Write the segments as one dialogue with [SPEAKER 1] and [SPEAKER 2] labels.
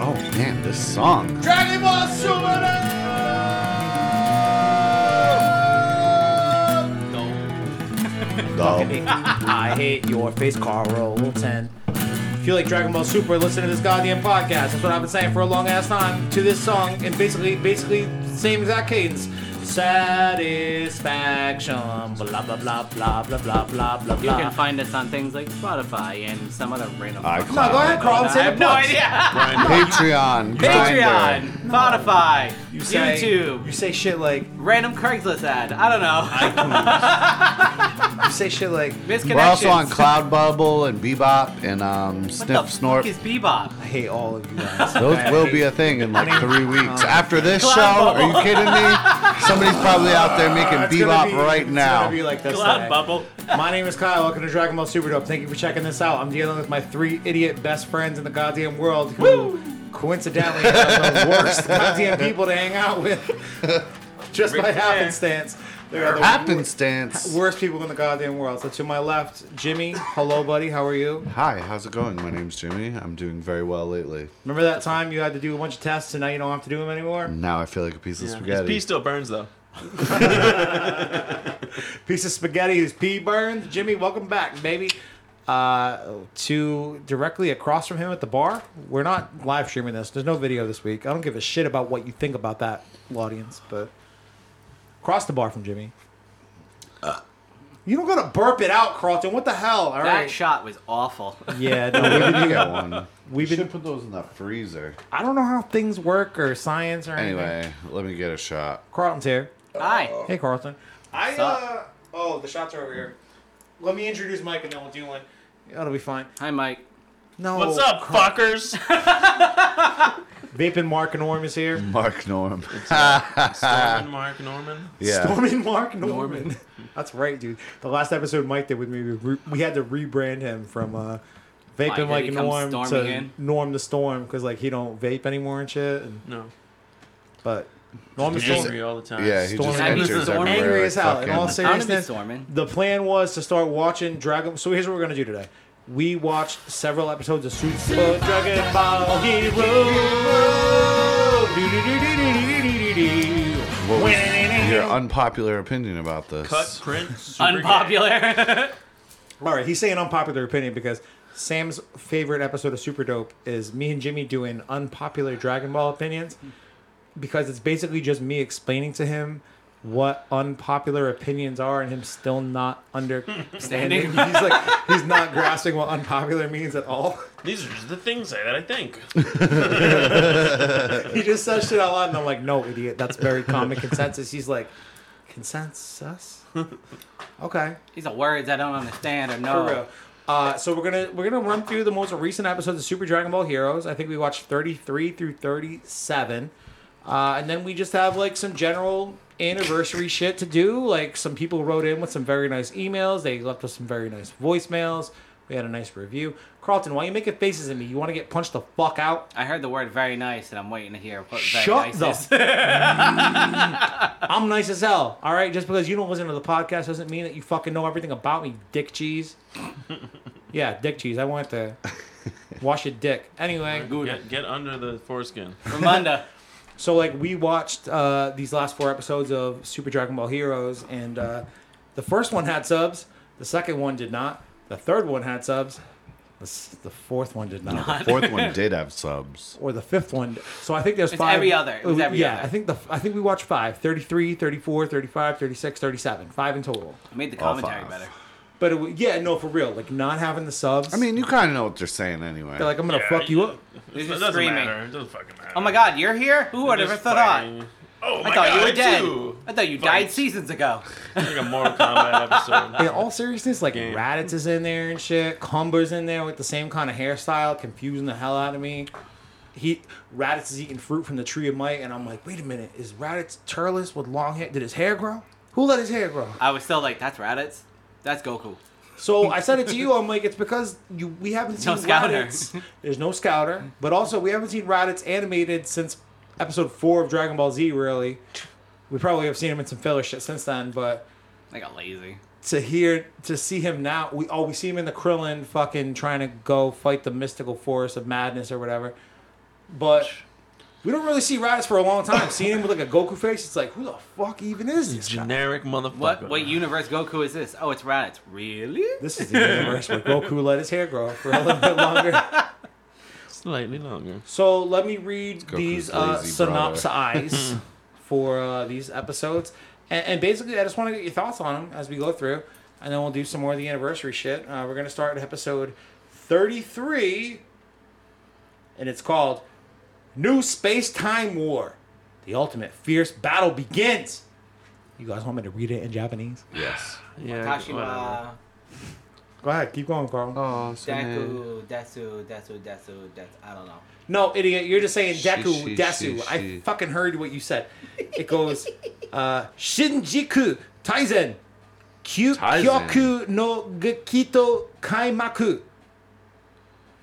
[SPEAKER 1] Oh, this song.
[SPEAKER 2] Dragon Ball Super!
[SPEAKER 1] No.
[SPEAKER 2] I hate your face, Carl. Ten. If you like Dragon Ball Super, listen to this goddamn podcast. That's what I've been saying for a long ass time. To this song, and basically, basically, same exact cadence. Satisfaction. Blah blah blah blah blah blah blah blah.
[SPEAKER 3] You can find us on things like Spotify and some other random.
[SPEAKER 1] I-
[SPEAKER 3] fucking-
[SPEAKER 2] No, go ahead, Carl. Say the
[SPEAKER 3] I have no
[SPEAKER 2] plugs.
[SPEAKER 3] idea.
[SPEAKER 1] Patreon. Grindr.
[SPEAKER 3] Patreon, Spotify,
[SPEAKER 2] You say,
[SPEAKER 3] YouTube,
[SPEAKER 2] You say shit like.
[SPEAKER 3] random Craigslist ad. I don't know.
[SPEAKER 2] You say shit like.
[SPEAKER 3] Misconnections.
[SPEAKER 1] We're also on Cloud Bubble and Bebop and um,
[SPEAKER 3] What
[SPEAKER 1] Sniff
[SPEAKER 3] the
[SPEAKER 1] Snort.
[SPEAKER 3] fuck is Bebop?
[SPEAKER 2] I hate all of you guys.
[SPEAKER 1] Those
[SPEAKER 2] I
[SPEAKER 1] will
[SPEAKER 2] hate-
[SPEAKER 1] be a thing in like three weeks. After this
[SPEAKER 3] Cloud
[SPEAKER 1] show, are
[SPEAKER 3] Bubble.
[SPEAKER 1] you kidding me? Somebody's probably out there making
[SPEAKER 2] It's gonna
[SPEAKER 1] Bebop
[SPEAKER 2] be-
[SPEAKER 1] right
[SPEAKER 2] it's
[SPEAKER 1] now.
[SPEAKER 2] gonna be like this today.
[SPEAKER 3] Cloud Bubble.
[SPEAKER 2] My name is Kyle. Welcome to Dragon Ball Super Dope. Thank you for checking this out. I'm dealing with my three idiot best friends in the goddamn world who coincidentally are the worst goddamn people to hang out with. Just by
[SPEAKER 3] Right there.
[SPEAKER 2] happenstance. They are the
[SPEAKER 1] Happenstance.
[SPEAKER 2] worst people in the goddamn world. So to my left, Jimmy. Hello, buddy. How are you?
[SPEAKER 1] Hi, how's it going? My name's Jimmy. I'm doing very well lately.
[SPEAKER 2] Remember that time you had to do a bunch of tests and now you don't have to do them anymore?
[SPEAKER 1] Now I feel like a piece of
[SPEAKER 4] His
[SPEAKER 1] spaghetti.
[SPEAKER 4] pee still burns though.
[SPEAKER 2] piece of spaghetti whose pee burns. Jimmy, welcome back, baby. Uh, to directly across from him at the bar. We're not live streaming this. There's no video this week. I don't give a shit about what you think about that, audience. But across the bar from Jimmy. You don't gotta burp it out, Carlton. What the hell? All
[SPEAKER 3] That
[SPEAKER 2] right.
[SPEAKER 3] shot was awful.
[SPEAKER 2] yeah, no, we've been,
[SPEAKER 1] You got one. We
[SPEAKER 2] we've been.
[SPEAKER 1] should put those in the freezer.
[SPEAKER 2] I don't know how things work or science or anything.
[SPEAKER 1] Anyway, let me get a shot.
[SPEAKER 2] Carlton's here.
[SPEAKER 3] Hi.
[SPEAKER 2] Hey, Carlton. I
[SPEAKER 3] up?
[SPEAKER 2] uh oh, the shots are over here. Let me introduce Mike and then we'll do one. That'll be fine.
[SPEAKER 3] Hi, Mike.
[SPEAKER 2] No.
[SPEAKER 4] What's up, fuckers?
[SPEAKER 2] Vaping Mark Norm is here.
[SPEAKER 1] Mark Norm.
[SPEAKER 4] Norman, Mark Norman.
[SPEAKER 1] Yeah.
[SPEAKER 2] Storming Mark Norman. That's right, dude. The last episode Mike did with me, we, re- we had to rebrand him from uh,
[SPEAKER 3] Why,
[SPEAKER 2] Vaping
[SPEAKER 3] did
[SPEAKER 2] Mike
[SPEAKER 3] he come
[SPEAKER 2] Norm to
[SPEAKER 3] storming in?
[SPEAKER 2] Norm the Storm because like he don't vape anymore and shit. And,
[SPEAKER 4] No.
[SPEAKER 2] but Norm the
[SPEAKER 4] He's
[SPEAKER 2] Storm.
[SPEAKER 4] angry all the time.
[SPEAKER 1] Yeah, he
[SPEAKER 2] Storm.
[SPEAKER 1] just
[SPEAKER 3] That means
[SPEAKER 1] enters
[SPEAKER 3] the storm.
[SPEAKER 1] everywhere.
[SPEAKER 2] Angry
[SPEAKER 1] like
[SPEAKER 2] as hell. In
[SPEAKER 1] fucking-
[SPEAKER 2] all
[SPEAKER 3] I'm gonna be
[SPEAKER 2] seriousness,
[SPEAKER 3] storming.
[SPEAKER 2] the plan was to start watching Dragon. So here's what we're gonna do today. We watched several episodes of Super Dragon Ball Hero.
[SPEAKER 1] What was your unpopular opinion about this?
[SPEAKER 4] Cut, print, super
[SPEAKER 3] Unpopular.
[SPEAKER 2] All right, he's saying unpopular opinion because Sam's favorite episode of Super Dope is me and Jimmy doing unpopular Dragon Ball opinions because it's basically just me explaining to him what unpopular opinions are and him still not understanding. he's like he's not grasping what unpopular means at all.
[SPEAKER 4] These are just the things that I think.
[SPEAKER 2] He just says shit out loud and I'm like, "No, idiot, that's very common consensus." He's like, "Consensus?" Okay.
[SPEAKER 3] These are words I don't understand or
[SPEAKER 2] For
[SPEAKER 3] know.
[SPEAKER 2] real. Uh, so we're gonna we're gonna run through the most recent episodes of Super Dragon Ball Heroes. I think we watched 33 through 37, uh, and then we just have like some general anniversary shit to do. Like some people wrote in with some very nice emails. They left us some very nice voicemails. We had a nice review. Carlton, why are you making faces at me? You want to get punched the fuck out?
[SPEAKER 3] I heard the word very nice, and I'm waiting to hear what very
[SPEAKER 2] Shut
[SPEAKER 3] nice
[SPEAKER 2] the.
[SPEAKER 3] is.
[SPEAKER 2] I'm nice as hell. All right, just because you don't listen to the podcast doesn't mean that you fucking know everything about me, dick cheese. yeah, dick cheese. I want to wash your dick. Anyway,
[SPEAKER 4] Get, get under the foreskin.
[SPEAKER 3] Ramunda.
[SPEAKER 2] so like we watched uh, these last four episodes of Super Dragon Ball Heroes, and uh, the first one had subs. The second one did not. The third one had subs. The, s- the fourth one did not.
[SPEAKER 1] The fourth one did have subs.
[SPEAKER 2] or the fifth one. So I think there's
[SPEAKER 3] It's
[SPEAKER 2] five.
[SPEAKER 3] every other. It was every
[SPEAKER 2] yeah,
[SPEAKER 3] other.
[SPEAKER 2] I think the I think we watched five. 33, 34, 35, 36, 37. Five in total.
[SPEAKER 3] I made the
[SPEAKER 1] All
[SPEAKER 3] commentary
[SPEAKER 1] five.
[SPEAKER 3] better.
[SPEAKER 2] But it, w- yeah, no, for real. Like not having the subs.
[SPEAKER 1] I mean, you kind of know what they're saying anyway.
[SPEAKER 2] they're like, I'm gonna
[SPEAKER 4] Yeah,
[SPEAKER 2] fuck you up.
[SPEAKER 4] It
[SPEAKER 3] just
[SPEAKER 4] doesn't
[SPEAKER 3] screaming.
[SPEAKER 4] matter. It doesn't fucking matter.
[SPEAKER 3] Oh my god, you're here? Who would have
[SPEAKER 4] Just
[SPEAKER 3] ever thought?
[SPEAKER 4] fighting. Oh my
[SPEAKER 3] I thought
[SPEAKER 4] god,
[SPEAKER 3] you were dead.
[SPEAKER 4] too.
[SPEAKER 3] I thought you
[SPEAKER 4] Fight.
[SPEAKER 3] died seasons ago.
[SPEAKER 4] Like a Mortal Kombat episode.
[SPEAKER 2] In all seriousness, like Raditz is in there and shit. Cumber's in there with the same kind of hairstyle, confusing the hell out of me. He Raditz is eating fruit from the tree of might, and I'm like, wait a minute, is Raditz turles with long hair? Did his hair grow? Who let his hair grow?
[SPEAKER 3] I was still like, that's Raditz. That's Goku.
[SPEAKER 2] So I said it to you. I'm like, it's because you we haven't seen
[SPEAKER 3] No scouter.
[SPEAKER 2] Raditz. There's no scouter, but also we haven't seen Raditz animated since episode four of Dragon Ball Z. Really, we probably have seen him in some filler shit since then. But
[SPEAKER 3] I got lazy.
[SPEAKER 2] to hear to see him now, we oh we see him in the Krillin fucking trying to go fight the mystical force of madness or whatever. But We don't really see Raditz for a long time. Seeing him with like a Goku face, it's like, who the fuck even is this guy?
[SPEAKER 4] Generic motherfucker.
[SPEAKER 3] What what universe Goku is this? Oh, it's Raditz. Really?
[SPEAKER 2] This is the universe where Goku let his hair grow for a little bit longer.
[SPEAKER 4] Slightly longer.
[SPEAKER 2] So let me read
[SPEAKER 1] Goku's
[SPEAKER 2] these uh,
[SPEAKER 1] lazy brother.
[SPEAKER 2] synopsis for uh, these episodes, and, and basically I just want to get your thoughts on them as we go through, and then we'll do some more of the anniversary shit. Uh, we're gonna start at episode thirty-three, and it's called "New Space Time War: The Ultimate Fierce Battle Begins." You guys want me to read it in Japanese?
[SPEAKER 1] Yes.
[SPEAKER 4] Yeah. whatever.
[SPEAKER 3] Kashima,
[SPEAKER 2] Go ahead, keep going, Carl.
[SPEAKER 1] Oh,
[SPEAKER 3] Deku, Desu, Desu, Desu, Desu. I don't know.
[SPEAKER 2] No, idiot, you're just saying
[SPEAKER 1] Shi,
[SPEAKER 2] Deku,
[SPEAKER 1] shi,
[SPEAKER 2] Desu.
[SPEAKER 1] shi,
[SPEAKER 2] I
[SPEAKER 1] shi.
[SPEAKER 2] fucking heard what you said. It goes uh, Shinjiku Taizen Kyu-
[SPEAKER 1] Taizen.
[SPEAKER 2] Kyoku no Gekito Kaimaku.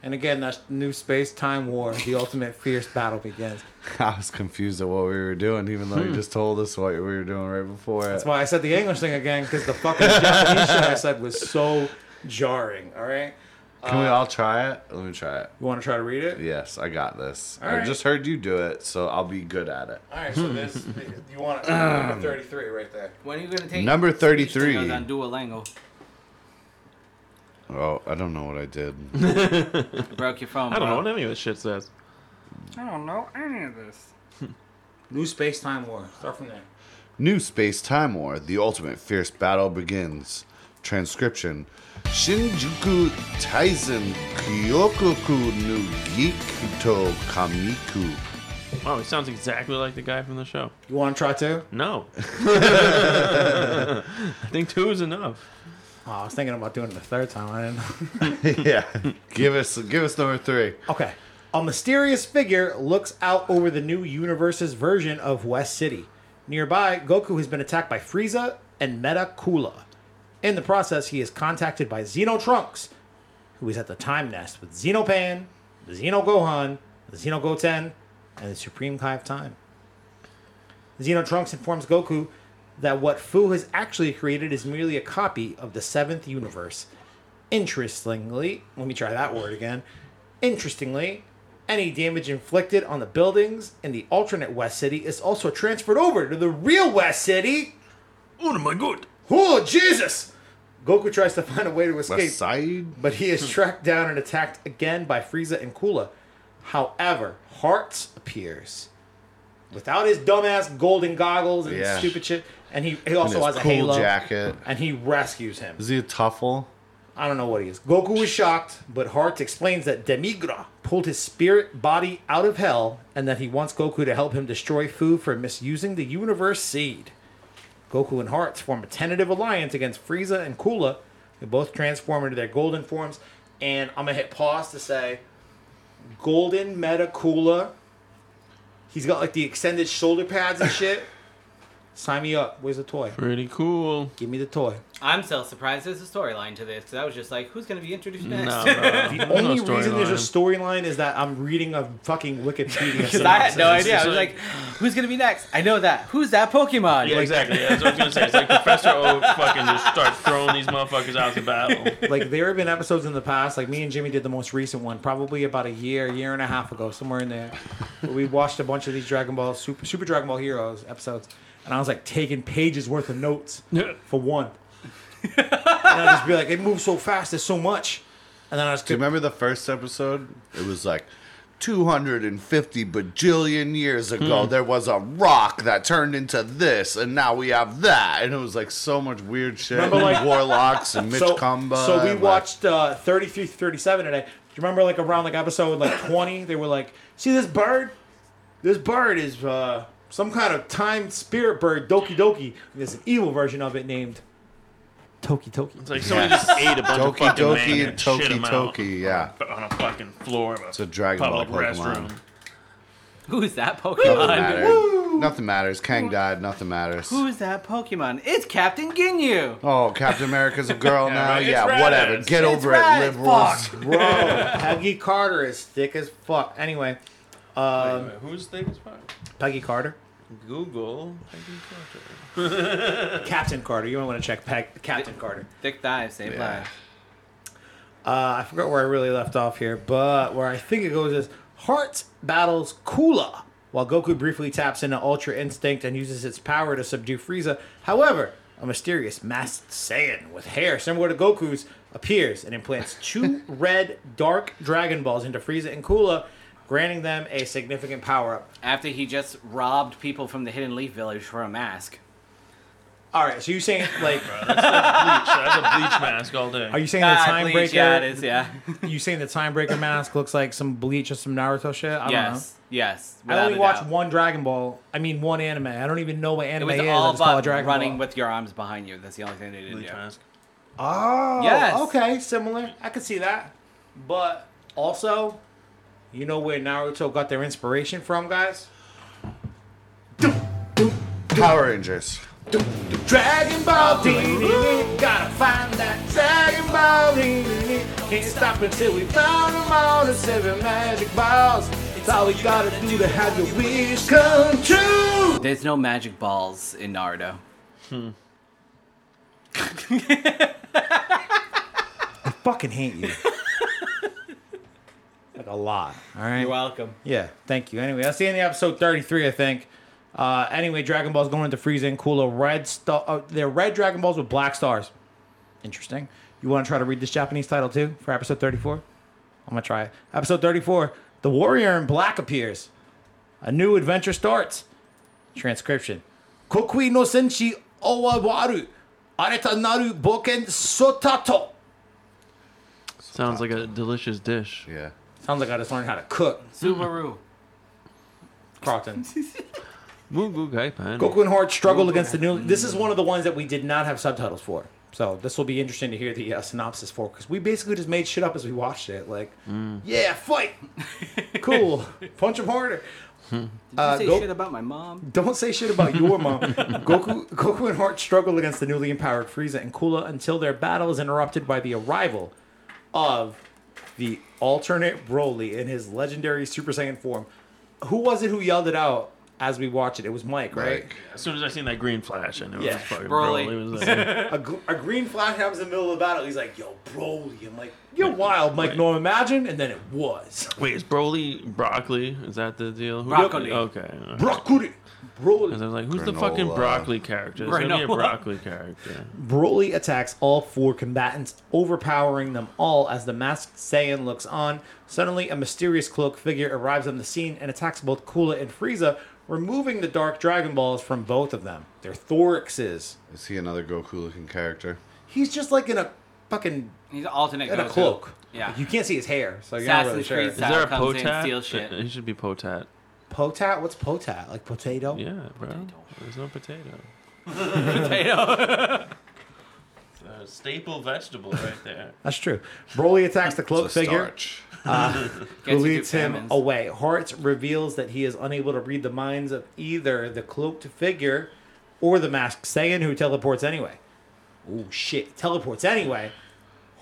[SPEAKER 2] And again, that's New Space Time War. The ultimate fierce battle begins.
[SPEAKER 1] I was confused at what we were doing, even though you just told us what we were doing right before it.
[SPEAKER 2] Hmm. That's why I said the English thing again, because the fucking Japanese shit I said was so jarring. All right?
[SPEAKER 1] Can we all try it? Let me try it.
[SPEAKER 2] You want to try to read it?
[SPEAKER 1] Yes, I got this.
[SPEAKER 2] All
[SPEAKER 1] I
[SPEAKER 2] right.
[SPEAKER 1] just heard you do it, so I'll be good at it.
[SPEAKER 2] All right, so this, you want it. Number 33 right there.
[SPEAKER 3] When are you gonna take
[SPEAKER 1] Number 33.
[SPEAKER 3] These things on Duolingo?
[SPEAKER 1] Oh, I don't know what I did.
[SPEAKER 3] You broke your phone.
[SPEAKER 4] I don't know
[SPEAKER 3] bro.
[SPEAKER 4] what any of this shit says.
[SPEAKER 3] I don't know any of this.
[SPEAKER 2] New Space Time War. Start from there.
[SPEAKER 1] New Space Time War, the ultimate fierce battle begins. Transcription Shinjuku Taizen Kyokoku no Gikuto Kamiku.
[SPEAKER 4] Oh, he sounds exactly like the guy from the show.
[SPEAKER 2] You want to try too?
[SPEAKER 4] No. I think two is enough.
[SPEAKER 2] Oh, I was thinking about doing it the third time. I didn't. know.
[SPEAKER 1] yeah. Give us give us number three.
[SPEAKER 2] okay. A mysterious figure looks out over the new universe's version of West City. Nearby, Goku has been attacked by Frieza and Meta Kula. In the process, he is contacted by Xeno Trunks, who is at the Time Nest with Xeno Pan, Xeno Gohan, Xeno Goten, and the Supreme Kai of Time. Xeno Trunks informs Goku that what Fu has actually created is merely a copy of the seventh universe. Interestingly, let me try that word again. Interestingly, any damage inflicted on the buildings in the alternate West City is also transferred over to the real West City.
[SPEAKER 4] Oh my god.
[SPEAKER 2] Oh, Jesus! Goku tries to find a way to escape
[SPEAKER 1] West Side?
[SPEAKER 2] but he is tracked down and attacked again by Frieza and Kula. However, Hearts appears without his dumbass golden goggles and
[SPEAKER 1] Yeah.
[SPEAKER 2] stupid shit, and he, he also
[SPEAKER 1] his
[SPEAKER 2] has a
[SPEAKER 1] cool
[SPEAKER 2] halo
[SPEAKER 1] jacket.
[SPEAKER 2] and he rescues him.
[SPEAKER 1] Is he a tuffle?
[SPEAKER 2] I don't know what he is. Goku is shocked, but Hearts explains that Demigra pulled his spirit body out of hell and that he wants Goku to help him destroy Fu for misusing the universe seed. Goku and Hearts form a tentative alliance against Frieza and Coola, who both transform into their golden forms. And I'm going to hit pause to say Golden Meta Coola. He's got like the extended shoulder pads and shit. Sign me up. Where's the toy?
[SPEAKER 4] Pretty cool.
[SPEAKER 2] Give me the toy.
[SPEAKER 3] I'm still surprised there's a storyline to this because I was just like, who's gonna be introduced next?
[SPEAKER 4] Nah,
[SPEAKER 2] The only reason there's a storyline is that I'm reading a fucking Wikipedia.
[SPEAKER 3] Because I had no
[SPEAKER 2] synopsis.
[SPEAKER 3] idea. I
[SPEAKER 4] It's
[SPEAKER 3] was like,
[SPEAKER 4] like-
[SPEAKER 3] who's gonna be next? I know that. Who's that Pokemon?
[SPEAKER 4] Yeah,
[SPEAKER 3] Like,
[SPEAKER 4] exactly. That's what I was gonna say. It's like Professor Oak fucking just starts throwing these motherfuckers out to battle.
[SPEAKER 2] Like there have been episodes in the past, like me and Jimmy did the most recent one, probably about a year, year and a half ago, somewhere in there. where we watched a bunch of these Dragon Ball Super Super Dragon Ball Heroes episodes, and I was like taking pages worth of notes for one. and I'd just be like, it moves so fast, there's so much. And then I just
[SPEAKER 1] Do you remember the first episode? It was like 250 bajillion years ago, there was a rock that turned into this, and now we have that. And it was like so much weird shit.
[SPEAKER 2] Remember,
[SPEAKER 1] and
[SPEAKER 2] like-
[SPEAKER 1] Warlocks and Mitch
[SPEAKER 2] so,
[SPEAKER 1] Kumba.
[SPEAKER 2] So we
[SPEAKER 1] and, like-
[SPEAKER 2] watched uh, 33 37 today. Do you remember like around like episode like 20? They were like, see this bird? This bird is uh, some kind of time spirit bird, Doki Doki. And there's an evil version of it named Toki Toki.
[SPEAKER 4] It's like somebody
[SPEAKER 1] Yes.
[SPEAKER 4] just ate a bunch of
[SPEAKER 1] Doki
[SPEAKER 4] fucking
[SPEAKER 1] Doki
[SPEAKER 4] man
[SPEAKER 1] and
[SPEAKER 4] and shit
[SPEAKER 1] Toki
[SPEAKER 4] 'em out
[SPEAKER 1] Toki, yeah.
[SPEAKER 4] on a fucking floor of a,
[SPEAKER 1] a Dragon Ball
[SPEAKER 4] public
[SPEAKER 1] Pokemon.
[SPEAKER 4] restroom.
[SPEAKER 3] Who's that
[SPEAKER 1] Nothing
[SPEAKER 3] Pokemon?
[SPEAKER 1] mattered. Nothing matters. Kang died. Nothing matters.
[SPEAKER 3] who's that Pokemon? It's Captain Ginyu.
[SPEAKER 1] Oh, Captain America's a girl now.
[SPEAKER 4] right. It's
[SPEAKER 1] Yeah,
[SPEAKER 4] Raditz.
[SPEAKER 1] whatever. Get
[SPEAKER 3] It's
[SPEAKER 1] over
[SPEAKER 3] Raditz.
[SPEAKER 1] it, liberals.
[SPEAKER 2] Bro, Peggy Carter is thick as fuck. Anyway, um,
[SPEAKER 4] Wait, who's thing is fine?
[SPEAKER 2] Peggy Carter.
[SPEAKER 4] Google. I can catch it.
[SPEAKER 2] Captain Carter. You might want to check Peg- Captain Carter.
[SPEAKER 3] Thick thighs, save
[SPEAKER 1] Yeah.
[SPEAKER 3] lives.
[SPEAKER 2] Uh, I forgot where I really left off here, but where I think it goes is Hearts battles Kula, while Goku briefly taps into Ultra Instinct and uses its power to subdue Frieza. However, a mysterious masked Saiyan with hair similar to Goku's appears and implants two red dark Dragon Balls into Frieza and Cooler, granting them a significant power up.
[SPEAKER 3] After he just robbed people from the Hidden Leaf Village for a mask.
[SPEAKER 2] All right, so you saying like
[SPEAKER 4] Bleach. That's a bleach mask all day.
[SPEAKER 2] are you saying the
[SPEAKER 3] Ah,
[SPEAKER 2] time
[SPEAKER 3] bleach,
[SPEAKER 2] breaker?
[SPEAKER 3] Yeah, it is, yeah.
[SPEAKER 2] You saying the time breaker mask looks like some bleach or some Naruto shit? I
[SPEAKER 3] yes, yes.
[SPEAKER 2] don't know. I only
[SPEAKER 3] without a
[SPEAKER 2] watch
[SPEAKER 3] doubt.
[SPEAKER 2] one Dragon Ball. I mean, one anime. I don't even know what
[SPEAKER 3] It
[SPEAKER 2] anime
[SPEAKER 3] was
[SPEAKER 2] is. I
[SPEAKER 3] all
[SPEAKER 2] just call it
[SPEAKER 3] about
[SPEAKER 2] Dragon
[SPEAKER 3] running
[SPEAKER 2] Ball.
[SPEAKER 3] with your arms behind you. That's the only thing they did.
[SPEAKER 4] bleach
[SPEAKER 3] Yeah.
[SPEAKER 4] mask.
[SPEAKER 2] Oh,
[SPEAKER 3] Yes.
[SPEAKER 2] Okay, similar. I could see that. But also, you know where Naruto got their inspiration from, guys?
[SPEAKER 1] Power Rangers.
[SPEAKER 2] Dragon Ball D. Gotta find that Dragon Ball D. Can't stop until we found them all, the seven magic balls. It's all we gotta do to have your wish come true.
[SPEAKER 3] There's no magic balls in Naruto.
[SPEAKER 2] Fucking hate you. like a lot. All right.
[SPEAKER 3] welcome.
[SPEAKER 2] Yeah, thank you. Anyway, that's the end of episode 33, I think. Uh, anyway, Dragon Ball's going into freezing. Cooler red star. Uh, they're red Dragon Balls with black stars. Interesting. You want to try to read this Japanese title too for episode 34? I'm gonna try it. Episode 34: The Warrior in Black appears. A new adventure starts. Transcription: Kokui no senshi owawaru areta naru boken sotato.
[SPEAKER 4] Sounds like a delicious dish.
[SPEAKER 1] Yeah.
[SPEAKER 2] Sounds like I just learned how to cook,
[SPEAKER 3] Subaru.
[SPEAKER 2] Carlton.
[SPEAKER 4] Mugu Gaipan.
[SPEAKER 2] Goku and Hart struggled against the new. This is one of the ones that we did not have subtitles for. So this will be interesting to hear the uh, synopsis for because we basically just made shit up as we watched it. Like, yeah, fight, cool, punch him harder.
[SPEAKER 3] Did you say
[SPEAKER 2] Uh, go-
[SPEAKER 3] shit about my mom?
[SPEAKER 2] Don't say shit about your mom. Goku, Goku and Hart struggle against the newly empowered Frieza and Cooler until their battle is interrupted by the arrival of the alternate Broly in his legendary Super Saiyan form. Who was it who yelled it out as we watched it? It was Mike, right?
[SPEAKER 1] Like,
[SPEAKER 4] As soon as I seen that green flash, I knew it
[SPEAKER 2] Yeah,
[SPEAKER 4] was fucking
[SPEAKER 3] Broly.
[SPEAKER 4] Broly. It was like,
[SPEAKER 2] a, gr- a green flash happens in the middle of the battle. He's like, "Yo, Broly," I'm like, "You're wild, Mike." No, imagine, and then it was
[SPEAKER 4] wait, is Broly broccoli? Is that the deal? Who-
[SPEAKER 3] Broccoli.
[SPEAKER 4] Okay. all right.
[SPEAKER 2] broccoli.
[SPEAKER 4] Because
[SPEAKER 2] Broly.
[SPEAKER 4] I was like, who's the fucking
[SPEAKER 1] Granola.
[SPEAKER 4] broccoli character? There's gonna be a
[SPEAKER 3] Granola.
[SPEAKER 4] broccoli character.
[SPEAKER 2] Broly attacks all four combatants, overpowering them all. As the masked Saiyan looks on, suddenly a mysterious cloaked figure arrives on the scene and attacks both Cooler and Frieza, removing the Dark Dragon Balls from both of them. Their thoraxes.
[SPEAKER 1] Is he another Goku looking character?
[SPEAKER 2] He's just like in a fucking
[SPEAKER 3] He's an alternate.
[SPEAKER 2] in a
[SPEAKER 3] Goku.
[SPEAKER 2] cloak.
[SPEAKER 3] Yeah.
[SPEAKER 2] you can't see his hair, so you're not really
[SPEAKER 3] Assassin's
[SPEAKER 2] sure.
[SPEAKER 3] Creed.
[SPEAKER 4] Is there a
[SPEAKER 3] comes in,
[SPEAKER 4] potat?
[SPEAKER 3] steals shit.
[SPEAKER 4] He should be potat.
[SPEAKER 2] Potat? What's Potat? Like potato?
[SPEAKER 4] Yeah, bro. There's no potato.
[SPEAKER 3] Potato.
[SPEAKER 4] A staple vegetable right there.
[SPEAKER 2] That's true. Broly attacks the cloak
[SPEAKER 1] It's a
[SPEAKER 2] figure,
[SPEAKER 1] starch.
[SPEAKER 2] who
[SPEAKER 3] Gets you
[SPEAKER 2] leads
[SPEAKER 3] through
[SPEAKER 2] him Oh,
[SPEAKER 3] famines.
[SPEAKER 2] away. Hart reveals that he is unable to read the minds of either the cloaked figure or the masked Saiyan, who teleports anyway. Oh shit! Teleports anyway.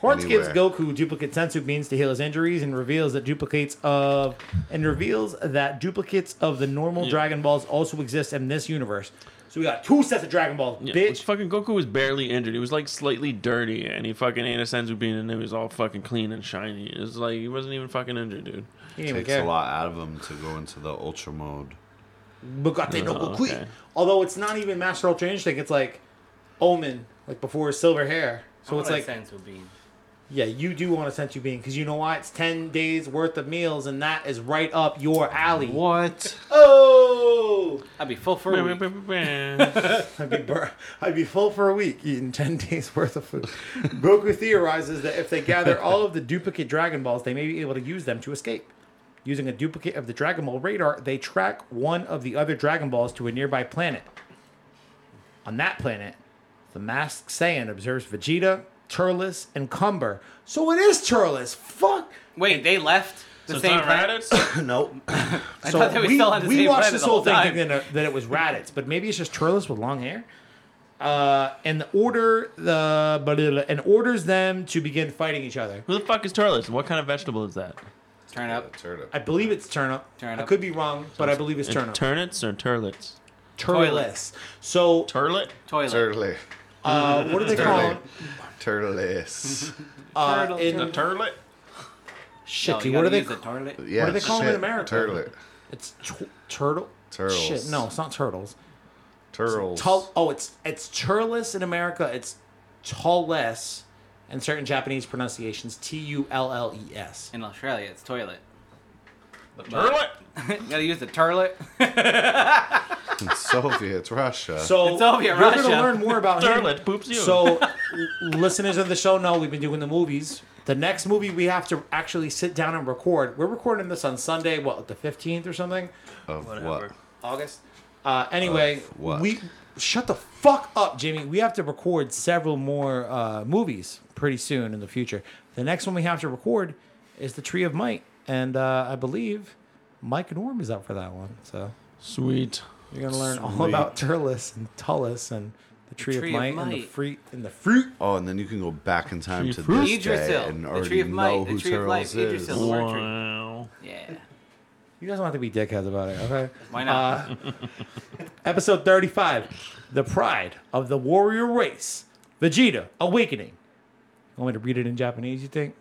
[SPEAKER 2] Hart gives
[SPEAKER 1] Anywhere.
[SPEAKER 2] Goku duplicate sensu beans to heal his injuries, and reveals that duplicates of and reveals that duplicates of the normal Dragon Balls also exist in this universe. So we got two sets of Dragon Balls,
[SPEAKER 4] Yeah,
[SPEAKER 2] bitch.
[SPEAKER 4] which Fucking Goku was barely injured. He was like slightly dirty, and he fucking ate a senzu bean, and it was all fucking clean and shiny. It was like he wasn't even fucking injured, dude.
[SPEAKER 2] He didn't even
[SPEAKER 1] Takes
[SPEAKER 2] care.
[SPEAKER 1] a lot out of him to go into the Ultra mode.
[SPEAKER 2] Bugatti no
[SPEAKER 4] Oh,
[SPEAKER 2] Gukui.
[SPEAKER 4] okay.
[SPEAKER 2] Although it's not even Master Ultra Instinct, it's like Omen, like before his silver hair. So it's like,
[SPEAKER 3] sense would be.
[SPEAKER 2] yeah, you do want to sense you being because you know why? It's 10 days worth of meals, and that is right up your alley.
[SPEAKER 1] What?
[SPEAKER 2] Oh!
[SPEAKER 3] I'd be full for a week.
[SPEAKER 4] That's
[SPEAKER 2] I'd be, bur- I'd be full for a week eating 10 days worth of food. Goku theorizes that if they gather all of the duplicate Dragon Balls, they may be able to use them to escape. Using a duplicate of the Dragon Ball radar, they track one of the other Dragon Balls to a nearby planet. On that planet, the masked Saiyan observes Vegeta, Turles, and Cumber. So it is Turles. Fuck.
[SPEAKER 3] Wait, they left the
[SPEAKER 4] it's
[SPEAKER 3] same
[SPEAKER 4] not
[SPEAKER 3] planet.
[SPEAKER 4] Raditz?
[SPEAKER 1] Nope.
[SPEAKER 2] so
[SPEAKER 3] thought they were still on the
[SPEAKER 2] we
[SPEAKER 3] same
[SPEAKER 2] watched
[SPEAKER 3] planet
[SPEAKER 2] this
[SPEAKER 3] the
[SPEAKER 2] whole,
[SPEAKER 3] whole
[SPEAKER 2] thing
[SPEAKER 3] time.
[SPEAKER 2] thinking that, that it was Raditz, but maybe it's just Turles with long hair. Uh, and the order the blah, blah, blah, and orders them to begin fighting each other.
[SPEAKER 4] Who the fuck is Turles? What kind of vegetable is that?
[SPEAKER 3] Turn
[SPEAKER 1] A
[SPEAKER 3] up.
[SPEAKER 1] turnip.
[SPEAKER 2] I believe it's turnip. I
[SPEAKER 3] Turnip.
[SPEAKER 2] could be wrong, but I believe it's turnip.
[SPEAKER 4] Turnips or turlets?
[SPEAKER 2] Turles. So
[SPEAKER 4] Turlet?
[SPEAKER 3] Toilet. Oh,
[SPEAKER 1] Turtle.
[SPEAKER 2] uh, what do they call
[SPEAKER 1] Turtle.
[SPEAKER 2] him?
[SPEAKER 1] Turtles.
[SPEAKER 2] Uh, in
[SPEAKER 4] turlet?
[SPEAKER 2] shit,
[SPEAKER 3] No, you
[SPEAKER 2] dude, what do
[SPEAKER 3] gotta
[SPEAKER 2] they
[SPEAKER 3] use the toilet?
[SPEAKER 1] Yeah,
[SPEAKER 2] do they call 'em in
[SPEAKER 1] shit,
[SPEAKER 2] America?
[SPEAKER 1] Turtle.
[SPEAKER 2] It's tw- turtle.
[SPEAKER 1] Turtles.
[SPEAKER 2] Shit, no, it's not turtles.
[SPEAKER 1] Turtles.
[SPEAKER 2] Tull- oh, it's it's turles in America. It's tulles in certain Japanese pronunciations. T U L L E S.
[SPEAKER 3] In Australia, it's toilet.
[SPEAKER 4] Turlet.
[SPEAKER 3] Gotta use the turlet.
[SPEAKER 1] Soviets, Russia.
[SPEAKER 2] So
[SPEAKER 3] It's over here,
[SPEAKER 2] you're going
[SPEAKER 3] Russia.
[SPEAKER 2] to learn more about him.
[SPEAKER 4] Turlet poops you.
[SPEAKER 2] So listeners of the show know we've been doing the movies. The next movie we have to actually sit down and record. We're recording this on Sunday, what the fifteenth or something,
[SPEAKER 1] of what?
[SPEAKER 4] Whatever.
[SPEAKER 2] August. Uh, anyway,
[SPEAKER 1] Of what?
[SPEAKER 2] we shut the fuck up, Jimmy. We have to record several more uh, movies pretty soon in the future. The next one we have to record is the Tree of Might, and uh, I believe Mike Norm is up for that one. So
[SPEAKER 4] Sweet.
[SPEAKER 2] you're gonna learn all
[SPEAKER 1] Sweet.
[SPEAKER 2] about Turles and Tullus and the Tree,
[SPEAKER 3] Tree
[SPEAKER 2] of,
[SPEAKER 3] of
[SPEAKER 2] Might and the
[SPEAKER 3] Might.
[SPEAKER 2] fruit and the fruit.
[SPEAKER 1] Oh, and then you can go back in time to
[SPEAKER 4] Fruit.
[SPEAKER 1] this day
[SPEAKER 3] Idrisil,
[SPEAKER 1] and
[SPEAKER 3] the
[SPEAKER 1] already
[SPEAKER 3] Tree of Might,
[SPEAKER 1] know
[SPEAKER 3] the
[SPEAKER 1] who
[SPEAKER 3] Tree of Life,
[SPEAKER 1] Turtles is.
[SPEAKER 3] Idrisil.
[SPEAKER 4] Wow.
[SPEAKER 3] Yeah.
[SPEAKER 2] You guys don't have to be dickheads about it, okay?
[SPEAKER 3] Why not?
[SPEAKER 2] Episode 35 The Pride of the Warrior Race, Vegeta Awakening. You want me to read it in Japanese, you think?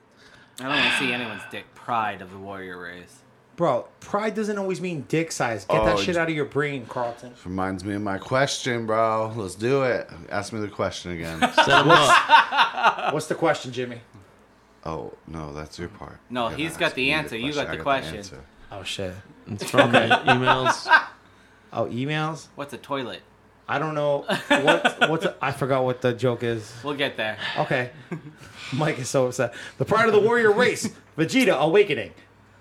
[SPEAKER 3] I don't want to see anyone's dick. Pride of the warrior race.
[SPEAKER 2] Bro, pride doesn't always mean dick size. Get that
[SPEAKER 1] Oh,
[SPEAKER 2] shit out of your brain, Carlton.
[SPEAKER 1] Reminds me of my question, bro. Let's do it. Ask me the question again.
[SPEAKER 4] Set him up.
[SPEAKER 2] What's the question, Jimmy?
[SPEAKER 1] oh no, that's your part.
[SPEAKER 3] No,
[SPEAKER 1] You're gonna
[SPEAKER 3] he's got
[SPEAKER 1] ask
[SPEAKER 3] the
[SPEAKER 1] me
[SPEAKER 3] answer. You got
[SPEAKER 1] I
[SPEAKER 3] the question.
[SPEAKER 1] answer.
[SPEAKER 2] Oh, shit.
[SPEAKER 4] It's from the emails.
[SPEAKER 2] Oh, emails?
[SPEAKER 3] What's a toilet?
[SPEAKER 2] I don't know. What, what's the, I forgot what the joke is.
[SPEAKER 3] We'll get there.
[SPEAKER 2] Okay. Mike is so upset. The Pride of the Warrior Race, Vegeta Awakening.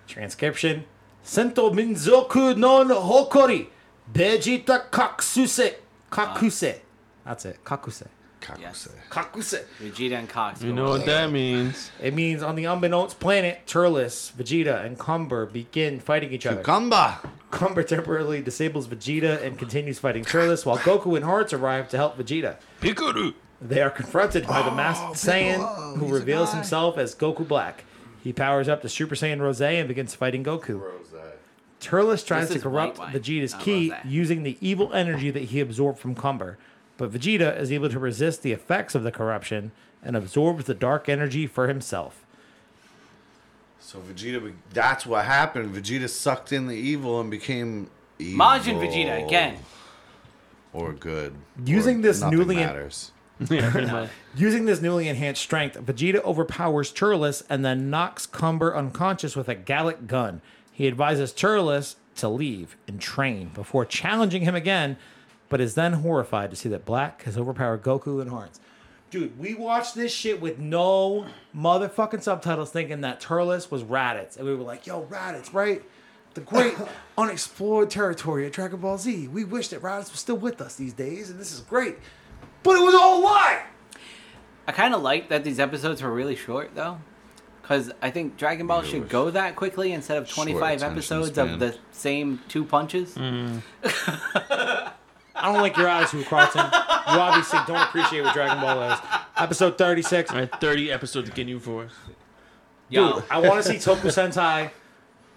[SPEAKER 2] Transcription Sento Minzoku non Hokori, Vegeta Kakuse. Kakuse. That's it. Kakuse.
[SPEAKER 1] Kaku
[SPEAKER 3] Yes.
[SPEAKER 1] say.
[SPEAKER 2] Kakuse.
[SPEAKER 3] Vegeta and Cox.
[SPEAKER 4] You know what that means.
[SPEAKER 2] It means on the unbeknownst planet, Turles, Vegeta, and Cumber begin fighting each other.
[SPEAKER 1] Cucumber.
[SPEAKER 2] Cumber temporarily disables Vegeta and continues fighting Turles, while Goku and Hearts arrive to help Vegeta.
[SPEAKER 4] Pikachu.
[SPEAKER 2] They are confronted by the Masked Saiyan, who reveals himself as Goku Black. He powers up to Super Saiyan Rose and begins fighting Goku. Turles tries
[SPEAKER 3] This
[SPEAKER 2] to
[SPEAKER 3] is white
[SPEAKER 2] corrupt
[SPEAKER 3] wine,
[SPEAKER 2] Vegeta's
[SPEAKER 3] not
[SPEAKER 2] key
[SPEAKER 3] rosé.
[SPEAKER 2] using the evil energy that he absorbed from Cumber, but Vegeta is able to resist the effects of the corruption and absorbs the dark energy for himself.
[SPEAKER 1] So Vegeta, be- that's what happened. Vegeta sucked in the evil and became evil.
[SPEAKER 3] Majin
[SPEAKER 1] Oh.
[SPEAKER 3] Vegeta again.
[SPEAKER 1] Or good.
[SPEAKER 2] Using
[SPEAKER 1] Or
[SPEAKER 2] this
[SPEAKER 1] nothing
[SPEAKER 2] newly-
[SPEAKER 1] matters.
[SPEAKER 2] Using this newly enhanced strength, Vegeta overpowers Turles and then knocks Cumber unconscious with a Gallic gun. He advises Turles to leave and train before challenging him again, but is then horrified to see that Black has overpowered Goku and Hearts. Dude, we watched this shit with no motherfucking subtitles thinking that Turles was Raditz. And we were like, yo, Raditz, right? The great unexplored territory of Dragon Ball Z. We wish that Raditz was still with us these days, and this is great. But it was all a lie!
[SPEAKER 3] I kind of like that these episodes were really short though, because I think Dragon Ball should go that quickly instead of
[SPEAKER 1] Short
[SPEAKER 3] 25
[SPEAKER 1] attention
[SPEAKER 3] episodes
[SPEAKER 1] span.
[SPEAKER 3] of the same two punches.
[SPEAKER 2] I don't like your attitude, Carlton. You obviously don't appreciate what Dragon Ball is. Episode 36.
[SPEAKER 4] All right, 30 episodes to get you for us.
[SPEAKER 2] Dude,
[SPEAKER 3] Yo,
[SPEAKER 2] I want to see Toku Sentai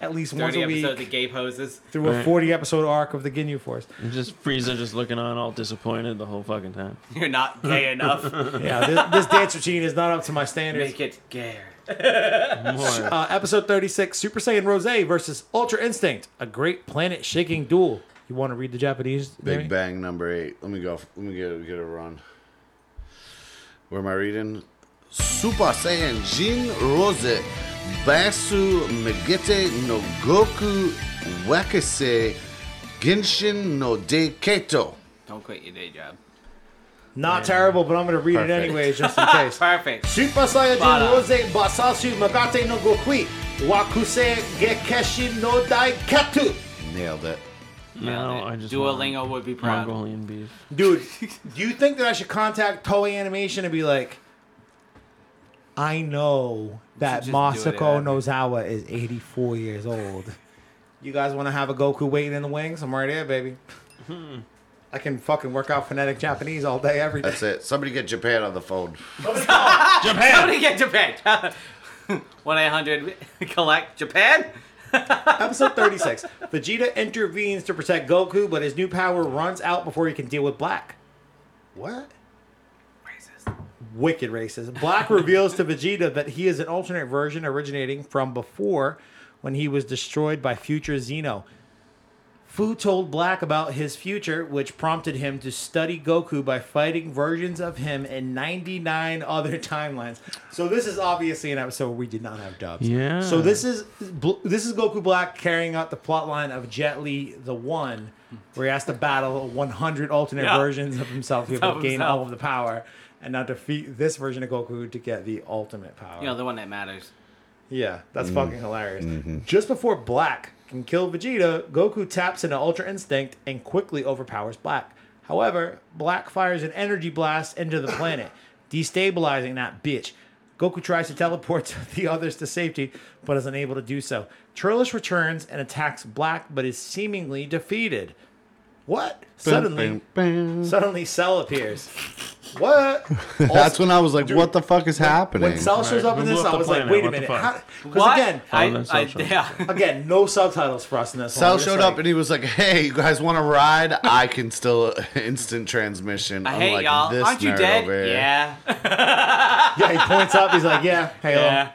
[SPEAKER 2] at least once
[SPEAKER 3] 30
[SPEAKER 2] a
[SPEAKER 3] episodes
[SPEAKER 2] week
[SPEAKER 3] of gay poses.
[SPEAKER 2] through a
[SPEAKER 4] Right.
[SPEAKER 2] 40 episode arc of the Ginyu Force.
[SPEAKER 4] And just Frieza just looking on all disappointed the whole fucking time.
[SPEAKER 3] You're not gay enough.
[SPEAKER 2] Yeah, this, this dance routine is not up to my standards.
[SPEAKER 3] Make it gayer.
[SPEAKER 4] More.
[SPEAKER 2] Uh, episode 36 Super Saiyan Rose versus Ultra Instinct, a great planet shaking duel. You want to read the Japanese? Jimmy?
[SPEAKER 1] Big Bang number eight. Let me go. Let me get get a run. Where am I reading? Super Saiyan Jin Rose Basu Megete no Goku Wakase Genshin no De Keto.
[SPEAKER 3] Don't quit your day job.
[SPEAKER 2] Not terrible, but I'm going to read it
[SPEAKER 1] Perfect.
[SPEAKER 2] anyways, just in case.
[SPEAKER 3] Perfect.
[SPEAKER 2] Super Saiyajin
[SPEAKER 3] Spot on.
[SPEAKER 2] Rose Basasu Magate no Gokui Wakuse Gekeshi no Daikatsu.
[SPEAKER 1] Nailed it.
[SPEAKER 4] No, I just
[SPEAKER 3] Duolingo
[SPEAKER 4] want
[SPEAKER 3] would be proud.
[SPEAKER 4] Mongolian beef.
[SPEAKER 2] Dude, do you think that I should contact Toei Animation and be like, I know that
[SPEAKER 3] should just do it,
[SPEAKER 2] Masako
[SPEAKER 3] Adam.
[SPEAKER 2] Nozawa is 84 years old. You guys want to have a Goku waiting in the wings? I'm right here, baby. I can fucking work out phonetic Japanese all day, every day.
[SPEAKER 1] That's it. Somebody get Japan on the phone.
[SPEAKER 3] Somebody get Japan. One eight hundred collect Japan.
[SPEAKER 2] Episode 36. Vegeta intervenes to protect Goku, but his new power runs out before he can deal with Black. What?
[SPEAKER 3] Racist.
[SPEAKER 2] wicked racist. Black reveals to Vegeta that he is an alternate version originating from before when he was destroyed by future Xeno. Fu told Black about his future, which prompted him to study Goku by fighting versions of him in 99 other timelines. So this is obviously an episode where we did not have dubs.
[SPEAKER 4] Yeah.
[SPEAKER 2] So this is Bl- this is Goku Black carrying out the plotline of Jet Li the One, where he has to battle 100 alternate
[SPEAKER 3] Yeah.
[SPEAKER 2] versions of himself to be able
[SPEAKER 3] Of
[SPEAKER 2] to gain
[SPEAKER 3] himself.
[SPEAKER 2] all of the power. And now defeat this version of Goku to get the ultimate power.
[SPEAKER 3] You know, the one that matters.
[SPEAKER 2] Yeah, that's
[SPEAKER 1] Mm-hmm.
[SPEAKER 2] fucking hilarious. Just before Black can kill Vegeta, Goku taps into Ultra Instinct and quickly overpowers Black. However, Black fires an energy blast into the planet, destabilizing that bitch. Goku tries to teleport the others to safety, but is unable to do so. Turlish returns and attacks Black, but is seemingly defeated. What? Suddenly, suddenly Cell appears. What?
[SPEAKER 1] That's when I was like, what the fuck is happening?
[SPEAKER 2] When Cell shows up in
[SPEAKER 4] we
[SPEAKER 2] this,
[SPEAKER 4] blew up
[SPEAKER 2] I
[SPEAKER 4] the
[SPEAKER 2] was like,
[SPEAKER 4] planet,
[SPEAKER 2] wait a
[SPEAKER 4] what the
[SPEAKER 2] minute.
[SPEAKER 4] fuck?
[SPEAKER 2] Because again,
[SPEAKER 3] I,
[SPEAKER 4] Follow
[SPEAKER 3] I,
[SPEAKER 4] themselves.
[SPEAKER 3] yeah.
[SPEAKER 2] Again, no subtitles for us in this.
[SPEAKER 1] Cell
[SPEAKER 2] one.
[SPEAKER 1] showed up and he was like, "Hey, you guys want to ride? I can still instant transmission."
[SPEAKER 3] I
[SPEAKER 1] I'm
[SPEAKER 3] hate
[SPEAKER 1] like,
[SPEAKER 3] y'all.
[SPEAKER 1] This
[SPEAKER 3] Aren't you
[SPEAKER 1] nerd
[SPEAKER 3] dead?
[SPEAKER 1] Over here. Um,
[SPEAKER 3] Yeah.
[SPEAKER 2] yeah, he points up. He's like, "Yeah, Halo, yeah,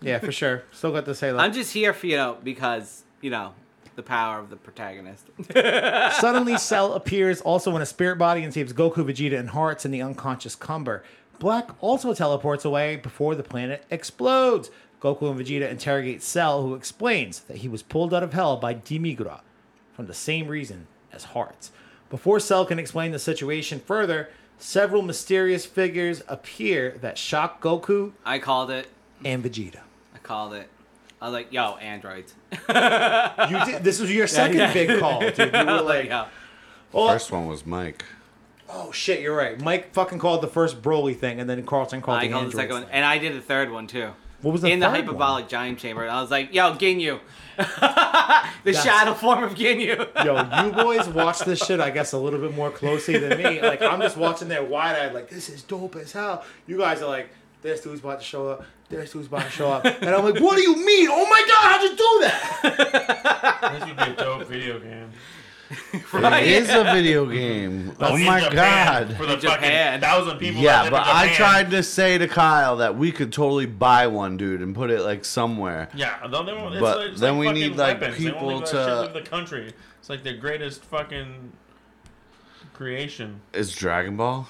[SPEAKER 3] yeah.
[SPEAKER 2] for sure. Still got this Halo."
[SPEAKER 3] I'm just here for, you know, because, you know, the power of the protagonist.
[SPEAKER 2] Suddenly, Cell appears also in a spirit body and saves Goku, Vegeta, and Hearts in the unconscious Cumber. Black also teleports away before the planet explodes. Goku and Vegeta interrogate Cell, who explains that he was pulled out of hell by Demigra from the same reason as Hearts. Before Cell can explain the situation further, several mysterious figures appear that shock Goku
[SPEAKER 3] I called it.
[SPEAKER 2] and Vegeta.
[SPEAKER 3] I called it. I was like, yo, androids.
[SPEAKER 2] You did, this was your second big call, dude. You were like,
[SPEAKER 3] yeah.
[SPEAKER 2] oh,
[SPEAKER 1] First one was Mike.
[SPEAKER 2] oh shit, you're right. Mike fucking called the first Broly thing, and then Carlton
[SPEAKER 1] Oh,
[SPEAKER 2] called
[SPEAKER 3] I
[SPEAKER 2] the
[SPEAKER 3] called the
[SPEAKER 2] Android
[SPEAKER 3] second one.
[SPEAKER 2] thing.
[SPEAKER 3] And I did the third one, too.
[SPEAKER 2] What was the
[SPEAKER 3] In the
[SPEAKER 2] third
[SPEAKER 3] hyperbolic giant chamber. And I was like, yo, Ginyu. the shadow form of Ginyu.
[SPEAKER 2] Yo, you boys watch this shit, I guess, a little bit more closely than me. Like, I'm just watching there wide eyed, like, this is dope as hell. You guys are like, this dude's about to show up. This dude's about to show up. And I'm like, what do you mean? Oh my god, how'd you do that?
[SPEAKER 4] This would be a dope video game.
[SPEAKER 1] It is a video game. oh my god.
[SPEAKER 4] For the
[SPEAKER 3] Japan.
[SPEAKER 4] thousand people.
[SPEAKER 1] Yeah, but I tried to say to Kyle that we could totally buy one, dude, and put it like somewhere.
[SPEAKER 4] Yeah, they'll never. It's
[SPEAKER 1] But
[SPEAKER 4] like, it's
[SPEAKER 1] then
[SPEAKER 4] like
[SPEAKER 1] we
[SPEAKER 4] fucking
[SPEAKER 1] need, like,
[SPEAKER 4] weapons. They won't
[SPEAKER 1] people
[SPEAKER 4] leave that
[SPEAKER 1] to-
[SPEAKER 4] shit leave the country. It's like the greatest fucking creation.
[SPEAKER 1] Is Dragon Ball?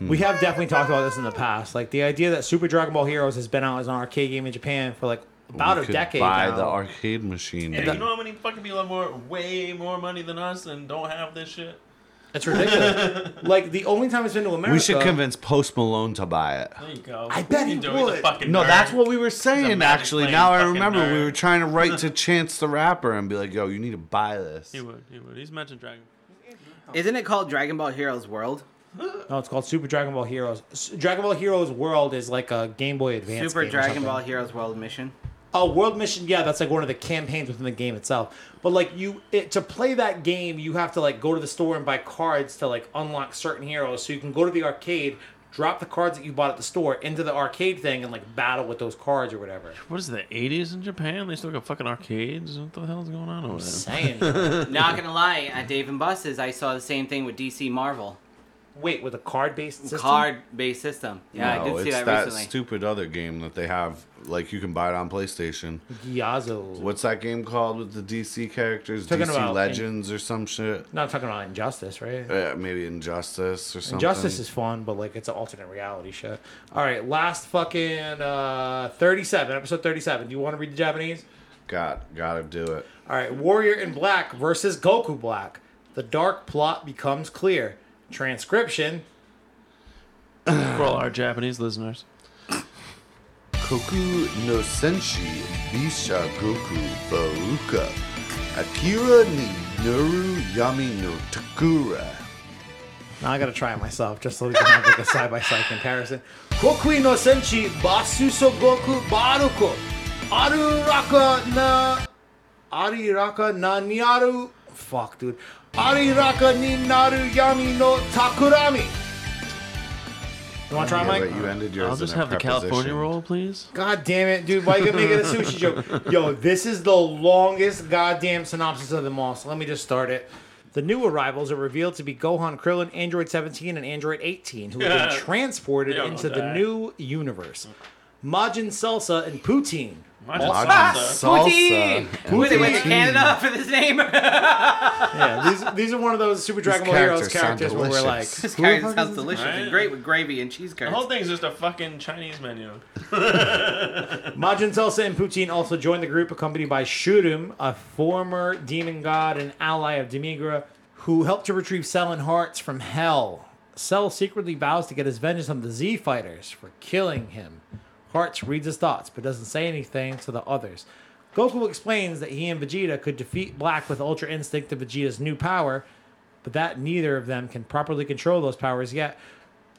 [SPEAKER 2] We have definitely talked about this in the past. Like, the idea that Super Dragon Ball Heroes has been out as an arcade game in Japan for like about
[SPEAKER 1] We
[SPEAKER 2] a
[SPEAKER 1] could
[SPEAKER 2] decade.
[SPEAKER 1] Buy
[SPEAKER 2] now.
[SPEAKER 1] the arcade machine.
[SPEAKER 4] And
[SPEAKER 1] dude.
[SPEAKER 4] you know how many fucking people have more, way more money than us and don't have this shit?
[SPEAKER 2] It's ridiculous. like the only time it's been to America.
[SPEAKER 1] we should convince Post Malone to buy it.
[SPEAKER 4] There you go.
[SPEAKER 2] I bet he
[SPEAKER 4] You do it,
[SPEAKER 2] would.
[SPEAKER 4] the fucking
[SPEAKER 1] No,
[SPEAKER 4] nerd.
[SPEAKER 1] that's what we were saying.
[SPEAKER 4] magic
[SPEAKER 1] Actually,
[SPEAKER 4] playing
[SPEAKER 1] now I
[SPEAKER 4] fucking
[SPEAKER 1] remember we
[SPEAKER 4] nerd.
[SPEAKER 1] were trying to write to Chance the Rapper and be like, "Yo, you need to buy this."
[SPEAKER 4] He would. He would. He's mentioned Dragon.
[SPEAKER 3] Isn't it called Dragon Ball Heroes World?
[SPEAKER 2] No, Oh, it's called Super Dragon Ball Heroes. S- Dragon Ball Heroes World is like a Game Boy Advance.
[SPEAKER 3] Super
[SPEAKER 2] game or
[SPEAKER 3] Dragon
[SPEAKER 2] something.
[SPEAKER 3] Ball Heroes World Mission.
[SPEAKER 2] Oh, World Mission. Yeah, that's like one of the campaigns within the game itself. But like you, it, to play that game, you have to like go to the store and buy cards to like unlock certain heroes. So you can go to the arcade, drop the cards that you bought at the store into the arcade thing, and like battle with those cards or whatever.
[SPEAKER 4] What is the 80s in Japan? They still got fucking arcades? What the hell's going on over there?
[SPEAKER 2] Saying,
[SPEAKER 3] Not gonna lie, at Dave and Buster's, I saw the same thing with DC Marvel.
[SPEAKER 2] wait, with a card-based system.
[SPEAKER 3] Card-based system. Yeah, I
[SPEAKER 1] No,
[SPEAKER 3] did see
[SPEAKER 1] it's
[SPEAKER 3] that,
[SPEAKER 1] that
[SPEAKER 3] recently.
[SPEAKER 1] stupid other game that they have. Like you can buy it on PlayStation.
[SPEAKER 2] Gyazo.
[SPEAKER 1] What's that game called with the DC characters?
[SPEAKER 2] Talking
[SPEAKER 1] DC
[SPEAKER 2] about-
[SPEAKER 1] Legends or some shit.
[SPEAKER 2] Not talking about injustice, right?
[SPEAKER 1] Uh, maybe Injustice or something.
[SPEAKER 2] Justice is fun, but like it's an alternate reality shit. All right, last fucking uh, 37, episode 37. Do you want to read the Japanese?
[SPEAKER 1] got gotta do it.
[SPEAKER 2] All right, Warrior in Black versus Goku Black. The dark plot becomes clear. Transcription.
[SPEAKER 4] For all our Japanese listeners.
[SPEAKER 1] Koku no Senshi Bisha Goku Baruka Akira ni Nuru Yami no Takura.
[SPEAKER 2] Now I gotta try it myself just so we can have like a side by side comparison. Goku no Senshi Basuso Goku Baruko Aruraka na Ariraka na Niaru. Fuck, dude. Ariraka ni Naru Yami no Takurami. You wanna try
[SPEAKER 1] Yeah,
[SPEAKER 2] Mike?
[SPEAKER 1] but you ended yours
[SPEAKER 4] I'll just
[SPEAKER 1] in a
[SPEAKER 4] have the California
[SPEAKER 1] preposition.
[SPEAKER 4] roll, please.
[SPEAKER 2] God damn it, dude. Why you gonna make it a sushi joke? Yo, this is the longest goddamn synopsis of them all, so let me just start it. The new arrivals are revealed to be Gohan, Krillin, Android 17, and Android 18, who have been transported
[SPEAKER 4] Yeah,
[SPEAKER 2] into
[SPEAKER 4] okay.
[SPEAKER 2] the new universe. Majin Salsa and Poutine
[SPEAKER 4] Majin
[SPEAKER 1] Majin
[SPEAKER 4] Salsa.
[SPEAKER 1] Salsa.
[SPEAKER 3] Poutine!
[SPEAKER 1] and
[SPEAKER 3] Wait, they went to
[SPEAKER 1] poutine.
[SPEAKER 3] Canada for this name.
[SPEAKER 2] Yeah, these these are one of those Super Dragon Ball Heroes
[SPEAKER 1] characters sound
[SPEAKER 2] characters where we're like,
[SPEAKER 1] delicious.
[SPEAKER 3] this
[SPEAKER 1] Who the
[SPEAKER 3] curry
[SPEAKER 1] fuck
[SPEAKER 3] sounds
[SPEAKER 1] is this?
[SPEAKER 3] delicious
[SPEAKER 4] Right?
[SPEAKER 3] and great with gravy and cheese
[SPEAKER 4] The
[SPEAKER 3] curds.
[SPEAKER 4] whole thing's just a fucking Chinese menu.
[SPEAKER 2] Majin Salsa and Poutine also joined the group, accompanied by Shutum, a former demon god and ally of Demigra, who helped to retrieve Cell and Hearts from hell. Cell secretly vows to get his vengeance on the Z Fighters for killing him. Hearts reads his thoughts, but doesn't say anything to the others. Goku explains that he and Vegeta could defeat Black with Ultra Instinct of Vegeta's new power, but that neither of them can properly control those powers yet.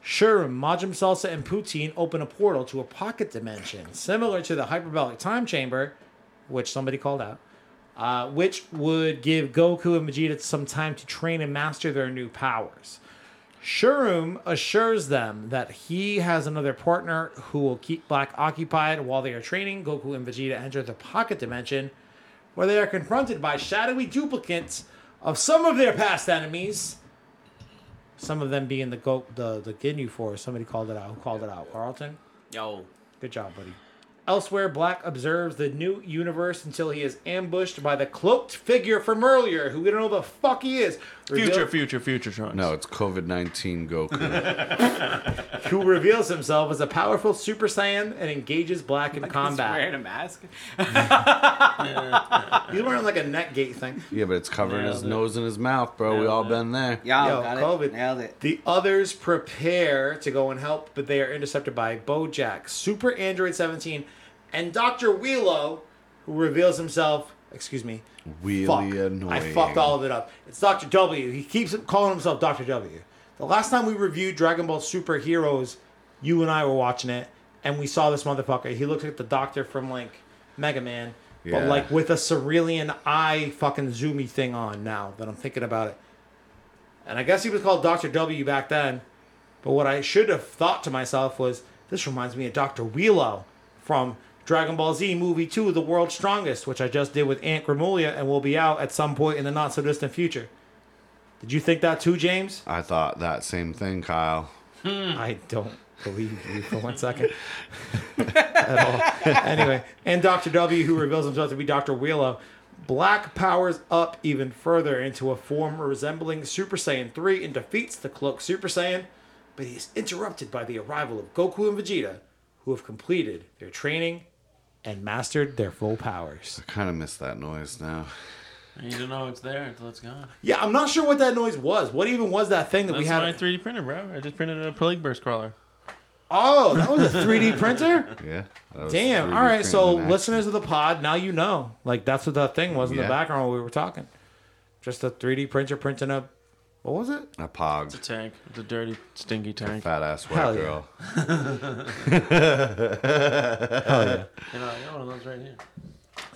[SPEAKER 2] Sure, Majum Salsa and Poutine open a portal to a pocket dimension similar to the hyperbolic time chamber, which somebody called out, uh, which would give Goku and Vegeta some time to train and master their new powers. Shurum assures them that he has another partner who will keep Black occupied while they are training. Goku and Vegeta enter the pocket dimension, where they are confronted by shadowy duplicates of some of their past enemies. Some of them being the go- the the Ginyu Force. Somebody called it out. Who called it out? Carlton.
[SPEAKER 3] Yo.
[SPEAKER 2] Good job, buddy. Elsewhere, Black observes the new universe until he is ambushed by the cloaked figure from earlier, who we don't know the fuck he is.
[SPEAKER 4] Future,
[SPEAKER 2] Reveal-
[SPEAKER 4] future, future Trunks.
[SPEAKER 1] No, it's COVID 19 Goku.
[SPEAKER 2] who reveals himself as a powerful Super Saiyan and engages Black in
[SPEAKER 3] He's
[SPEAKER 2] combat.
[SPEAKER 3] wearing a mask.
[SPEAKER 2] He's wearing like a netgate thing.
[SPEAKER 1] yeah, but it's covering his
[SPEAKER 4] Nailed it.
[SPEAKER 1] nose and his mouth, bro. we
[SPEAKER 4] Nailed
[SPEAKER 1] all
[SPEAKER 4] it.
[SPEAKER 1] been there.
[SPEAKER 3] Y'all
[SPEAKER 2] Yo,
[SPEAKER 3] got
[SPEAKER 2] COVID.
[SPEAKER 3] it. Nailed it.
[SPEAKER 2] The others prepare to go and help, but they are intercepted by Bojack, Super Android 17, and Dr. Wheelo, who reveals himself. Excuse me.
[SPEAKER 1] Really
[SPEAKER 2] Fuck.
[SPEAKER 1] annoying.
[SPEAKER 2] I fucked all of it up. It's Dr. W. He keeps calling himself Dr. W. The last time we reviewed Dragon Ball Super Heroes, you and I were watching it, and we saw this motherfucker. He looks like the doctor from like Mega Man,
[SPEAKER 1] Yeah.
[SPEAKER 2] but like with a cerulean eye fucking zoomy thing on now that I'm thinking about it. And I guess he was called Dr. W back then. But what I should have thought to myself was, this reminds me of Dr. Wheelo from Dragon Ball Z Movie 2, The World's Strongest, which I just did with Aunt Gramulia and will be out at some point in the not so distant future. Did you think that too, James?
[SPEAKER 1] I thought that same thing, Kyle.
[SPEAKER 2] I don't believe you for one second. At all. Anyway, and Dr. W, who reveals himself to be Dr. Wheelo, Black powers up even further into a form resembling Super Saiyan 3 and defeats the cloaked Super Saiyan, but he is interrupted by the arrival of Goku and Vegeta, who have completed their training and mastered their full powers.
[SPEAKER 1] Kind of miss that noise now.
[SPEAKER 4] You don't know it's there until it's gone.
[SPEAKER 2] Yeah, I'm not sure what that noise was. What even was that thing that
[SPEAKER 4] That's
[SPEAKER 2] we had?
[SPEAKER 4] my 3D printer, bro. I just printed a plague burst crawler.
[SPEAKER 2] oh, that was a 3D printer?
[SPEAKER 1] Yeah. that was
[SPEAKER 2] Damn.
[SPEAKER 1] 3D
[SPEAKER 2] All right.
[SPEAKER 1] printing
[SPEAKER 2] So,
[SPEAKER 1] in action.
[SPEAKER 2] listeners of the pod, now you know. Like, that's what that thing was in
[SPEAKER 1] Yeah.
[SPEAKER 2] the background when we were talking. Just a 3D printer printing a. What was it?
[SPEAKER 1] A pog.
[SPEAKER 4] It's a tank. It's a dirty, stinky tank.
[SPEAKER 1] Fat ass white
[SPEAKER 2] Hell yeah.
[SPEAKER 1] girl.
[SPEAKER 4] You know, I got one of those right here.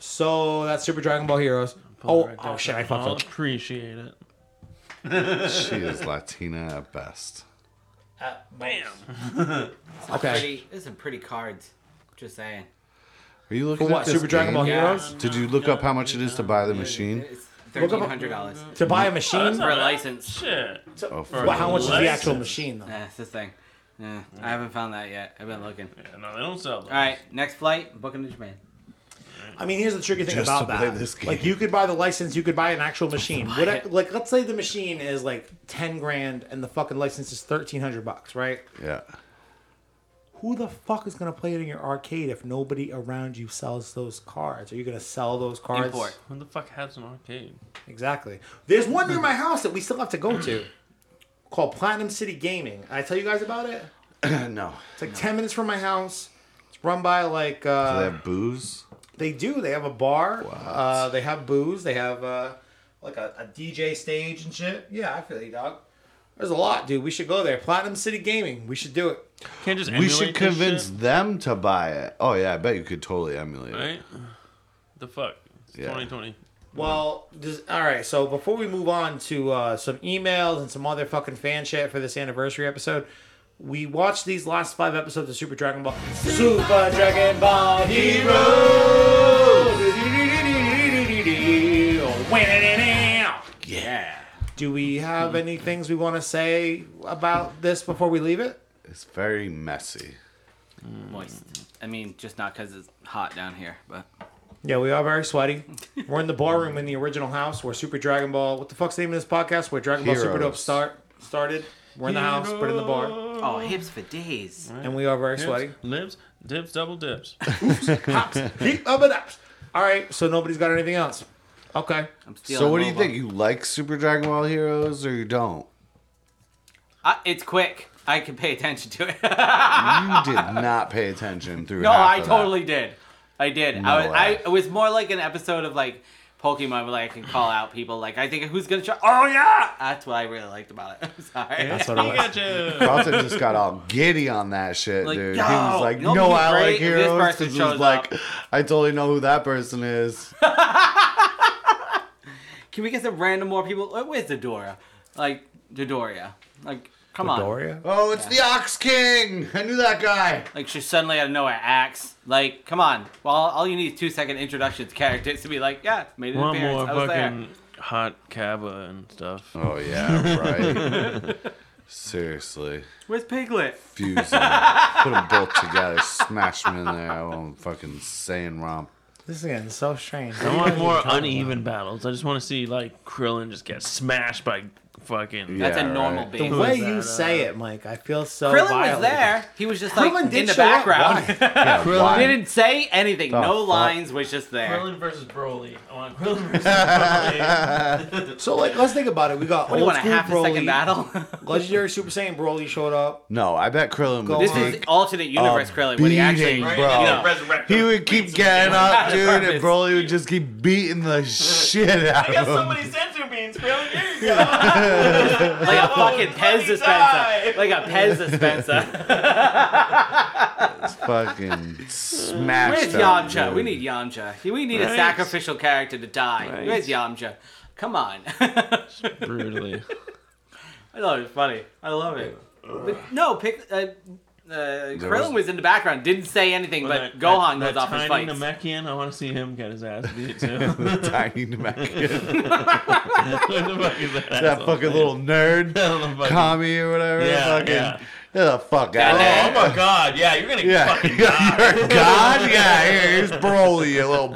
[SPEAKER 2] So, that's Super Dragon Ball Heroes. Oh,
[SPEAKER 4] Right there.
[SPEAKER 2] oh shit. I
[SPEAKER 4] I'll
[SPEAKER 2] fucked up.
[SPEAKER 4] appreciate it.
[SPEAKER 1] She is Latina at best.
[SPEAKER 2] Bam. okay.
[SPEAKER 3] Pretty, this is some pretty cards. Just saying.
[SPEAKER 1] Are you looking
[SPEAKER 2] For
[SPEAKER 1] at
[SPEAKER 2] what?
[SPEAKER 1] this
[SPEAKER 2] Super Dragon Ball
[SPEAKER 1] game?
[SPEAKER 3] Yeah.
[SPEAKER 2] Heroes?
[SPEAKER 1] Did you look up how much it is to buy the machine?
[SPEAKER 3] It's
[SPEAKER 2] Look up-
[SPEAKER 3] $1,300
[SPEAKER 2] To buy a machine?
[SPEAKER 3] for a license.
[SPEAKER 4] Shit.
[SPEAKER 1] Oh,
[SPEAKER 2] Well, how much is the
[SPEAKER 4] License.
[SPEAKER 2] actual machine, though?
[SPEAKER 3] Yeah, it's this thing. Yeah, I haven't found that yet. I've been looking.
[SPEAKER 4] Yeah, no, they don't sell those.
[SPEAKER 3] All right, next flight, booking to Japan.
[SPEAKER 2] I mean, here's the tricky thing
[SPEAKER 1] Just
[SPEAKER 2] about
[SPEAKER 1] to play
[SPEAKER 2] that.
[SPEAKER 1] this game.
[SPEAKER 2] Like, you could buy the license, you could buy an actual machine. What, I- like, let's say the machine is like 10 grand and the fucking license is 1300 bucks, right?
[SPEAKER 1] Yeah.
[SPEAKER 2] who the fuck is gonna play it in your arcade if nobody around you sells those cards? Are you gonna sell those cards?
[SPEAKER 3] Import.
[SPEAKER 4] Who the fuck has an arcade?
[SPEAKER 2] Exactly. There's one near my house that we still have to go to, called Platinum City Gaming. I tell you guys about it.
[SPEAKER 1] no.
[SPEAKER 2] It's like ten minutes from my house. It's run by like
[SPEAKER 1] Do they
[SPEAKER 2] uh,
[SPEAKER 1] have booze?
[SPEAKER 2] they do. They have a bar. Uh, they have booze. They have uh, like a, a DJ stage and shit. Yeah, I feel you, dog. There's a lot, dude. We should go there. Platinum City Gaming. We should do it.
[SPEAKER 4] Can't just
[SPEAKER 1] We
[SPEAKER 4] emulate
[SPEAKER 1] should
[SPEAKER 4] this
[SPEAKER 1] convince
[SPEAKER 4] shit,
[SPEAKER 1] them to buy it. Oh yeah, I bet you could totally emulate it.
[SPEAKER 4] right? The fuck. It's
[SPEAKER 1] Yeah.
[SPEAKER 4] 2020.
[SPEAKER 2] Well, does, all right. So before we move on to uh, some emails and some other fucking fan shit for this anniversary episode, we watched these last five episodes of Super Dragon Ball. Super Dragon Ball Heroes.
[SPEAKER 3] Yeah.
[SPEAKER 2] Do we have any things we want to say about this before we leave it?
[SPEAKER 1] It's very messy.
[SPEAKER 3] Moist. I mean, just not because it's hot down here, but
[SPEAKER 2] Yeah, we are very sweaty. We're in the ballroom in the original house where Super Dragon Ball. What the fuck's the name of this podcast? Where Dragon Ball Super
[SPEAKER 1] Heroes.
[SPEAKER 2] Dope start started. We're in the house, but in the bar,
[SPEAKER 3] oh, hips for days.
[SPEAKER 2] and we are very
[SPEAKER 4] Hips,
[SPEAKER 2] sweaty.
[SPEAKER 4] Lips, dips, double dips.
[SPEAKER 2] Hops, heat up and ups. All right, so nobody's got anything else. Okay,
[SPEAKER 3] I'm stealing.
[SPEAKER 1] So what do you
[SPEAKER 3] Lobo.
[SPEAKER 1] think? You like Super Dragon Ball Heroes or you don't?
[SPEAKER 3] I, it's quick. I can pay attention to it.
[SPEAKER 1] You did not pay attention through.
[SPEAKER 3] No,
[SPEAKER 1] half
[SPEAKER 3] I
[SPEAKER 1] of that.
[SPEAKER 3] totally did. I did.
[SPEAKER 1] No
[SPEAKER 3] I, was, I
[SPEAKER 1] way.
[SPEAKER 3] it was more like an episode of like Pokemon where like, I can call out people. Like I think who's gonna try. Oh yeah, that's what I really liked about it. I'm sorry.
[SPEAKER 2] that's what I like.
[SPEAKER 4] Gotcha.
[SPEAKER 1] Carlton just got all giddy on that shit,
[SPEAKER 3] Like,
[SPEAKER 1] dude.
[SPEAKER 3] yo,
[SPEAKER 1] he was like,
[SPEAKER 3] you know
[SPEAKER 1] "No,
[SPEAKER 3] what'd be
[SPEAKER 1] I
[SPEAKER 3] great
[SPEAKER 1] like
[SPEAKER 3] if this
[SPEAKER 1] heroes."
[SPEAKER 3] person
[SPEAKER 1] 'cause he was
[SPEAKER 3] shows
[SPEAKER 1] like,
[SPEAKER 3] up?
[SPEAKER 1] "I totally know who that person is."
[SPEAKER 3] Can we get some random more people? Oh, Where's Dodoria? Like Dodoria. Like come on.
[SPEAKER 2] Doria.
[SPEAKER 1] Oh, it's the Ox King. I knew that guy.
[SPEAKER 3] Like she suddenly out of nowhere acts. Like come on. Well, all you need is two second introduction to characters to be like, yeah, made an
[SPEAKER 4] One
[SPEAKER 3] appearance.
[SPEAKER 4] more
[SPEAKER 3] I was there.
[SPEAKER 4] fucking hot cava and stuff.
[SPEAKER 1] Oh yeah, right. Seriously,
[SPEAKER 3] Where's Piglet?
[SPEAKER 1] fuse them, put them both together, smash them in there. I won't fucking say and romp.
[SPEAKER 2] This is getting so strange.
[SPEAKER 4] I want more uneven battles. I just want to see like Krillin just get smashed by fucking.
[SPEAKER 1] Yeah.
[SPEAKER 3] That's a normal
[SPEAKER 1] right.
[SPEAKER 2] The
[SPEAKER 3] being.
[SPEAKER 2] way
[SPEAKER 4] Who's
[SPEAKER 2] you
[SPEAKER 4] that,
[SPEAKER 2] say it, Mike, I feel so.
[SPEAKER 3] uh, Krillin was
[SPEAKER 2] violated.
[SPEAKER 3] there. He was just like
[SPEAKER 2] Krillin did
[SPEAKER 3] in the
[SPEAKER 2] show up.
[SPEAKER 3] background.
[SPEAKER 1] Yeah, why?
[SPEAKER 3] He didn't say anything.
[SPEAKER 1] The
[SPEAKER 3] no
[SPEAKER 1] fuck?
[SPEAKER 3] lines was just there.
[SPEAKER 4] Krillin versus Broly. I want Krillin versus Broly.
[SPEAKER 2] So like, let's think about it. We got
[SPEAKER 3] What do you
[SPEAKER 2] old
[SPEAKER 3] want a
[SPEAKER 2] school
[SPEAKER 3] half a second
[SPEAKER 2] Broly,
[SPEAKER 3] battle?
[SPEAKER 2] legendary Super Saiyan Broly showed up.
[SPEAKER 1] No, I bet Krillin
[SPEAKER 2] Go
[SPEAKER 1] would
[SPEAKER 3] this
[SPEAKER 2] on.
[SPEAKER 1] take.
[SPEAKER 3] is alternate universe
[SPEAKER 1] a
[SPEAKER 3] Krillin when he actually
[SPEAKER 1] beating,
[SPEAKER 3] you
[SPEAKER 1] bro.
[SPEAKER 3] know,
[SPEAKER 1] He would keep getting up, dude, and
[SPEAKER 3] purpose.
[SPEAKER 1] Broly would just keep beating the shit out
[SPEAKER 2] Oh
[SPEAKER 1] of
[SPEAKER 5] Got so
[SPEAKER 1] him.
[SPEAKER 5] many sensu beans, Krillin. Here you go.
[SPEAKER 3] like a fucking Pez
[SPEAKER 5] bloody
[SPEAKER 3] dispenser.
[SPEAKER 5] die.
[SPEAKER 3] Like a Pez dispenser.
[SPEAKER 1] Fucking smashed.
[SPEAKER 3] Where's
[SPEAKER 1] him,
[SPEAKER 3] Yamcha?
[SPEAKER 1] dude.
[SPEAKER 3] We need Yamcha. He- We need a
[SPEAKER 4] Right.
[SPEAKER 3] sacrificial character to die.
[SPEAKER 4] Right.
[SPEAKER 3] Where's Yamcha? Come on.
[SPEAKER 4] Brutally.
[SPEAKER 3] I thought it was funny. I love it. But no, pick. Uh, uh, Krillin
[SPEAKER 1] was-
[SPEAKER 3] was... in the background, didn't say anything, but
[SPEAKER 4] That-
[SPEAKER 3] Gohan
[SPEAKER 4] that,
[SPEAKER 3] goes off his
[SPEAKER 4] tiny
[SPEAKER 3] fights.
[SPEAKER 4] Namekian, I want to see him get his ass beat too. what
[SPEAKER 1] tiny Namekian.
[SPEAKER 4] the fuck is that?
[SPEAKER 1] that
[SPEAKER 4] asshole
[SPEAKER 1] fucking
[SPEAKER 4] saying?
[SPEAKER 1] little nerd,
[SPEAKER 4] That little fucking-
[SPEAKER 1] commie or whatever.
[SPEAKER 4] Yeah,
[SPEAKER 1] fucking,
[SPEAKER 4] yeah.
[SPEAKER 1] Get the fuck out of
[SPEAKER 5] Oh
[SPEAKER 1] here.
[SPEAKER 5] my god, yeah, you're gonna
[SPEAKER 1] Yeah,
[SPEAKER 5] fucking
[SPEAKER 1] you're a god. Yeah, here, here's Broly, you little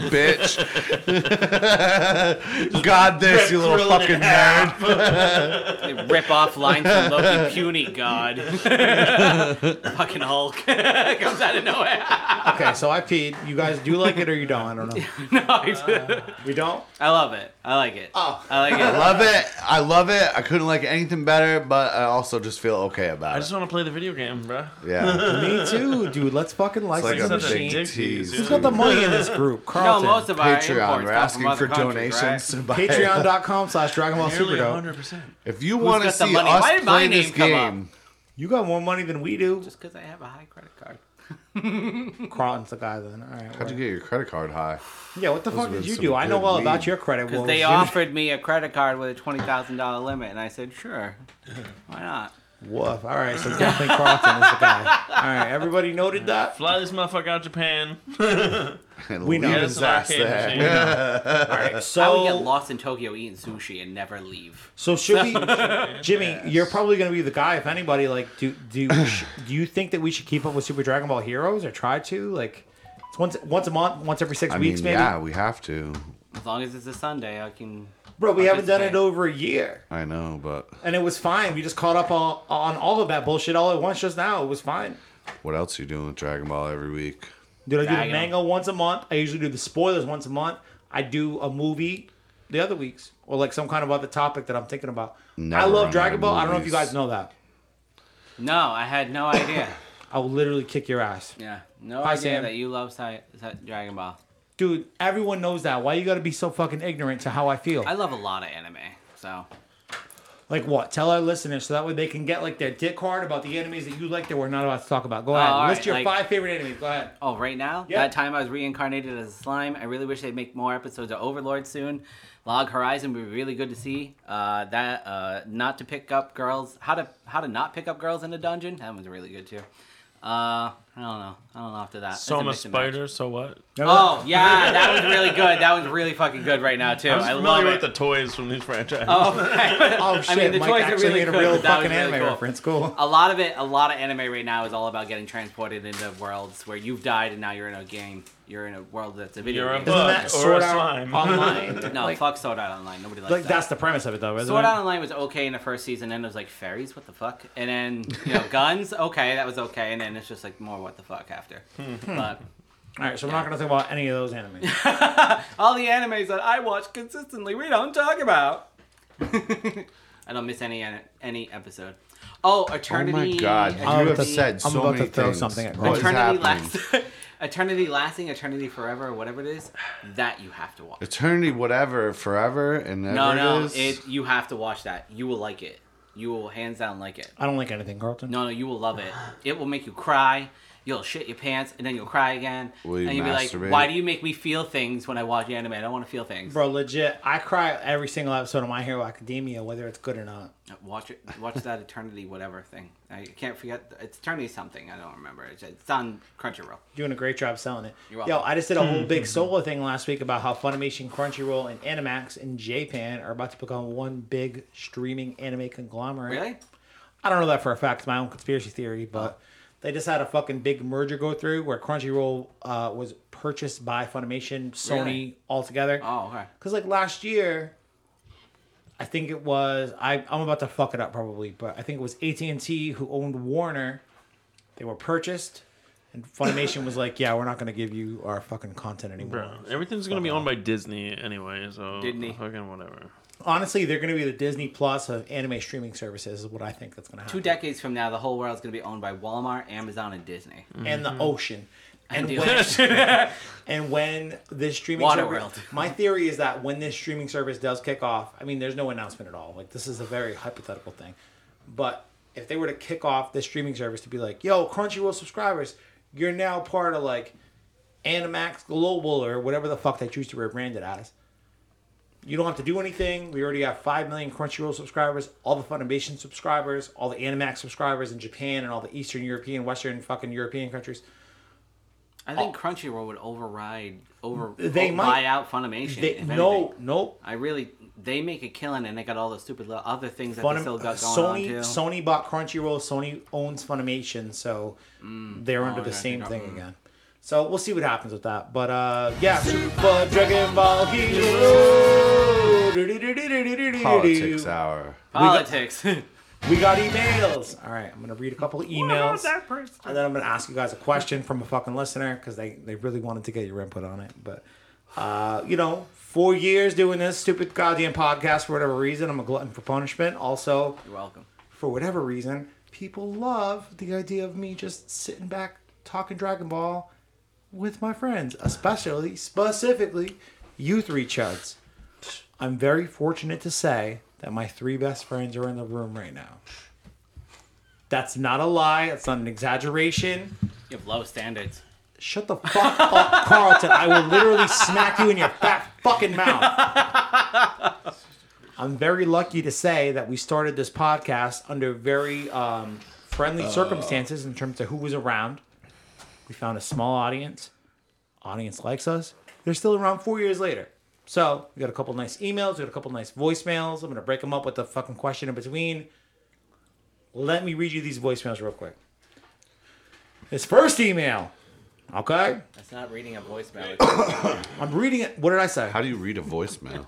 [SPEAKER 1] bitch. god this, you little
[SPEAKER 5] Krillin
[SPEAKER 1] fucking
[SPEAKER 5] in
[SPEAKER 1] nerd.
[SPEAKER 3] They rip off lines from Loki, puny god. Fucking Hulk comes out of nowhere.
[SPEAKER 2] Okay, so I peed. You guys do like it or you don't? I don't know.
[SPEAKER 3] no, I,
[SPEAKER 2] We don't.
[SPEAKER 3] I love it. I like it.
[SPEAKER 2] Oh.
[SPEAKER 3] I like
[SPEAKER 1] I
[SPEAKER 3] it.
[SPEAKER 1] love it. I love it. I couldn't like anything better, but I also just feel okay about
[SPEAKER 4] I
[SPEAKER 1] it.
[SPEAKER 4] just want to play the video game, bro.
[SPEAKER 1] yeah.
[SPEAKER 2] Me too, dude. Let's fucking license
[SPEAKER 1] like a
[SPEAKER 2] some
[SPEAKER 4] Such a
[SPEAKER 2] shit.
[SPEAKER 1] big
[SPEAKER 4] dick
[SPEAKER 1] tease.
[SPEAKER 4] tease,
[SPEAKER 2] Who's got the money in this group?
[SPEAKER 3] No,
[SPEAKER 2] Carlton.
[SPEAKER 3] most of our
[SPEAKER 1] Patreon.
[SPEAKER 3] imports
[SPEAKER 1] We're
[SPEAKER 3] come from
[SPEAKER 1] asking
[SPEAKER 3] other
[SPEAKER 1] for
[SPEAKER 3] countries, right?
[SPEAKER 1] donations. to buy it.
[SPEAKER 2] Patreon.com slash Dragon Ball Super
[SPEAKER 4] Nearly
[SPEAKER 2] Dope.
[SPEAKER 4] 100%.
[SPEAKER 1] If you want to
[SPEAKER 3] got the
[SPEAKER 1] see
[SPEAKER 3] money?
[SPEAKER 1] us
[SPEAKER 3] Why did my
[SPEAKER 1] play this
[SPEAKER 3] name come up?
[SPEAKER 1] game,
[SPEAKER 2] You got more money than we do.
[SPEAKER 3] Just because I have a high credit card.
[SPEAKER 2] Carlton's the guy then. All
[SPEAKER 1] how'd
[SPEAKER 2] right,
[SPEAKER 1] you
[SPEAKER 2] whatever.
[SPEAKER 1] get your credit card high?
[SPEAKER 2] yeah, what the fuck
[SPEAKER 1] been
[SPEAKER 2] did you
[SPEAKER 1] some
[SPEAKER 2] do? I know
[SPEAKER 1] good
[SPEAKER 2] well
[SPEAKER 1] weed.
[SPEAKER 2] about your credit.
[SPEAKER 3] Because
[SPEAKER 2] Wolves.
[SPEAKER 3] they
[SPEAKER 2] You-
[SPEAKER 3] offered me a credit card with a twenty thousand dollar limit, and I said, "Sure, why not?"
[SPEAKER 2] Woof. All right, so definitely Carlton is the guy. All right, everybody noted that.
[SPEAKER 4] Fly this motherfucker out Japan.
[SPEAKER 1] And
[SPEAKER 2] We know.
[SPEAKER 1] leave
[SPEAKER 2] Yeah,
[SPEAKER 1] his
[SPEAKER 4] it's an
[SPEAKER 1] ass
[SPEAKER 4] arcade
[SPEAKER 1] there.
[SPEAKER 4] machine.
[SPEAKER 2] All right,
[SPEAKER 3] I would get
[SPEAKER 2] so
[SPEAKER 3] lost in Tokyo eating sushi and never leave.
[SPEAKER 2] so should we, Jimmy? You're probably going to be the guy if anybody like do do sh- do you think that we should keep up with Super Dragon Ball Heroes or try to like it's once once a month, once every six
[SPEAKER 1] I mean,
[SPEAKER 2] weeks maybe?
[SPEAKER 1] yeah, we have to.
[SPEAKER 3] As long as it's a Sunday, I can.
[SPEAKER 2] Bro, we haven't done it
[SPEAKER 3] Participate.
[SPEAKER 2] over a year.
[SPEAKER 1] I know, but
[SPEAKER 2] and it was fine. We just caught up all, on all of that bullshit all at once just now. It was fine.
[SPEAKER 1] what else are you doing with Dragon Ball every week?
[SPEAKER 2] Dude, I do the
[SPEAKER 3] Dragon.
[SPEAKER 2] mango once a month. I usually do the spoilers once a month. I do a movie the other weeks or like some kind of other topic that I'm thinking about. I
[SPEAKER 1] Never run out
[SPEAKER 2] love
[SPEAKER 1] of
[SPEAKER 2] Dragon Ball. I don't know if you
[SPEAKER 1] movies.
[SPEAKER 2] guys know that.
[SPEAKER 3] No, I had no idea.
[SPEAKER 2] I will literally kick your ass.
[SPEAKER 3] Yeah, no
[SPEAKER 2] Hi,
[SPEAKER 3] idea
[SPEAKER 2] Sam.
[SPEAKER 3] that you love Sci- Sci- Dragon Ball.
[SPEAKER 2] Dude, everyone knows that. Why you got to be so fucking ignorant to how I feel?
[SPEAKER 3] I love a lot of anime, so
[SPEAKER 2] like what? Tell our listeners so that way they can get like their dick hard about the animes that you like that we're not about to talk about. Go ahead.
[SPEAKER 3] Oh, all
[SPEAKER 2] List
[SPEAKER 3] right,
[SPEAKER 2] your
[SPEAKER 3] like-
[SPEAKER 2] five favorite animes. Go ahead.
[SPEAKER 3] Oh, right now?
[SPEAKER 2] Yeah.
[SPEAKER 3] That time I was reincarnated as a slime. I really wish they'd make more episodes of Overlord soon. Log Horizon would be really good to see. Uh, that uh, not to pick up girls, how to how to not pick up girls in a dungeon. That one's really good too. Uh, I don't know. I don't know after that. It's
[SPEAKER 4] Soma
[SPEAKER 3] mix and match.
[SPEAKER 4] Spider, so what?
[SPEAKER 3] Oh yeah, that was really good. That was really fucking good right now too.
[SPEAKER 4] I'm
[SPEAKER 3] I love
[SPEAKER 4] familiar with
[SPEAKER 3] it.
[SPEAKER 4] the toys from these franchises.
[SPEAKER 3] oh,
[SPEAKER 2] Oh shit!
[SPEAKER 3] mean, the
[SPEAKER 2] Mike
[SPEAKER 3] toys are
[SPEAKER 2] actually
[SPEAKER 3] really
[SPEAKER 2] made a
[SPEAKER 3] good,
[SPEAKER 2] real
[SPEAKER 3] but that was
[SPEAKER 2] fucking
[SPEAKER 3] really
[SPEAKER 2] anime
[SPEAKER 3] cool.
[SPEAKER 2] reference. Cool.
[SPEAKER 3] a lot of it, a lot of anime right now is all about getting transported into worlds where you've died and now you're in a game. You're in a world that's a video
[SPEAKER 4] You're a
[SPEAKER 3] game.
[SPEAKER 4] bug
[SPEAKER 2] Isn't that
[SPEAKER 4] or
[SPEAKER 2] Sword
[SPEAKER 4] a
[SPEAKER 2] Art
[SPEAKER 4] slime.
[SPEAKER 2] Online?
[SPEAKER 3] No,
[SPEAKER 2] like,
[SPEAKER 3] fuck Sword Art Online. Nobody likes
[SPEAKER 2] like
[SPEAKER 3] that.
[SPEAKER 2] that's the premise of it, though, isn't
[SPEAKER 3] Sword
[SPEAKER 2] it?
[SPEAKER 3] Art Online was okay in the first season, then it was like fairies, what the fuck? And then, you know, guns, okay, that was okay, and then it's just like more what the fuck after. but
[SPEAKER 2] All right, so we're not gonna think about any of those anime.
[SPEAKER 3] all the animes that I watch consistently, we don't talk about. I don't miss any any episode. Oh,
[SPEAKER 1] Oh
[SPEAKER 3] Eternity.
[SPEAKER 1] my god, you
[SPEAKER 3] Eternity-
[SPEAKER 1] have said so
[SPEAKER 2] I'm about
[SPEAKER 1] many
[SPEAKER 2] to throw
[SPEAKER 1] things.
[SPEAKER 2] something at
[SPEAKER 1] What is
[SPEAKER 3] Eternity
[SPEAKER 1] happening?
[SPEAKER 3] last, eternity lasting, eternity forever, or whatever it is, that you have to watch.
[SPEAKER 1] Eternity, whatever, forever and ever.
[SPEAKER 3] no, no,
[SPEAKER 1] it
[SPEAKER 3] it,
[SPEAKER 1] is.
[SPEAKER 3] you have to watch that. You will like it. You will hands down like it.
[SPEAKER 2] I don't like anything, Carlton.
[SPEAKER 3] No, no, you will love it. It will make you cry. You'll shit your pants, and then you'll cry again.
[SPEAKER 1] Will you
[SPEAKER 3] and you'll be
[SPEAKER 1] masturbate?
[SPEAKER 3] like, "Why do you make me feel things when I watch anime? I don't want to feel things."
[SPEAKER 2] Bro, legit, I cry every single episode of My Hero Academia, whether it's good or not.
[SPEAKER 3] Watch it. Watch that eternity whatever thing. I can't forget. It's eternity something. I don't remember. It's, it's on Crunchyroll.
[SPEAKER 2] Doing a great job selling it.
[SPEAKER 3] You're welcome.
[SPEAKER 2] Yo, I just did a whole big solo thing last week about how Funimation, Crunchyroll, and Animax in Japan are about to become one big streaming anime conglomerate.
[SPEAKER 3] Really?
[SPEAKER 2] I don't know that for a fact. It's my own conspiracy theory, but they just had a fucking big merger go through where Crunchyroll uh, was purchased by Funimation, Sony
[SPEAKER 3] Really?
[SPEAKER 2] altogether.
[SPEAKER 3] Oh, okay.
[SPEAKER 2] Because like last year, I think it was I I'm about to fuck it up probably, but I think it was AT and T who owned Warner. They were purchased, and Funimation was like, "Yeah, we're not gonna give you our fucking content anymore."
[SPEAKER 4] Bro, everything's gonna be owned by Disney anyway, so
[SPEAKER 3] Disney.
[SPEAKER 4] fucking whatever.
[SPEAKER 2] Honestly, they're gonna be the Disney Plus of anime streaming services. Is what I think that's gonna happen.
[SPEAKER 3] Two decades from now, the whole world's gonna be owned by Walmart, Amazon, and Disney.
[SPEAKER 2] and the ocean. And
[SPEAKER 3] Mm-hmm. the
[SPEAKER 2] when, and when this streaming
[SPEAKER 3] Waterworld.
[SPEAKER 2] service, my theory is that when this streaming service does kick off, I mean, there's no announcement at all. Like this is a very hypothetical thing, but if they were to kick off this streaming service to be like, "Yo, Crunchyroll subscribers, you're now part of like Animax Global or whatever the fuck they choose to rebrand it as," you don't have to do anything. We already have 5 million Crunchyroll subscribers, all the Funimation subscribers, all the Animax subscribers in Japan and all the Eastern European, Western fucking European countries.
[SPEAKER 3] I think Crunchyroll would override, over
[SPEAKER 2] They
[SPEAKER 3] buy
[SPEAKER 2] might.
[SPEAKER 3] out Funimation.
[SPEAKER 2] They,
[SPEAKER 3] if
[SPEAKER 2] no,
[SPEAKER 3] anything.
[SPEAKER 2] nope.
[SPEAKER 3] I really they make a killing, and they got all those stupid little other things that they
[SPEAKER 2] Funim-
[SPEAKER 3] still got going on
[SPEAKER 2] Sony
[SPEAKER 3] too.
[SPEAKER 2] Sony bought Crunchyroll. Sony owns Funimation, so they're under
[SPEAKER 3] Oh,
[SPEAKER 2] the
[SPEAKER 3] yeah,
[SPEAKER 2] same
[SPEAKER 3] they
[SPEAKER 2] thing
[SPEAKER 3] got-
[SPEAKER 2] again. So we'll see what happens with that. But uh, yeah, Super Dragon Ball Hero.
[SPEAKER 1] Politics hour.
[SPEAKER 3] Politics.
[SPEAKER 2] We got emails. All right, I'm gonna read a couple emails, and then I'm gonna ask you guys a question from a fucking listener because they they really wanted to get your input on it. But uh, you know, four years doing this stupid goddamn podcast for whatever reason, I'm a glutton for punishment. Also,
[SPEAKER 3] You're welcome.
[SPEAKER 2] for whatever reason, people love the idea of me just sitting back talking Dragon Ball with my friends, especially, specifically, you three chuds. I'm very fortunate to say that my three best friends are in the room right now. That's not a lie. That's not an exaggeration.
[SPEAKER 3] You have low standards.
[SPEAKER 2] Shut the fuck up, Carlton. I will literally smack you in your fat fucking mouth. I'm very lucky to say that we started this podcast under very um, friendly circumstances in terms of who was around. We found a small audience. Audience likes us. They're still around four years later. So we got a couple nice emails. We got a couple nice voicemails. I'm gonna break them up with a fucking question in between. Let me read you these voicemails real quick. This first email, okay?
[SPEAKER 3] That's not reading a voicemail.
[SPEAKER 2] I'm reading it. What did I say?
[SPEAKER 1] How do you read a voicemail?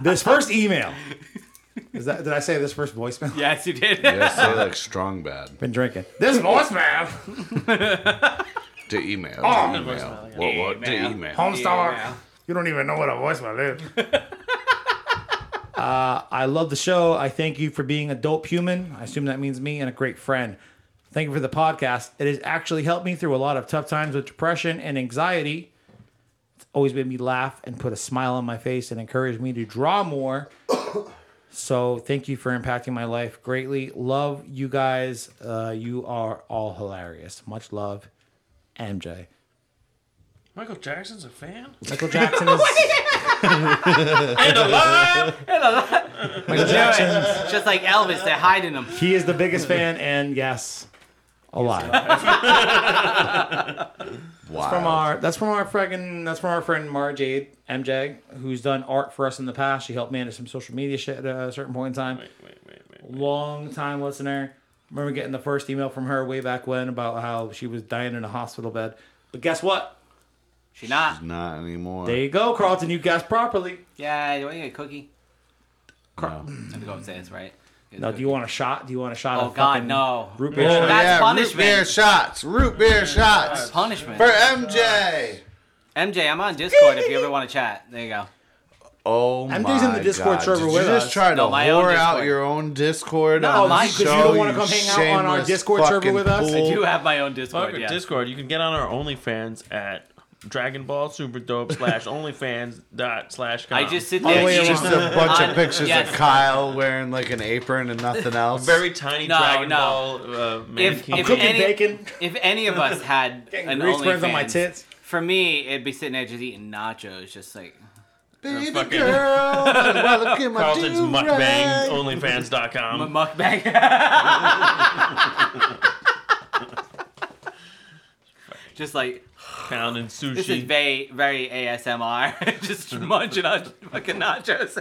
[SPEAKER 2] This first email. Is that? Did I say this first voicemail?
[SPEAKER 3] yes, you did.
[SPEAKER 1] yeah, say like strong bad.
[SPEAKER 2] Been drinking. This voicemail.
[SPEAKER 1] To email.
[SPEAKER 2] Oh.
[SPEAKER 1] to email. What, what? To
[SPEAKER 3] Email.
[SPEAKER 1] email.
[SPEAKER 2] Homestar.
[SPEAKER 3] Yeah.
[SPEAKER 2] You don't even know what a voicemail is. uh, I love the show. I thank you for being a dope human. I assume that means me and a great friend. Thank you for the podcast. It has actually helped me through a lot of tough times with depression and anxiety. It's always made me laugh and put a smile on my face and encouraged me to draw more. so thank you for impacting my life greatly. Love you guys. Uh, you are all hilarious. Much love, MJ.
[SPEAKER 4] Michael Jackson's a fan?
[SPEAKER 2] Michael Jackson is. Michael Jackson.
[SPEAKER 3] Just like Elvis, they're hiding them.
[SPEAKER 2] He is the biggest fan, and yes, alive.
[SPEAKER 1] Wow.
[SPEAKER 2] from our that's from our friggin' that's from our friend Mara Jade MJ, who's done art for us in the past. She helped manage some social media shit at a certain point in time.
[SPEAKER 4] Wait, wait, wait, wait.
[SPEAKER 2] Long time listener. Remember getting the first email from her way back when about how she was dying in a hospital bed. But guess what?
[SPEAKER 3] She not.
[SPEAKER 1] Not anymore.
[SPEAKER 2] There you go, Carlton. You guessed properly.
[SPEAKER 3] Yeah, you want to get a cookie?
[SPEAKER 1] No.
[SPEAKER 3] I'm going to say it's right. Get a
[SPEAKER 2] Now, do
[SPEAKER 3] cookie.
[SPEAKER 2] you want a shot? Do you want a shot?
[SPEAKER 3] Oh
[SPEAKER 2] of
[SPEAKER 3] God,
[SPEAKER 2] fucking
[SPEAKER 3] no.
[SPEAKER 2] Root
[SPEAKER 1] Oh,
[SPEAKER 2] beer. shot?
[SPEAKER 3] That's
[SPEAKER 1] yeah, root
[SPEAKER 3] punishment.
[SPEAKER 1] beer shots. Root beer shots
[SPEAKER 3] Punishment.
[SPEAKER 1] for MJ.
[SPEAKER 3] MJ, I'm on Discord if you ever want to chat. There you go.
[SPEAKER 1] Oh my
[SPEAKER 2] MJ's in the Discord
[SPEAKER 1] God.
[SPEAKER 2] server
[SPEAKER 1] Did you
[SPEAKER 2] with
[SPEAKER 1] just
[SPEAKER 2] us.
[SPEAKER 1] try to
[SPEAKER 3] No, my own
[SPEAKER 1] whore out
[SPEAKER 3] Discord.
[SPEAKER 1] your own Discord?
[SPEAKER 3] No,
[SPEAKER 1] on
[SPEAKER 3] mine,
[SPEAKER 1] the
[SPEAKER 3] 'cause you
[SPEAKER 1] show,
[SPEAKER 2] don't wanna
[SPEAKER 1] you
[SPEAKER 2] come hang out on our
[SPEAKER 1] shameless
[SPEAKER 2] Discord server
[SPEAKER 1] fucking
[SPEAKER 2] with us? I
[SPEAKER 1] fool.
[SPEAKER 3] I do have my own Discord.
[SPEAKER 4] Fuck with
[SPEAKER 3] yeah.
[SPEAKER 4] Discord. You can get on our OnlyFans at Dragon Ball Super Dope slash OnlyFans dot slash. com.
[SPEAKER 3] I just sit
[SPEAKER 2] All the
[SPEAKER 3] there.
[SPEAKER 2] way
[SPEAKER 3] eating-
[SPEAKER 1] Just a bunch
[SPEAKER 3] on-
[SPEAKER 1] of pictures
[SPEAKER 3] yes.
[SPEAKER 1] of Kyle wearing like an apron and nothing else.
[SPEAKER 4] very tiny
[SPEAKER 3] No,
[SPEAKER 4] Dragon
[SPEAKER 3] no.
[SPEAKER 4] Ball uh, mannequin.
[SPEAKER 3] if
[SPEAKER 2] Cooking
[SPEAKER 3] Any-
[SPEAKER 2] bacon.
[SPEAKER 3] If any of us had
[SPEAKER 2] Getting
[SPEAKER 3] an
[SPEAKER 2] grease burns on my
[SPEAKER 3] OnlyFans,
[SPEAKER 2] tits.
[SPEAKER 3] for me, it'd be sitting there just eating nachos, just like
[SPEAKER 1] Baby
[SPEAKER 4] fucking-
[SPEAKER 1] girl, well, look at my
[SPEAKER 4] Carlton's
[SPEAKER 1] do-rag.
[SPEAKER 4] mukbang
[SPEAKER 3] Oh, a
[SPEAKER 4] onlyfans.com.
[SPEAKER 3] mukbang. just like
[SPEAKER 4] Pounding
[SPEAKER 3] this is
[SPEAKER 4] sushi.
[SPEAKER 3] very very ASMR, just munching on fucking nachos.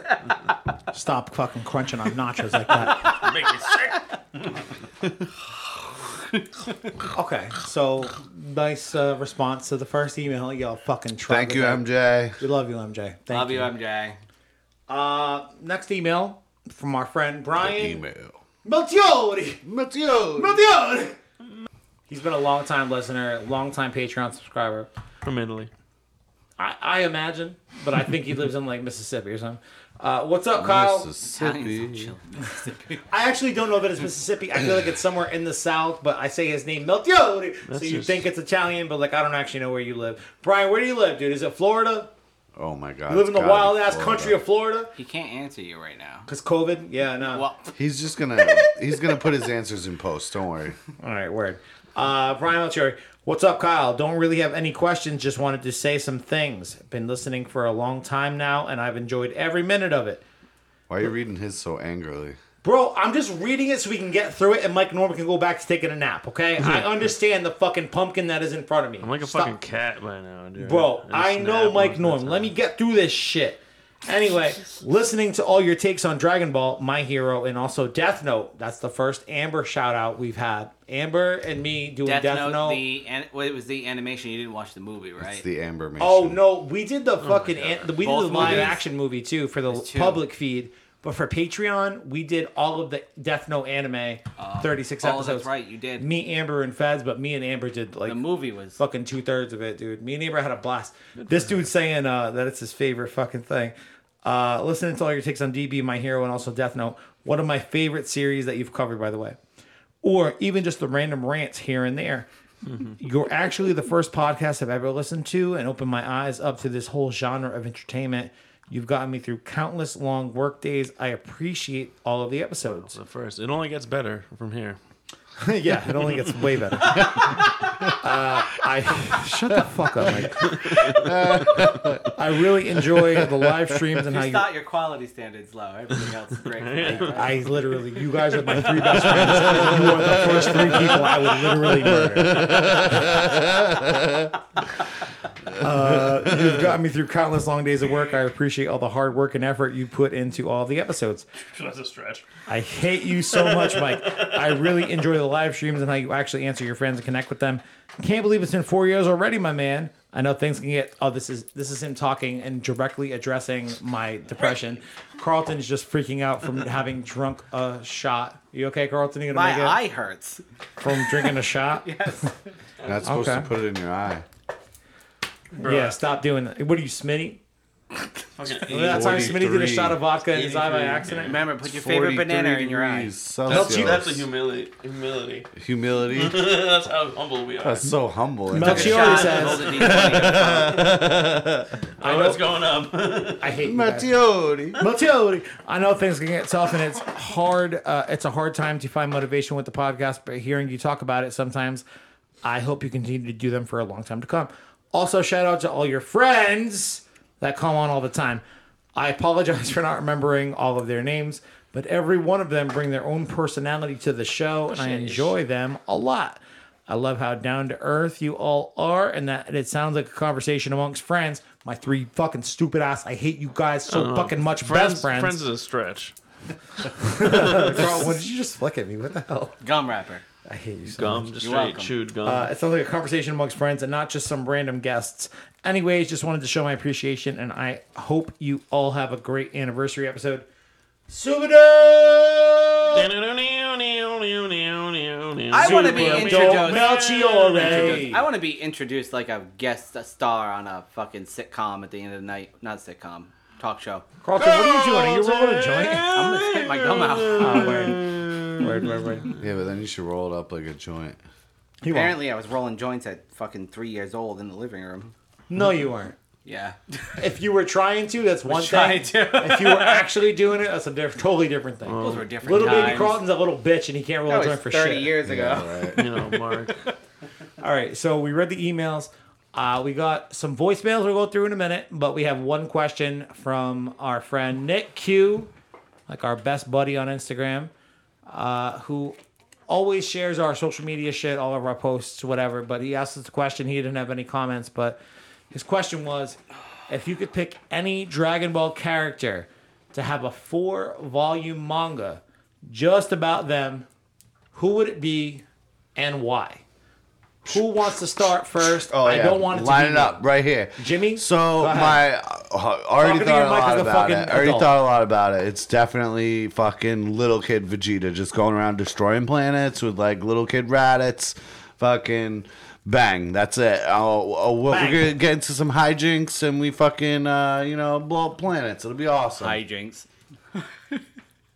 [SPEAKER 2] Stop fucking crunching on nachos like that.
[SPEAKER 4] Make me sick.
[SPEAKER 2] okay, so nice uh, response to the first email. Y'all fucking try.
[SPEAKER 1] Thank you, MJ.
[SPEAKER 2] We love you, MJ. Thank
[SPEAKER 3] Love you,
[SPEAKER 2] you.
[SPEAKER 3] MJ.
[SPEAKER 2] Uh, next email from our friend Brian
[SPEAKER 1] Email.
[SPEAKER 2] Melchiori.
[SPEAKER 1] Matthew.
[SPEAKER 2] Melchiori. He's been a long time listener, long time Patreon subscriber.
[SPEAKER 4] From Italy.
[SPEAKER 2] I, I imagine, but I think he lives in like Mississippi or something. Uh, what's up, Kyle?
[SPEAKER 3] Italians
[SPEAKER 1] Mississippi.
[SPEAKER 3] don't chill in Mississippi.
[SPEAKER 2] I actually don't know if it is Mississippi. I feel like it's somewhere in the South, but I say his name Melchiori, so
[SPEAKER 4] That's
[SPEAKER 2] you
[SPEAKER 4] just-
[SPEAKER 2] think it's Italian, but like I don't actually know where you live. Brian, where do you live, dude? Is it Florida?
[SPEAKER 1] Oh my God.
[SPEAKER 2] You live in the
[SPEAKER 1] it's gotta be
[SPEAKER 2] wild ass
[SPEAKER 1] Florida.
[SPEAKER 2] country of Florida?
[SPEAKER 3] He can't answer you right now.
[SPEAKER 2] Cause COVID? Yeah, no.
[SPEAKER 3] Well,
[SPEAKER 1] He's just gonna he's gonna put his answers in post. Don't worry.
[SPEAKER 2] All right, word. Uh, Brian Melchiori, what's up, Kyle? Don't really have any questions. Just wanted to say some things. Been listening for a long time now, and I've enjoyed every minute of it.
[SPEAKER 1] Why are you reading his so angrily?
[SPEAKER 2] Bro, I'm just reading it so we can get through it, and Mike Norman can go back to taking a nap. Okay, I understand the fucking pumpkin that is in front of me.
[SPEAKER 4] I'm like a
[SPEAKER 2] Stop.
[SPEAKER 4] fucking cat by now, dude.
[SPEAKER 2] Bro,
[SPEAKER 4] just
[SPEAKER 2] I know
[SPEAKER 4] snap
[SPEAKER 2] Mike
[SPEAKER 4] most of
[SPEAKER 2] Norm.
[SPEAKER 4] the
[SPEAKER 2] Let
[SPEAKER 4] time.
[SPEAKER 2] me get through this shit. Anyway, listening to all your takes on Dragon Ball, My Hero, and also Death Note. That's the first Amber shout out we've had. Amber and me doing
[SPEAKER 3] Death,
[SPEAKER 2] Death,
[SPEAKER 3] Note,
[SPEAKER 2] Note.
[SPEAKER 3] the an- well, it was the animation. You didn't watch the movie, right?
[SPEAKER 1] It's the Amber Mason.
[SPEAKER 2] Oh no, we did the fucking an- we
[SPEAKER 3] Both
[SPEAKER 2] did the live
[SPEAKER 3] movies?
[SPEAKER 2] action movie too for the
[SPEAKER 3] two.
[SPEAKER 2] public feed, but for Patreon we did all of the Death Note anime, thirty six
[SPEAKER 3] oh,
[SPEAKER 2] episodes.
[SPEAKER 3] that's right. You did.
[SPEAKER 2] Me, Amber, and Feds, but me and Amber did like
[SPEAKER 3] the movie was.
[SPEAKER 2] fucking two thirds of it, dude. Me and Amber had a blast. This dude's saying uh, that it's his favorite fucking thing. Uh, listening to all your takes on DB, My Hero, and also Death Note, one of my favorite series that you've covered, by the way, or even just the random rants here and there. You're actually the first podcast I've ever listened to and opened my eyes up to this whole genre of entertainment. You've gotten me through countless long work days. I appreciate all of the episodes.
[SPEAKER 4] The first. It only gets better from here.
[SPEAKER 2] yeah, it only gets way better. uh, I shut the fuck up, Mike. Uh, I really enjoy the live streams and how
[SPEAKER 3] Just
[SPEAKER 2] you.
[SPEAKER 3] thought your quality standards low. Everything else is great.
[SPEAKER 2] I literally, you guys are my three best friends. You are the first three people I would literally murder. Uh, you've gotten me through countless long days of work. I appreciate all the hard work and effort you put into all the episodes.
[SPEAKER 4] That's a stretch.
[SPEAKER 2] I hate you so much, Mike. I really enjoy the live streams and how you actually answer your friends and connect with them. Can't believe it's been four years already, my man. I know things can get. Oh, this is this is him talking and directly addressing my depression. Carlton's just freaking out from having drunk a shot. You okay, Carlton? You gonna
[SPEAKER 3] My
[SPEAKER 2] make it
[SPEAKER 3] eye hurts.
[SPEAKER 2] from drinking a shot?
[SPEAKER 1] You're not supposed
[SPEAKER 2] Okay.
[SPEAKER 1] to put it in your eye.
[SPEAKER 2] Yeah, stop doing that. What are you, Smitty?
[SPEAKER 4] Fucking
[SPEAKER 2] That time Smitty did a
[SPEAKER 1] 43.
[SPEAKER 2] shot of vodka in his eye by
[SPEAKER 4] 83,
[SPEAKER 2] accident.
[SPEAKER 3] Remember, put your favorite
[SPEAKER 1] 43
[SPEAKER 3] banana in your
[SPEAKER 1] degrees
[SPEAKER 3] eyes.
[SPEAKER 1] Celsius.
[SPEAKER 4] that's Mm-hmm. a humility. Humility.
[SPEAKER 1] humility.
[SPEAKER 4] that's how humble we are.
[SPEAKER 1] That's so humble. And
[SPEAKER 2] Melchior- She
[SPEAKER 3] Shot,
[SPEAKER 2] always says-
[SPEAKER 3] rolled a D20.
[SPEAKER 2] I,
[SPEAKER 4] Oh,
[SPEAKER 2] know,
[SPEAKER 4] it's going up.
[SPEAKER 2] I hate you guys.
[SPEAKER 1] Mattioli.
[SPEAKER 2] Matilde. I know things can get tough, and it's hard. Uh, it's a hard time to find motivation with the podcast, but hearing you talk about it sometimes, I hope you continue to do them for a long time to come. Also, shout out to all your friends that come on all the time. I apologize for not remembering all of their names, but every one of them bring their own personality to the show, and I enjoy them a lot. I love how down to earth you all are, and that it sounds like a conversation amongst friends. My three fucking stupid ass. I hate you guys so fucking much.
[SPEAKER 4] Friends,
[SPEAKER 2] best friends.
[SPEAKER 4] friends is a stretch.
[SPEAKER 6] Carl, what did you just flick at me? What the hell?
[SPEAKER 3] Gum wrapper.
[SPEAKER 6] I hate you so
[SPEAKER 4] Gum,
[SPEAKER 6] much.
[SPEAKER 4] just
[SPEAKER 3] You're
[SPEAKER 4] straight
[SPEAKER 3] welcome.
[SPEAKER 4] chewed gum.
[SPEAKER 2] Uh, it sounds like a conversation amongst friends and not just some random guests. Anyways, just wanted to show my appreciation, and I hope you all have a great anniversary episode. Subado!
[SPEAKER 4] I
[SPEAKER 3] I wanna be introduced.
[SPEAKER 2] Melchiore.
[SPEAKER 3] I want to be introduced like a guest star on a fucking sitcom at the end of the night. Not sitcom, talk show.
[SPEAKER 2] Carlton, what are you doing? Are you rolling a joint?
[SPEAKER 3] I'm gonna spit my gum out. Oh, word.
[SPEAKER 2] Word, word, word.
[SPEAKER 1] Yeah, but then you should roll it up like a joint.
[SPEAKER 2] He won't.
[SPEAKER 3] Apparently, I was rolling joints at fucking three years old in the living room.
[SPEAKER 2] No, you weren't.
[SPEAKER 3] Yeah.
[SPEAKER 2] If you were trying to, that's one
[SPEAKER 3] trying
[SPEAKER 2] thing.
[SPEAKER 3] to.
[SPEAKER 2] if you were actually doing it, that's a diff- totally different thing.
[SPEAKER 6] Oh.
[SPEAKER 3] Those were different
[SPEAKER 2] little
[SPEAKER 3] times.
[SPEAKER 2] baby Carlton's a little bitch, and he can't roll
[SPEAKER 3] That
[SPEAKER 2] a
[SPEAKER 3] was
[SPEAKER 2] joint for
[SPEAKER 3] 30
[SPEAKER 2] shit.
[SPEAKER 3] years ago.
[SPEAKER 1] Yeah, right.
[SPEAKER 4] You know, Mark.
[SPEAKER 2] All right, so we read the emails. Uh, we got some voicemails we'll go through in a minute, but we have one question from our friend Nick Q, like our best buddy on Instagram, uh, who always shares our social media shit, all of our posts, whatever. But he asked us a question. He didn't have any comments, but his question was if you could pick any Dragon Ball character to have a four volume manga just about them, who would it be and why? Who wants to start first?
[SPEAKER 1] Oh,
[SPEAKER 2] I
[SPEAKER 1] yeah.
[SPEAKER 2] don't want it to
[SPEAKER 1] line
[SPEAKER 2] be
[SPEAKER 1] it
[SPEAKER 2] me.
[SPEAKER 1] up right here,
[SPEAKER 2] Jimmy,
[SPEAKER 1] So
[SPEAKER 2] go ahead.
[SPEAKER 1] my uh, I already
[SPEAKER 2] Talking to
[SPEAKER 1] thought
[SPEAKER 2] your
[SPEAKER 1] a
[SPEAKER 2] mic
[SPEAKER 1] lot
[SPEAKER 2] like a
[SPEAKER 1] about it.
[SPEAKER 2] fucking
[SPEAKER 1] I already
[SPEAKER 2] adult.
[SPEAKER 1] thought a lot about it. It's definitely fucking little kid Vegeta just going around destroying planets with like little kid Raditz, fucking. Bang! That's it. Oh, oh well,
[SPEAKER 2] Bang.
[SPEAKER 1] we're gonna get into some hijinks and we fucking, uh, you know, blow up planets. It'll be awesome,
[SPEAKER 3] Hijinks.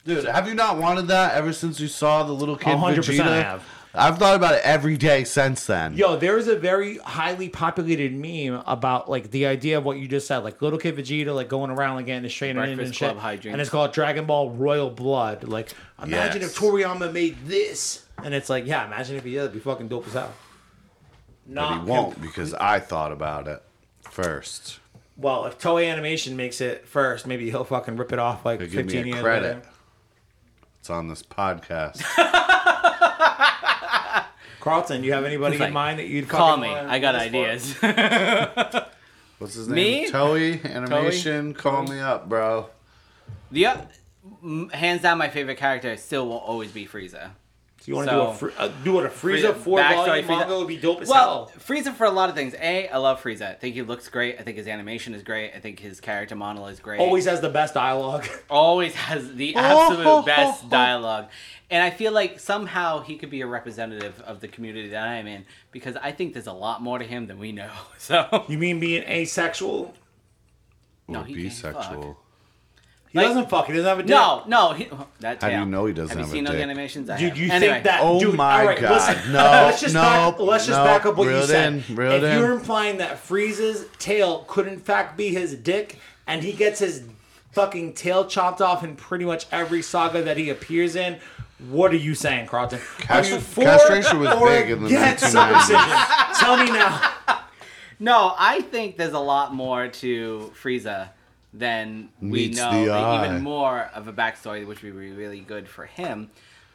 [SPEAKER 1] dude. Have you not wanted that ever since you saw the little kid
[SPEAKER 2] 100%
[SPEAKER 1] Vegeta?
[SPEAKER 2] I have.
[SPEAKER 1] I've thought about it every day since then.
[SPEAKER 2] Yo, there is a very highly populated meme about like the idea of what you just said, like little kid Vegeta, like going around like getting his trainer in and
[SPEAKER 3] Breakfast
[SPEAKER 2] shit,
[SPEAKER 3] Club hijinks.
[SPEAKER 2] and it's called Dragon Ball Royal Blood. Like, imagine
[SPEAKER 1] Yes.
[SPEAKER 2] if Toriyama made this, and it's like, yeah, imagine if he did, it'd be fucking dope as hell.
[SPEAKER 1] but
[SPEAKER 2] Not
[SPEAKER 1] he won't because I thought about it first.
[SPEAKER 2] Well, if Toei Animation makes it first, maybe he'll fucking rip it off like
[SPEAKER 1] They give
[SPEAKER 2] fifteen
[SPEAKER 1] me a
[SPEAKER 2] years
[SPEAKER 1] credit.
[SPEAKER 2] later.
[SPEAKER 1] It's on this podcast.
[SPEAKER 2] Carlton, you have anybody
[SPEAKER 3] He's like,
[SPEAKER 2] in mind that you'd
[SPEAKER 3] Call
[SPEAKER 2] fucking
[SPEAKER 3] me.
[SPEAKER 2] wanna
[SPEAKER 3] I got
[SPEAKER 2] do this for?
[SPEAKER 3] ideas.
[SPEAKER 1] What's his
[SPEAKER 3] Me?
[SPEAKER 1] name? Toei Animation. Call me up, bro.
[SPEAKER 3] the o- m- hands down, my favorite character still will always be Frieza.
[SPEAKER 2] So you want to
[SPEAKER 3] So-
[SPEAKER 2] do a fr- uh, do what a Frieza
[SPEAKER 3] Frieza-
[SPEAKER 2] four
[SPEAKER 3] backstory
[SPEAKER 2] volume
[SPEAKER 3] Frieza-
[SPEAKER 2] manga would be dope as
[SPEAKER 3] Well,
[SPEAKER 2] hell.
[SPEAKER 3] Frieza for a lot of things. A, I love Frieza. I think he looks great. I think his animation is great. I think his character monologue is great.
[SPEAKER 2] Always has the best dialogue.
[SPEAKER 3] always has the absolute best dialogue. And I feel like somehow he could be a representative of the community that I am in because I think there's a lot more to him than we know. So
[SPEAKER 2] You mean being asexual?
[SPEAKER 1] Or
[SPEAKER 3] No, he can't
[SPEAKER 1] bisexual.
[SPEAKER 2] He
[SPEAKER 3] Like-
[SPEAKER 2] doesn't fuck. He doesn't have a dick.
[SPEAKER 3] no, no, he, that
[SPEAKER 1] How do
[SPEAKER 3] tail.
[SPEAKER 1] you know he doesn't have
[SPEAKER 3] you
[SPEAKER 1] a
[SPEAKER 3] seen those
[SPEAKER 1] dick?
[SPEAKER 3] animations? I
[SPEAKER 2] Dude,
[SPEAKER 3] have.
[SPEAKER 2] you
[SPEAKER 3] Anyway,
[SPEAKER 2] think that?
[SPEAKER 1] Oh
[SPEAKER 2] dude,
[SPEAKER 1] my
[SPEAKER 2] all right,
[SPEAKER 1] God.
[SPEAKER 2] Listen,
[SPEAKER 1] No,
[SPEAKER 2] Let's just
[SPEAKER 1] no,
[SPEAKER 2] back. Let's just
[SPEAKER 1] no.
[SPEAKER 2] back up what
[SPEAKER 1] Reel
[SPEAKER 2] you
[SPEAKER 1] it
[SPEAKER 2] said.
[SPEAKER 1] in, reel
[SPEAKER 2] if
[SPEAKER 1] it in.
[SPEAKER 2] you're implying that Frieza's tail could in fact be his dick, and he gets his fucking tail chopped off in pretty much every saga that he appears in, what are you saying, Carlton?
[SPEAKER 1] Cast-
[SPEAKER 2] are you for
[SPEAKER 1] castration was
[SPEAKER 2] or
[SPEAKER 1] big in the
[SPEAKER 2] against
[SPEAKER 1] 1990s?
[SPEAKER 2] circumcision? Tell me now.
[SPEAKER 3] no, I think there's a lot more to Frieza than we
[SPEAKER 1] Meets
[SPEAKER 3] know.
[SPEAKER 1] the
[SPEAKER 3] like,
[SPEAKER 1] eye.
[SPEAKER 3] even more of a backstory, which would be really good for him.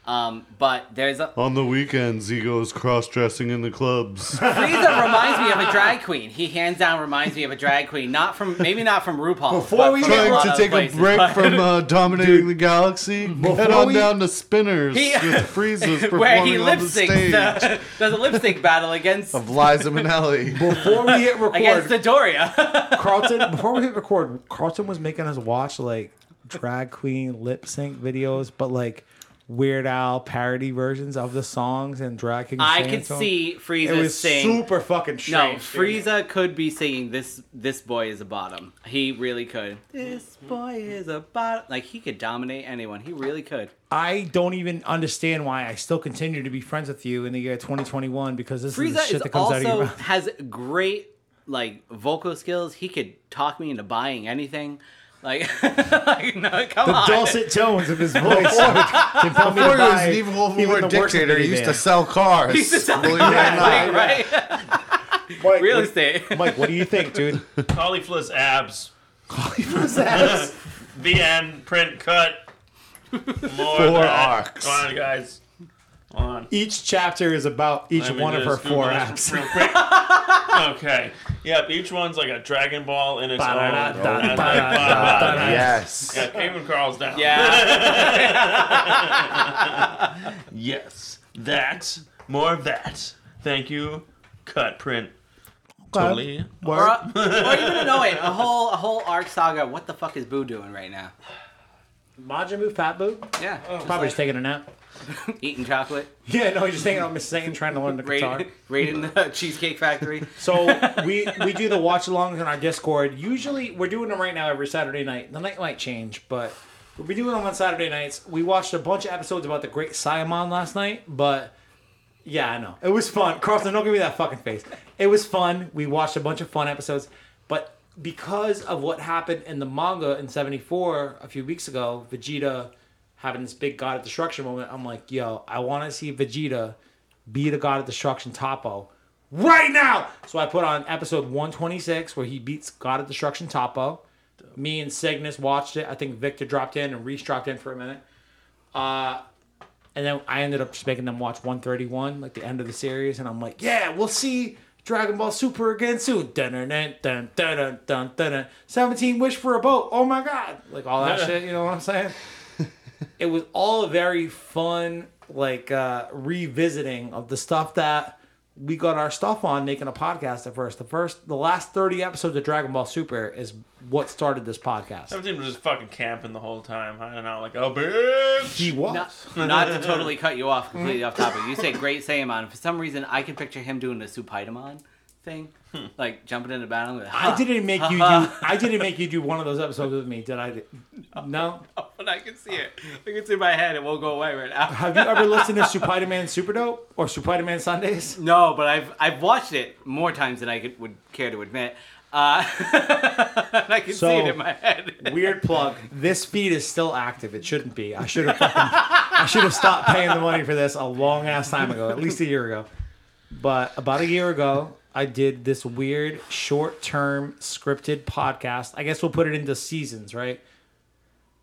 [SPEAKER 3] Um, but there's a
[SPEAKER 1] On the weekends, he goes cross dressing in the clubs.
[SPEAKER 3] Frieza reminds me of a drag queen. He hands down reminds me of a drag queen. Not from maybe not from RuPaul.
[SPEAKER 2] Before
[SPEAKER 3] but
[SPEAKER 2] we
[SPEAKER 3] from
[SPEAKER 2] get-
[SPEAKER 3] a
[SPEAKER 1] Trying
[SPEAKER 3] lot
[SPEAKER 1] to
[SPEAKER 3] of
[SPEAKER 1] take
[SPEAKER 3] places.
[SPEAKER 1] a break
[SPEAKER 3] But-
[SPEAKER 1] from uh, dominating the galaxy. Head on
[SPEAKER 2] we-
[SPEAKER 1] down to Spinners
[SPEAKER 3] He-
[SPEAKER 1] with Frieza's performing
[SPEAKER 3] where he
[SPEAKER 1] on
[SPEAKER 3] lip
[SPEAKER 1] the
[SPEAKER 3] syncs.
[SPEAKER 1] stage
[SPEAKER 3] the- There's a lip sync battle against
[SPEAKER 1] of Liza Minnelli.
[SPEAKER 2] Before we hit record,
[SPEAKER 3] against Dodoria.
[SPEAKER 2] Carlton, before we hit record, Carlton was making us watch like drag queen lip sync videos, but like Weird Al parody versions of the songs and drag king.
[SPEAKER 3] I
[SPEAKER 2] sang
[SPEAKER 3] could
[SPEAKER 2] to 'em.
[SPEAKER 3] see Frieza
[SPEAKER 2] it was
[SPEAKER 3] sing.
[SPEAKER 2] super fucking
[SPEAKER 3] no,
[SPEAKER 2] strange. dude.
[SPEAKER 3] Frieza could be singing this. This boy is a bottom. He really could. This boy is a bottom. Like he could dominate anyone. He really could.
[SPEAKER 2] I don't even understand why I still continue to be friends with you in the year 2021 because this is the
[SPEAKER 3] Frieza
[SPEAKER 2] shit
[SPEAKER 3] is
[SPEAKER 2] that comes out of your
[SPEAKER 3] also
[SPEAKER 2] mouth.
[SPEAKER 3] has great like vocal skills. He could talk me into buying anything. Like, like no, come
[SPEAKER 2] The
[SPEAKER 3] on.
[SPEAKER 2] dulcet tones of his voice can tell
[SPEAKER 1] Before
[SPEAKER 2] me to
[SPEAKER 1] he was
[SPEAKER 2] buy
[SPEAKER 1] an evil
[SPEAKER 2] even
[SPEAKER 1] war
[SPEAKER 2] the worst of
[SPEAKER 1] dictator, he
[SPEAKER 2] any
[SPEAKER 1] used to
[SPEAKER 2] band.
[SPEAKER 1] sell cars.
[SPEAKER 3] He's just
[SPEAKER 1] Believe it or
[SPEAKER 3] yeah,
[SPEAKER 1] not.
[SPEAKER 3] like, right?
[SPEAKER 2] Mike,
[SPEAKER 3] Real
[SPEAKER 2] what-
[SPEAKER 3] estate.
[SPEAKER 2] Mike, what do you think, dude?
[SPEAKER 5] Cauliflower's abs.
[SPEAKER 2] That's-
[SPEAKER 5] VN print cut. More
[SPEAKER 1] Four
[SPEAKER 5] than that.
[SPEAKER 1] arcs.
[SPEAKER 5] Come on, guys.
[SPEAKER 4] on.
[SPEAKER 2] Each chapter is about each
[SPEAKER 4] Let me
[SPEAKER 2] one of her
[SPEAKER 4] just Google
[SPEAKER 2] four
[SPEAKER 4] this
[SPEAKER 2] apps.
[SPEAKER 4] Real quick. okay. Yep. Each one's like a Dragon Ball in its own. Oh,
[SPEAKER 2] Ba-da-da-da,
[SPEAKER 4] Yeah,
[SPEAKER 1] yes.
[SPEAKER 4] Cayman Carl's down.
[SPEAKER 3] Yeah.
[SPEAKER 4] Yes. That. More of that. Thank you. Cut print. Totally.
[SPEAKER 3] or,
[SPEAKER 2] Word.
[SPEAKER 3] or even annoying. A whole a whole arc saga. What the fuck is Boo doing right now?
[SPEAKER 2] Majin Buu, Fat Boo.
[SPEAKER 3] Yeah.
[SPEAKER 2] Probably just taking a nap.
[SPEAKER 3] Eating chocolate.
[SPEAKER 2] Yeah, no, he's just hanging out with Miss Sane trying to learn the guitar.
[SPEAKER 3] Raiding, raiding the Cheesecake Factory.
[SPEAKER 2] So we we do the watch alongs on our Discord. Usually we're doing them right now every Saturday night. The night might change, but we'll be doing them on Saturday nights. We watched a bunch of episodes about the Great Siamon last night, but yeah, I know it was fun. Carlton, don't give me that fucking face. It was fun. We watched a bunch of fun episodes, but because of what happened in the manga in '74 a few weeks ago, Vegeta having this big God of Destruction moment, I'm like, yo, I want to see Vegeta be the God of Destruction Topo right now. So I put on episode 126 where he beats God of Destruction Topo. Me and Cygnus watched it. I think Victor dropped in and Reese dropped in for a minute. Uh, and then I ended up just making them watch 131, like the end of the series. And I'm like, yeah, we'll see Dragon Ball Super again soon. Dun dun dun dun dun dun dun dun. dun. 17 Wish for a Boat. Oh my God. Like all that shit. You know what I'm saying? it was all very fun, like uh, revisiting of the stuff that we got our stuff on making a podcast at first. The first, the last 30 episodes of Dragon Ball Super is what started this podcast.
[SPEAKER 4] Everything was just fucking camping the whole time, hiding out like, oh, bitch.
[SPEAKER 2] He was.
[SPEAKER 3] Not, not to totally cut you off completely off topic. You say Great Saiyaman. For some reason, I can picture him doing the Supaidamon thing, like jumping into battle with.
[SPEAKER 2] I didn't make you do.
[SPEAKER 3] uh-huh.
[SPEAKER 2] I didn't make you do one of those episodes with me, did I?
[SPEAKER 3] Uh,
[SPEAKER 2] No.
[SPEAKER 3] But I can see it. I can see my head. It won't go away right now.
[SPEAKER 2] Have you ever listened to Supaidaman Super Dope or Supaidaman Sundays?
[SPEAKER 3] No, but I've I've watched it more times than I could, would care to admit. Uh, and I can
[SPEAKER 2] So-
[SPEAKER 3] see it in my head.
[SPEAKER 2] Weird plug. This feed is still active. It shouldn't be. I should have. Fucking, I should have stopped paying the money for this a long ass time ago, at least a year ago. But about a year ago, I did this weird short term scripted podcast. I guess we'll put it into seasons, right?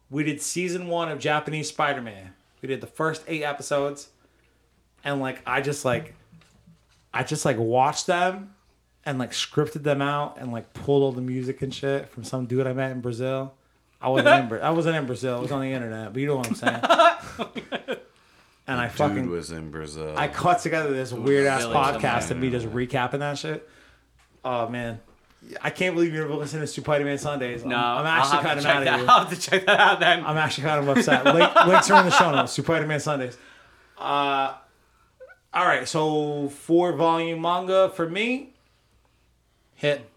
[SPEAKER 2] We did season one of Japanese Spider Man. We did the first eight episodes, and like I just like, I just like watched them and like scripted them out and like pulled all the music and shit from some dude I met in Brazil. I wasn't in Bra- I wasn't in Brazil. It was on the internet, but you know what I'm saying. and I
[SPEAKER 1] Dude
[SPEAKER 2] fucking
[SPEAKER 1] was in Brazil.
[SPEAKER 2] I cut together this weird ass
[SPEAKER 3] Village somewhere.
[SPEAKER 2] podcast and me just recapping that shit. Oh man, I can't believe you're listening to Spider Man Sundays.
[SPEAKER 3] No,
[SPEAKER 2] I'm, I'm
[SPEAKER 3] I'll
[SPEAKER 2] actually
[SPEAKER 3] have to
[SPEAKER 2] kind of
[SPEAKER 3] check
[SPEAKER 2] mad
[SPEAKER 3] that-
[SPEAKER 2] at you.
[SPEAKER 3] I'll have to check that out then.
[SPEAKER 2] I'm actually kind of upset. Link, links are in the show notes. Spider Man Sundays. Uh, all right, so four volume manga for me. Hit,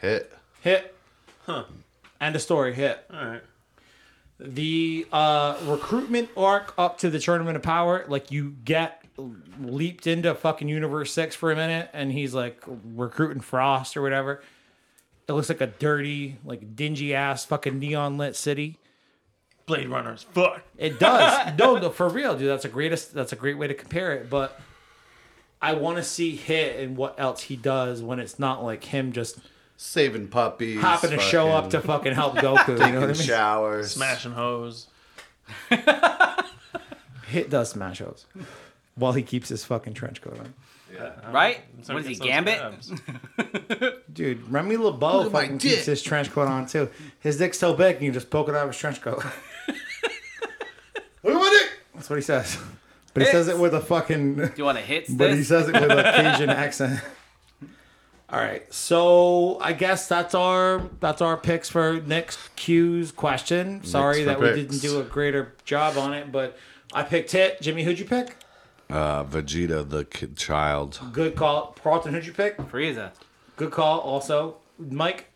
[SPEAKER 1] Hit.
[SPEAKER 2] hit. Huh. End of story. Hit.
[SPEAKER 4] All right.
[SPEAKER 2] the uh, recruitment arc up to the tournament of power like you get leaped into fucking universe six for a minute and he's like recruiting frost or whatever it looks like a dirty like dingy ass fucking neon lit city
[SPEAKER 4] Blade Runner's fuck.
[SPEAKER 2] it does no no for real dude that's a greatest that's a great way to compare it but i want to see hit and what else he does when it's not like him just
[SPEAKER 1] Saving puppies.
[SPEAKER 2] popping to show up to fucking help goku you know what i mean
[SPEAKER 1] showers.
[SPEAKER 4] Smashing hose.
[SPEAKER 2] hit does smash those while he keeps his fucking trench coat on
[SPEAKER 3] right?
[SPEAKER 4] So
[SPEAKER 3] what
[SPEAKER 4] it
[SPEAKER 3] is he,
[SPEAKER 4] gets those
[SPEAKER 3] Gambit?
[SPEAKER 4] abs.
[SPEAKER 2] Dude, Remy
[SPEAKER 1] Look
[SPEAKER 2] LeBeau
[SPEAKER 1] at my
[SPEAKER 2] fucking keeps
[SPEAKER 1] dick.
[SPEAKER 2] his trench coat on too. His dick's so big, you can just poke it out of his trench coat.
[SPEAKER 1] Look at my dick.
[SPEAKER 2] That's what he says. But he says it with a fucking.
[SPEAKER 3] Do you want to hit this?
[SPEAKER 2] But he says it with a Cajun accent. All right, so I guess that's our that's our picks for next Q's question. Sorry
[SPEAKER 1] for
[SPEAKER 2] that we
[SPEAKER 1] picks.
[SPEAKER 2] didn't do a greater job on it, but I picked it. Jimmy, who'd you pick?
[SPEAKER 1] Uh, Vegeta, the kid, child.
[SPEAKER 2] Good call, Carlton. Who'd you pick?
[SPEAKER 3] Frieza.
[SPEAKER 2] Good call. Also, Mike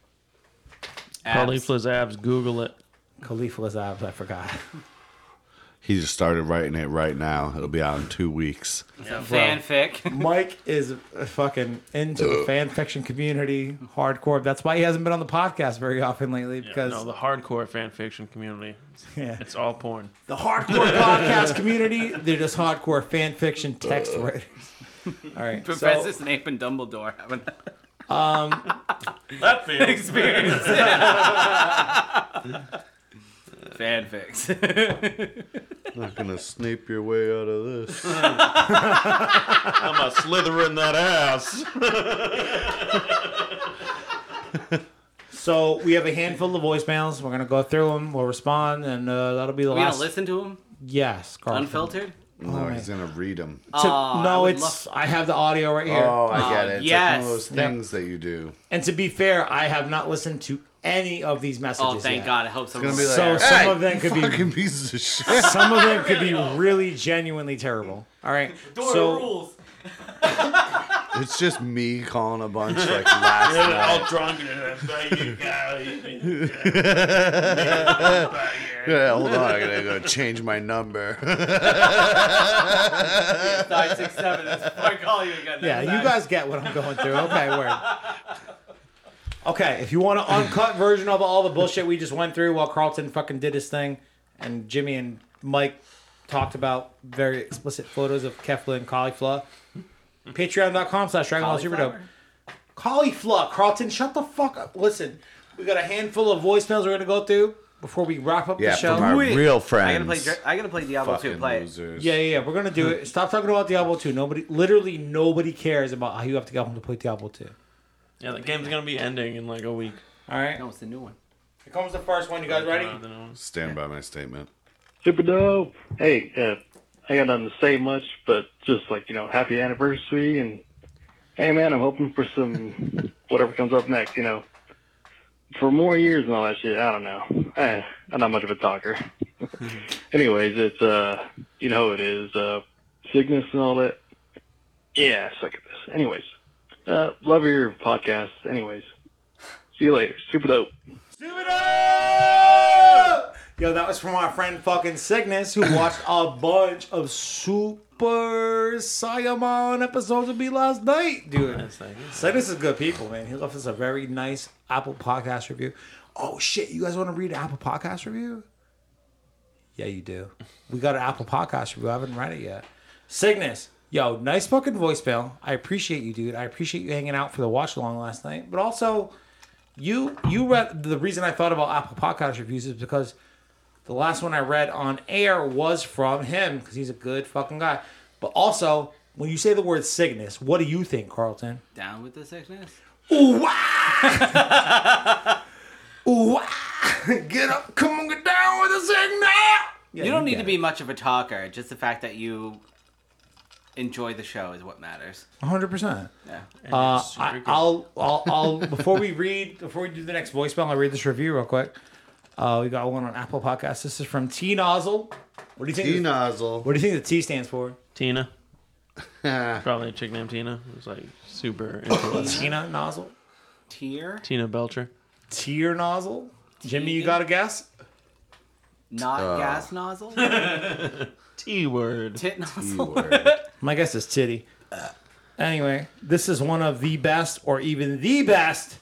[SPEAKER 3] Abs.
[SPEAKER 4] Khalifa's abs. Google it.
[SPEAKER 2] Khalifa's abs. I forgot.
[SPEAKER 1] He just started writing it right now. It'll be out in two weeks.
[SPEAKER 3] Fanfic.
[SPEAKER 2] Mike is fucking into the fan fiction community hardcore. That's why he hasn't been on the podcast very often lately because
[SPEAKER 4] No, the hardcore fan fiction community.
[SPEAKER 2] yeah,
[SPEAKER 4] It's all porn.
[SPEAKER 2] the hardcore podcast community, they're just hardcore fan fiction text
[SPEAKER 3] Uh.
[SPEAKER 2] writers. All right.
[SPEAKER 3] Professor
[SPEAKER 2] So,
[SPEAKER 3] Snape and Dumbledore having an
[SPEAKER 4] That feels.
[SPEAKER 3] experience. Fanfics.
[SPEAKER 1] Not gonna snape your way out of this.
[SPEAKER 5] I'm a slither in that ass.
[SPEAKER 2] So we have a handful of voicemails. We're gonna go through them. We'll respond, and uh, that'll be the
[SPEAKER 3] We
[SPEAKER 2] last.
[SPEAKER 3] don't listen to him
[SPEAKER 2] Yes, Carl.
[SPEAKER 3] unfiltered.
[SPEAKER 1] No, Oh, he's gonna read them.
[SPEAKER 2] To-
[SPEAKER 3] Aw, I
[SPEAKER 2] no,
[SPEAKER 3] would
[SPEAKER 2] it's I have the audio right here.
[SPEAKER 1] Oh, I get it. It's like one
[SPEAKER 3] yes.
[SPEAKER 1] of those things that you do.
[SPEAKER 2] And to be fair, I have not listened to any of these messages.
[SPEAKER 3] Oh, thank
[SPEAKER 2] yet.
[SPEAKER 3] God! I hope someone.
[SPEAKER 1] Gonna be like,
[SPEAKER 2] So
[SPEAKER 1] "Hey,
[SPEAKER 2] some of them could be-
[SPEAKER 1] fucking pieces of shit.
[SPEAKER 2] Some of them could be really genuinely terrible. All right. so
[SPEAKER 1] It's just me calling a bunch like last night.
[SPEAKER 5] All drunk. That's
[SPEAKER 1] Yeah, hold on, I gotta go change my number.
[SPEAKER 3] Five, six, seven. That's I call you again.
[SPEAKER 2] yeah, you guys get what I'm going through. Okay, word. Okay, if you want an uncut version of all the bullshit we just went through while Carlton fucking did his thing, and Jimmy and Mike talked about very explicit photos of Kefla and Cauliflower. Patreon.com slash Dragon Ball Super Dope. Cauliflower, Carlton, shut the fuck up. Listen, we got a handful of voicemails we're gonna go through before we wrap up
[SPEAKER 1] Yeah,
[SPEAKER 2] the show.
[SPEAKER 1] from our real
[SPEAKER 3] I
[SPEAKER 1] friends.
[SPEAKER 3] gotta play. Dra- I gotta play Diablo too.
[SPEAKER 1] fucking
[SPEAKER 3] Play. it.
[SPEAKER 1] losers.
[SPEAKER 2] Yeah, yeah, yeah. We're gonna do it. Stop talking about Diablo 2. Nobody, literally, nobody cares about how you have to get home to play Diablo 2.
[SPEAKER 4] Yeah, the game's gonna be ending in like a week.
[SPEAKER 2] All right.
[SPEAKER 3] No, it's the new one.
[SPEAKER 2] Here comes the first one. You guys ready?
[SPEAKER 4] Uh, the new ones.
[SPEAKER 1] Stand by my statement.
[SPEAKER 7] Super dope. Hey, uh, I got nothing to say much, but just like, you know, happy anniversary. And hey, man, I'm hoping for some whatever comes up next, you know, for more years and all that shit. I don't know. Eh, I'm not much of a talker. Anyways, it's, uh, you know, how it is, uh, sickness and all that. Yeah, I suck at this. Anyways, uh, love your podcast. Anyways, see you later. Super dope.
[SPEAKER 2] Yo, that was from our friend fucking Cygnus, who watched a bunch of Super Saiyaman episodes of me last night, dude.
[SPEAKER 4] That's like-
[SPEAKER 2] Cygnus is good people, man. He left us a very nice Apple Podcast review. Oh shit, you guys want to read an Apple Podcast review? Yeah, you do. We got an Apple Podcast review. I haven't read it yet. Cygnus, yo, nice fucking voicemail. I appreciate you, dude. I appreciate you hanging out for the watch along last night. But also, you you read the reason I thought about Apple Podcast reviews is because the last one I read on air was from him because he's a good fucking guy. But also, when you say the word Cygnus, what do you think, Carlton?
[SPEAKER 3] Down with the sickness.
[SPEAKER 2] Ooh, wah! Ooh, wah! Get up, come on, get down with the Cygnus! Yeah,
[SPEAKER 3] you don't need
[SPEAKER 2] get
[SPEAKER 3] to
[SPEAKER 2] it.
[SPEAKER 3] be much of a talker. Just the fact that you enjoy the show is what matters.
[SPEAKER 2] 100%.
[SPEAKER 3] Yeah.
[SPEAKER 2] Uh, I, I'll, I'll, I'll, before we read, before we do the next voicemail, I'll read this review real quick. Uh, we got one on Apple Podcasts. This is from T Nozzle. What do you think?
[SPEAKER 1] E nozzle.
[SPEAKER 2] What do you think the T stands for?
[SPEAKER 4] Tina,
[SPEAKER 1] Ah,
[SPEAKER 4] probably a chick named Tina. It's like super influential.
[SPEAKER 2] Tina Nozzle?
[SPEAKER 3] Tear?
[SPEAKER 4] Tina Belcher.
[SPEAKER 2] Tear Nozzle? Jimmy, you got a guess?
[SPEAKER 3] Not gas nozzle?
[SPEAKER 4] T word.
[SPEAKER 3] Tit
[SPEAKER 1] you
[SPEAKER 3] nozzle?
[SPEAKER 1] were-
[SPEAKER 2] My guess is titty. Anyway, this is one of the best, or even the best,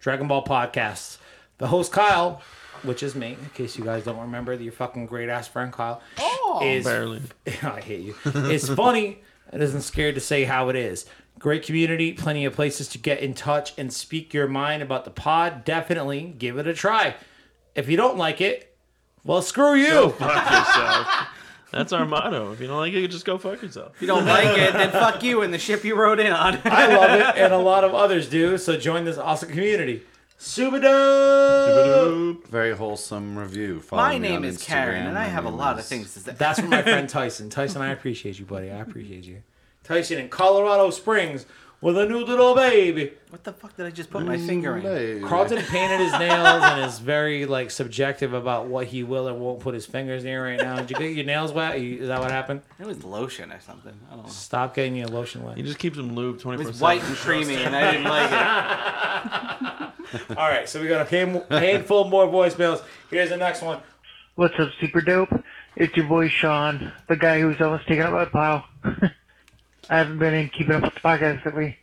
[SPEAKER 2] Dragon Ball podcasts. The host Kyle, which is me, in case you guys don't remember, your fucking great ass friend Kyle, is
[SPEAKER 4] Barely.
[SPEAKER 2] I hate you. It's funny and isn't scared to say how it is. Great community, plenty of places to get in touch and speak your mind about the pod. Definitely give it a try. If you don't like it, well, screw you.
[SPEAKER 4] Fuck yourself. That's our motto. If you don't like it, just go fuck yourself.
[SPEAKER 3] If you don't like it, then fuck you and the ship you rode in on.
[SPEAKER 2] I love it, and a lot of others do. So join this awesome community. Subado.
[SPEAKER 1] Very wholesome review. Follow
[SPEAKER 3] My
[SPEAKER 1] me
[SPEAKER 3] name
[SPEAKER 1] on
[SPEAKER 3] is Karen,
[SPEAKER 1] Instagram.
[SPEAKER 3] and I have
[SPEAKER 1] My
[SPEAKER 3] a
[SPEAKER 1] name
[SPEAKER 3] lot of
[SPEAKER 1] is-
[SPEAKER 3] things to say.
[SPEAKER 2] That's from my friend Tyson. Tyson, I appreciate you, buddy. I appreciate you. Tyson in Colorado Springs with a new little baby.
[SPEAKER 3] What the fuck did I just put my finger in?
[SPEAKER 1] Hey,
[SPEAKER 2] Carlton painted his nails and is very like subjective about what he will and won't put his fingers near right now. Did you get your nails wet? You- Is that what happened?
[SPEAKER 3] It was lotion or something. I don't know.
[SPEAKER 2] Stop getting your lotion wet.
[SPEAKER 4] He just keeps them lubed twenty
[SPEAKER 3] It
[SPEAKER 4] four
[SPEAKER 3] was white
[SPEAKER 4] seven.
[SPEAKER 3] and creamy, and I didn't like it.
[SPEAKER 2] All right, so we got a hand- handful more voicemails. Here's the next one.
[SPEAKER 7] What's up, super dope? It's your boy Sean, the guy who's almost taken up my pile. I haven't been in keeping up with the podcast lately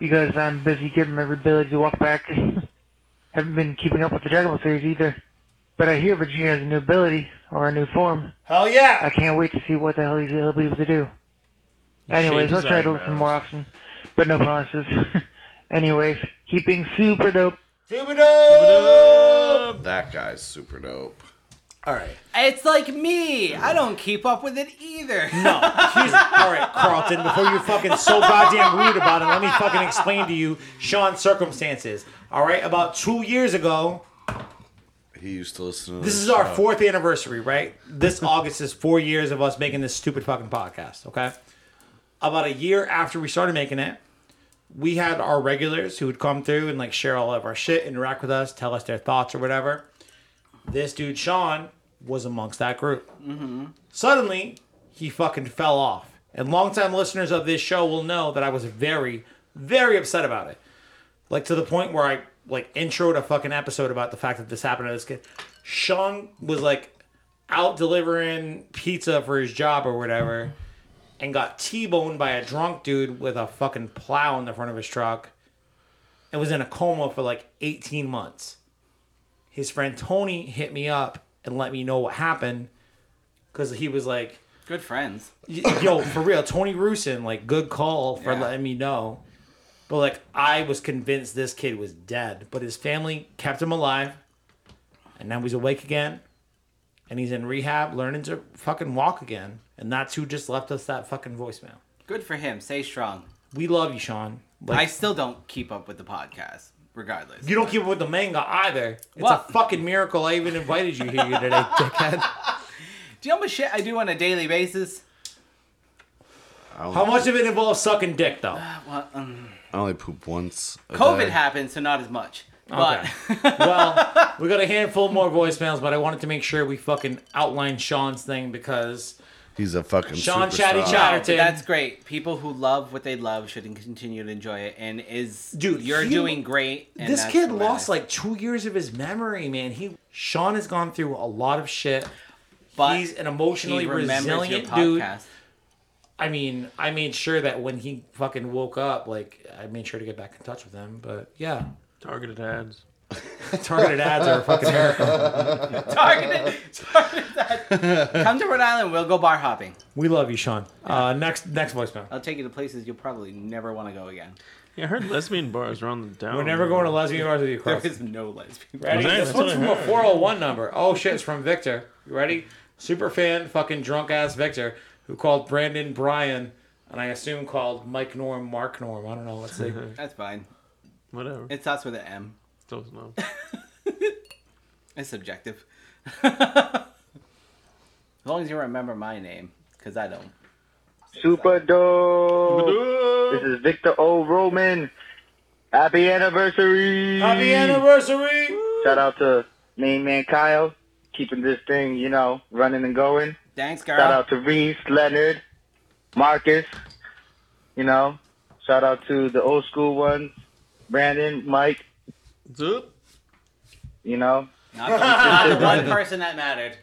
[SPEAKER 7] because I'm busy giving every village to walk back. haven't been keeping up with the Dragon Ball series either. But I hear Vegeta has a new ability or a new form.
[SPEAKER 2] Hell yeah!
[SPEAKER 7] I can't wait to see what the hell he's able to do. Anyways,
[SPEAKER 4] Shades
[SPEAKER 7] I'll try
[SPEAKER 4] of
[SPEAKER 7] to listen
[SPEAKER 4] eyebrows.
[SPEAKER 7] more often, but no promises. Anyways, keeping super dope.
[SPEAKER 2] Subado.
[SPEAKER 1] That guy's super dope.
[SPEAKER 2] All right.
[SPEAKER 3] It's like me. I don't keep up with it either.
[SPEAKER 2] No. Jesus. All right, Carlton, before you're fucking so goddamn rude about it, let me fucking explain to you Sean's circumstances. All right, about two years ago,
[SPEAKER 1] He used to listen to
[SPEAKER 2] this is our fourth anniversary, right? This August is four years of us making this stupid fucking podcast, okay? About a year after we started making it, we had our regulars who would come through and like share all of our shit, interact with us, tell us their thoughts or whatever. This dude, Sean, was amongst that group. Suddenly, he fucking fell off. And longtime listeners of this show will know that I was very, very upset about it like to the point where I like introed a fucking episode about the fact that this happened to this kid. Sean was like out delivering pizza for his job or whatever, and got t-boned by a drunk dude with a fucking plow in the front of his truck, and was in a coma for like 18 months. His friend Tony hit me up and let me know what happened because he was like,
[SPEAKER 3] Good friends.
[SPEAKER 2] Y- yo, for real, Tony Rusin, like, good call for
[SPEAKER 3] Yeah.
[SPEAKER 2] letting me know. But like, I was convinced this kid was dead, but his family kept him alive, and now he's awake again, and he's in rehab, learning to fucking walk again. And that's who just left us that fucking voicemail.
[SPEAKER 3] Good for him. Stay strong.
[SPEAKER 2] We love you, Sean.
[SPEAKER 3] I
[SPEAKER 2] Like,
[SPEAKER 3] still don't keep up with the podcast, regardless.
[SPEAKER 2] you don't keep up with the manga either. It's
[SPEAKER 3] What?
[SPEAKER 2] a fucking miracle I even invited you here today, dickhead.
[SPEAKER 3] Do you know how much shit I do on a daily basis?
[SPEAKER 2] How much of it involves sucking dick, though?
[SPEAKER 3] Well,
[SPEAKER 2] Mm.
[SPEAKER 3] um,
[SPEAKER 1] I only poop once. a
[SPEAKER 3] COVID
[SPEAKER 1] day.
[SPEAKER 3] happened, so not as much. But
[SPEAKER 2] Okay. well, we got a handful more voicemails, but I wanted to make sure we fucking outline Sean's thing because
[SPEAKER 1] He's a fucking
[SPEAKER 2] Sean
[SPEAKER 1] superstar.
[SPEAKER 2] Chatty Chat.
[SPEAKER 3] No, but
[SPEAKER 2] Chatterton.
[SPEAKER 3] that's great. People who love what they love should continue to enjoy it. And is
[SPEAKER 2] Dude,
[SPEAKER 3] you're
[SPEAKER 2] he-
[SPEAKER 3] doing great. And
[SPEAKER 2] this
[SPEAKER 3] that's
[SPEAKER 2] kid
[SPEAKER 3] what
[SPEAKER 2] lost
[SPEAKER 3] matters.
[SPEAKER 2] like two years of his memory, man. He Sean has gone through a lot of shit.
[SPEAKER 3] but
[SPEAKER 2] He's an
[SPEAKER 3] he
[SPEAKER 2] emotionally
[SPEAKER 3] remembers your
[SPEAKER 2] resilient dude.
[SPEAKER 3] podcast.
[SPEAKER 2] I mean, I made sure that when he fucking woke up, like I made sure to get back in touch with him. But yeah,
[SPEAKER 4] Targeted ads.
[SPEAKER 2] targeted ads are a fucking miracle.
[SPEAKER 3] Targeted, targeted that. Come to Rhode Island. We'll go bar hopping.
[SPEAKER 2] We love you, Sean. Uh, next next voicemail.
[SPEAKER 3] I'll take you to places you'll probably never want to go again.
[SPEAKER 4] Yeah, I heard lesbian bars are on the down.
[SPEAKER 2] We're never going to lesbian bars with you,
[SPEAKER 3] There
[SPEAKER 2] Carl.
[SPEAKER 3] is no lesbian.
[SPEAKER 2] Ready?
[SPEAKER 4] Nice.
[SPEAKER 2] This one's from a 401 number. Oh shit, it's from Victor. You ready? Super fan, fucking drunk ass Victor, who called Brandon Brian, and I assume called Mike Norm Mark Norm. I don't know. Let's see.
[SPEAKER 3] That's fine.
[SPEAKER 4] Whatever.
[SPEAKER 3] It starts with an M.
[SPEAKER 4] Close enough.
[SPEAKER 3] It's subjective. as long as you remember my name, because I don't.
[SPEAKER 7] Super dope. This
[SPEAKER 2] Oh.
[SPEAKER 7] is Victor O. Roman. Happy anniversary.
[SPEAKER 2] Happy anniversary!
[SPEAKER 7] Shout out to main man Kyle, keeping this thing, you know, running and going.
[SPEAKER 3] Thanks,
[SPEAKER 7] Shout
[SPEAKER 3] girl.
[SPEAKER 7] out to Reese, Leonard, Marcus. You know, shout out to the old school ones, Brandon, Mike.
[SPEAKER 4] Zoop.
[SPEAKER 7] You know,
[SPEAKER 3] Not the, not the one person that mattered.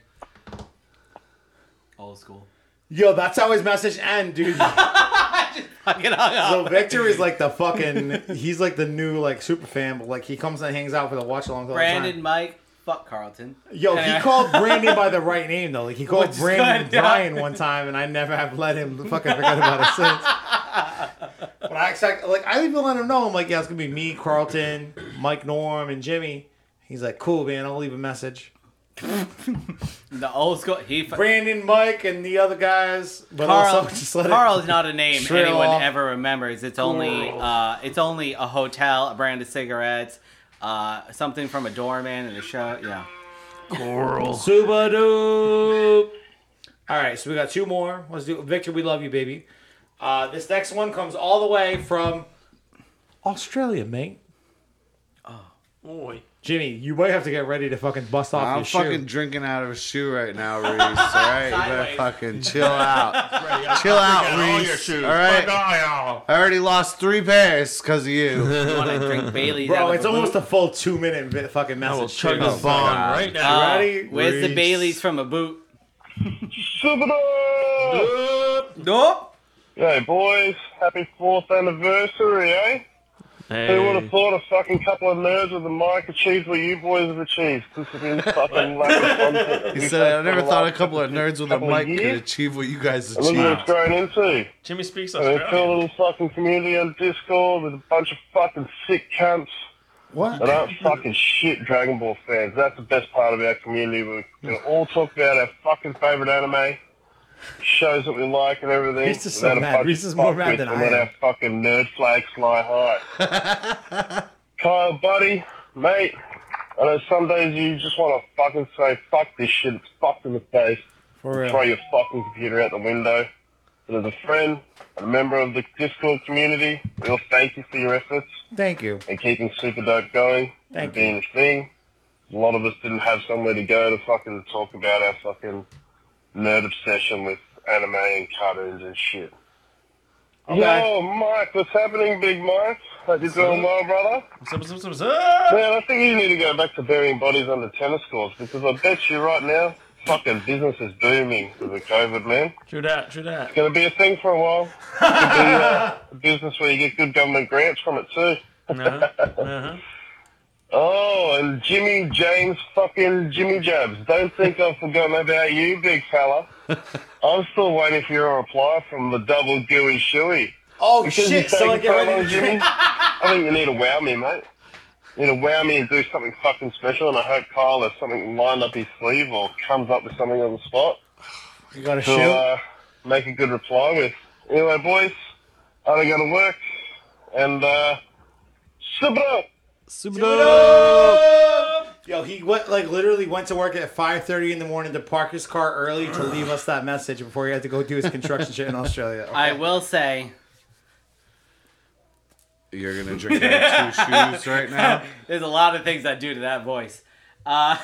[SPEAKER 3] Old school.
[SPEAKER 2] Yo, that's how his message end, dude.
[SPEAKER 3] Fucking hung up.
[SPEAKER 2] So Victor is like the fucking. He's like the new like super fan, but like he comes and hangs out for the watch along.
[SPEAKER 3] Brandon, Mike, fuck Carlton.
[SPEAKER 2] Yo, he called Brandon by the right name though. Like he called
[SPEAKER 3] Which is
[SPEAKER 2] Brandon
[SPEAKER 3] good, yeah.
[SPEAKER 2] Brian one time, and I never have let him fucking forget about it since. But I expect, like, I even let him know. I'm like, yeah, it's gonna be me, Carlton, Mike, Norm, and Jimmy. He's like, cool, man. I'll leave a message.
[SPEAKER 3] The old school. He. Fu-
[SPEAKER 2] Brandon, Mike, and the other guys, but
[SPEAKER 3] Carl,
[SPEAKER 2] also just let
[SPEAKER 3] Carl
[SPEAKER 2] it.
[SPEAKER 3] is not a name
[SPEAKER 2] trail
[SPEAKER 3] anyone
[SPEAKER 2] off.
[SPEAKER 3] ever remembers. It's only uh, it's only a hotel, a brand of cigarettes, uh, something from a doorman in a show. Yeah.
[SPEAKER 4] Coral.
[SPEAKER 2] Super doop. All right, so we got two more. Let's do Victor. We love you, baby. Uh, this next one comes all the way from Australia, mate.
[SPEAKER 4] Boy.
[SPEAKER 2] Jimmy, you might have to get ready to fucking bust off
[SPEAKER 1] I'm
[SPEAKER 2] your
[SPEAKER 1] fucking
[SPEAKER 2] shoe.
[SPEAKER 1] drinking out of a shoe right now, Reese. All right, you better fucking chill out. chill out,
[SPEAKER 5] all
[SPEAKER 1] Reese.
[SPEAKER 5] your shoes.
[SPEAKER 1] All right,
[SPEAKER 5] Fuck all
[SPEAKER 1] I already lost three pairs because of you.
[SPEAKER 3] You want to drink Bailey's? out
[SPEAKER 2] Bro,
[SPEAKER 3] of
[SPEAKER 2] it's
[SPEAKER 3] a boot?
[SPEAKER 2] almost a full two minute vi- fucking
[SPEAKER 4] I will
[SPEAKER 2] message.
[SPEAKER 4] chug
[SPEAKER 2] too.
[SPEAKER 4] this bong
[SPEAKER 1] God.
[SPEAKER 4] right now.
[SPEAKER 3] Oh,
[SPEAKER 2] ready?
[SPEAKER 3] Where's the
[SPEAKER 2] Reese.
[SPEAKER 3] Bailey's from a boot?
[SPEAKER 7] Super dope.
[SPEAKER 3] Nope.
[SPEAKER 7] Hey boys, happy fourth anniversary, eh?
[SPEAKER 4] Hey.
[SPEAKER 7] Who would have thought a fucking couple of nerds with a mic achieved what you boys have achieved? This has been fucking lack of content. that
[SPEAKER 1] He
[SPEAKER 7] we've
[SPEAKER 1] said, I
[SPEAKER 7] had for
[SPEAKER 1] never
[SPEAKER 7] the
[SPEAKER 1] thought a
[SPEAKER 7] last
[SPEAKER 1] uh, couple of nerds with a
[SPEAKER 7] couple of
[SPEAKER 1] mic could
[SPEAKER 7] years.
[SPEAKER 1] achieve what you guys
[SPEAKER 7] Look at what
[SPEAKER 1] achieved.
[SPEAKER 7] it's grown into.
[SPEAKER 4] Jimmy speaks
[SPEAKER 7] And it's a
[SPEAKER 4] Australian.
[SPEAKER 7] little fucking community on Discord with a bunch of fucking sick cunts
[SPEAKER 6] What?
[SPEAKER 8] Without fucking shit, Dragon Ball fans. That's the best part of our community. We can all talk about our fucking favorite anime, shows that we like, and everything.
[SPEAKER 6] Reese is so
[SPEAKER 8] without a
[SPEAKER 6] mad.
[SPEAKER 8] bunch of
[SPEAKER 6] Reese is more mad
[SPEAKER 8] fuckwits
[SPEAKER 6] than
[SPEAKER 8] and
[SPEAKER 6] I
[SPEAKER 8] let
[SPEAKER 6] am.
[SPEAKER 8] our fucking nerd flags fly high. Kyle, buddy, mate, I know some days you just want to fucking say, fuck this shit, it's fucked in the face.
[SPEAKER 2] For
[SPEAKER 8] Throw
[SPEAKER 2] real.
[SPEAKER 8] your fucking computer out the window. But as a friend, and a member of the Discord community, we'll thank you for your efforts
[SPEAKER 2] Thank you.
[SPEAKER 8] and keeping Super Dope going
[SPEAKER 2] Thank
[SPEAKER 8] and being a thing. A lot of us didn't have somewhere to go to fucking talk about our fucking nerd obsession with anime and cartoons and shit. Yo, Mike, what's happening, Big Mike? Hope you're doing well, brother.
[SPEAKER 4] What's up, what's up, what's up?
[SPEAKER 8] Man, I think you need to go back to burying bodies under tennis courts because I bet you right now, fucking business is booming with the COVID, man.
[SPEAKER 4] True that, true that.
[SPEAKER 8] It's going to be a thing for a while. Could be uh, a business where you get good government grants from it too.
[SPEAKER 4] Uh-huh, uh-huh.
[SPEAKER 8] Oh, and Jimmy James fucking Jimmy Jabs. Don't think I've forgotten about you, big fella. I'm still waiting for your reply from the double gooey shoey.
[SPEAKER 2] Oh
[SPEAKER 8] Because
[SPEAKER 2] shit!
[SPEAKER 8] it's
[SPEAKER 2] So I get
[SPEAKER 8] taking so
[SPEAKER 2] ready
[SPEAKER 8] long,
[SPEAKER 2] to
[SPEAKER 8] Jimmy.
[SPEAKER 2] drink.
[SPEAKER 8] I think you need to wow me, mate. You need to wow me and do something fucking special, and I hope Kyle has something lined up his sleeve or comes up with something on the spot
[SPEAKER 2] You gotta
[SPEAKER 8] to
[SPEAKER 2] shoot.
[SPEAKER 8] uh, make a good reply with. Anyway, boys, I gotta go to work, and uh, sub up.
[SPEAKER 2] Yo, he went like literally went to work at 5:30 in the morning to park his car early to leave us that message before he had to go do his construction shit in Australia.
[SPEAKER 3] I will say,
[SPEAKER 1] You're gonna drink out of two shoes right now.
[SPEAKER 3] there's a lot of things I do to that voice. Uh,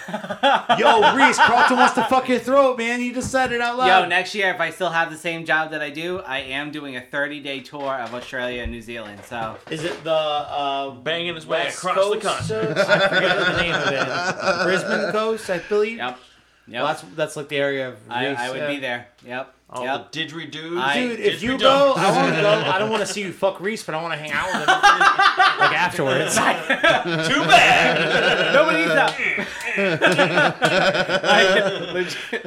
[SPEAKER 2] Yo, Reese, Carlton wants to fuck your throat, man. He just said it out loud.
[SPEAKER 3] yo, next year, if I still have the same job that I do, I am doing a 30 day tour of Australia and New Zealand. So
[SPEAKER 2] Is it the uh,
[SPEAKER 4] Banging his way across the
[SPEAKER 2] Coast?
[SPEAKER 4] continent.
[SPEAKER 2] I forget the name of it. Brisbane coast, I believe.
[SPEAKER 3] Yep. Yep.
[SPEAKER 2] Well, that's that's like the area of.
[SPEAKER 3] I,
[SPEAKER 2] Reese,
[SPEAKER 3] I would
[SPEAKER 2] yeah. Oh,
[SPEAKER 3] be there. Yep.
[SPEAKER 4] All
[SPEAKER 3] Yep.
[SPEAKER 4] the didgeridoos.
[SPEAKER 3] I-
[SPEAKER 2] Dude, if
[SPEAKER 4] Didgeridoo.
[SPEAKER 2] you go, I want to go. I don't want to see you fuck Reese, but I want to hang out with him like afterwards.
[SPEAKER 4] Too bad.
[SPEAKER 3] Nobody's up. like, legit-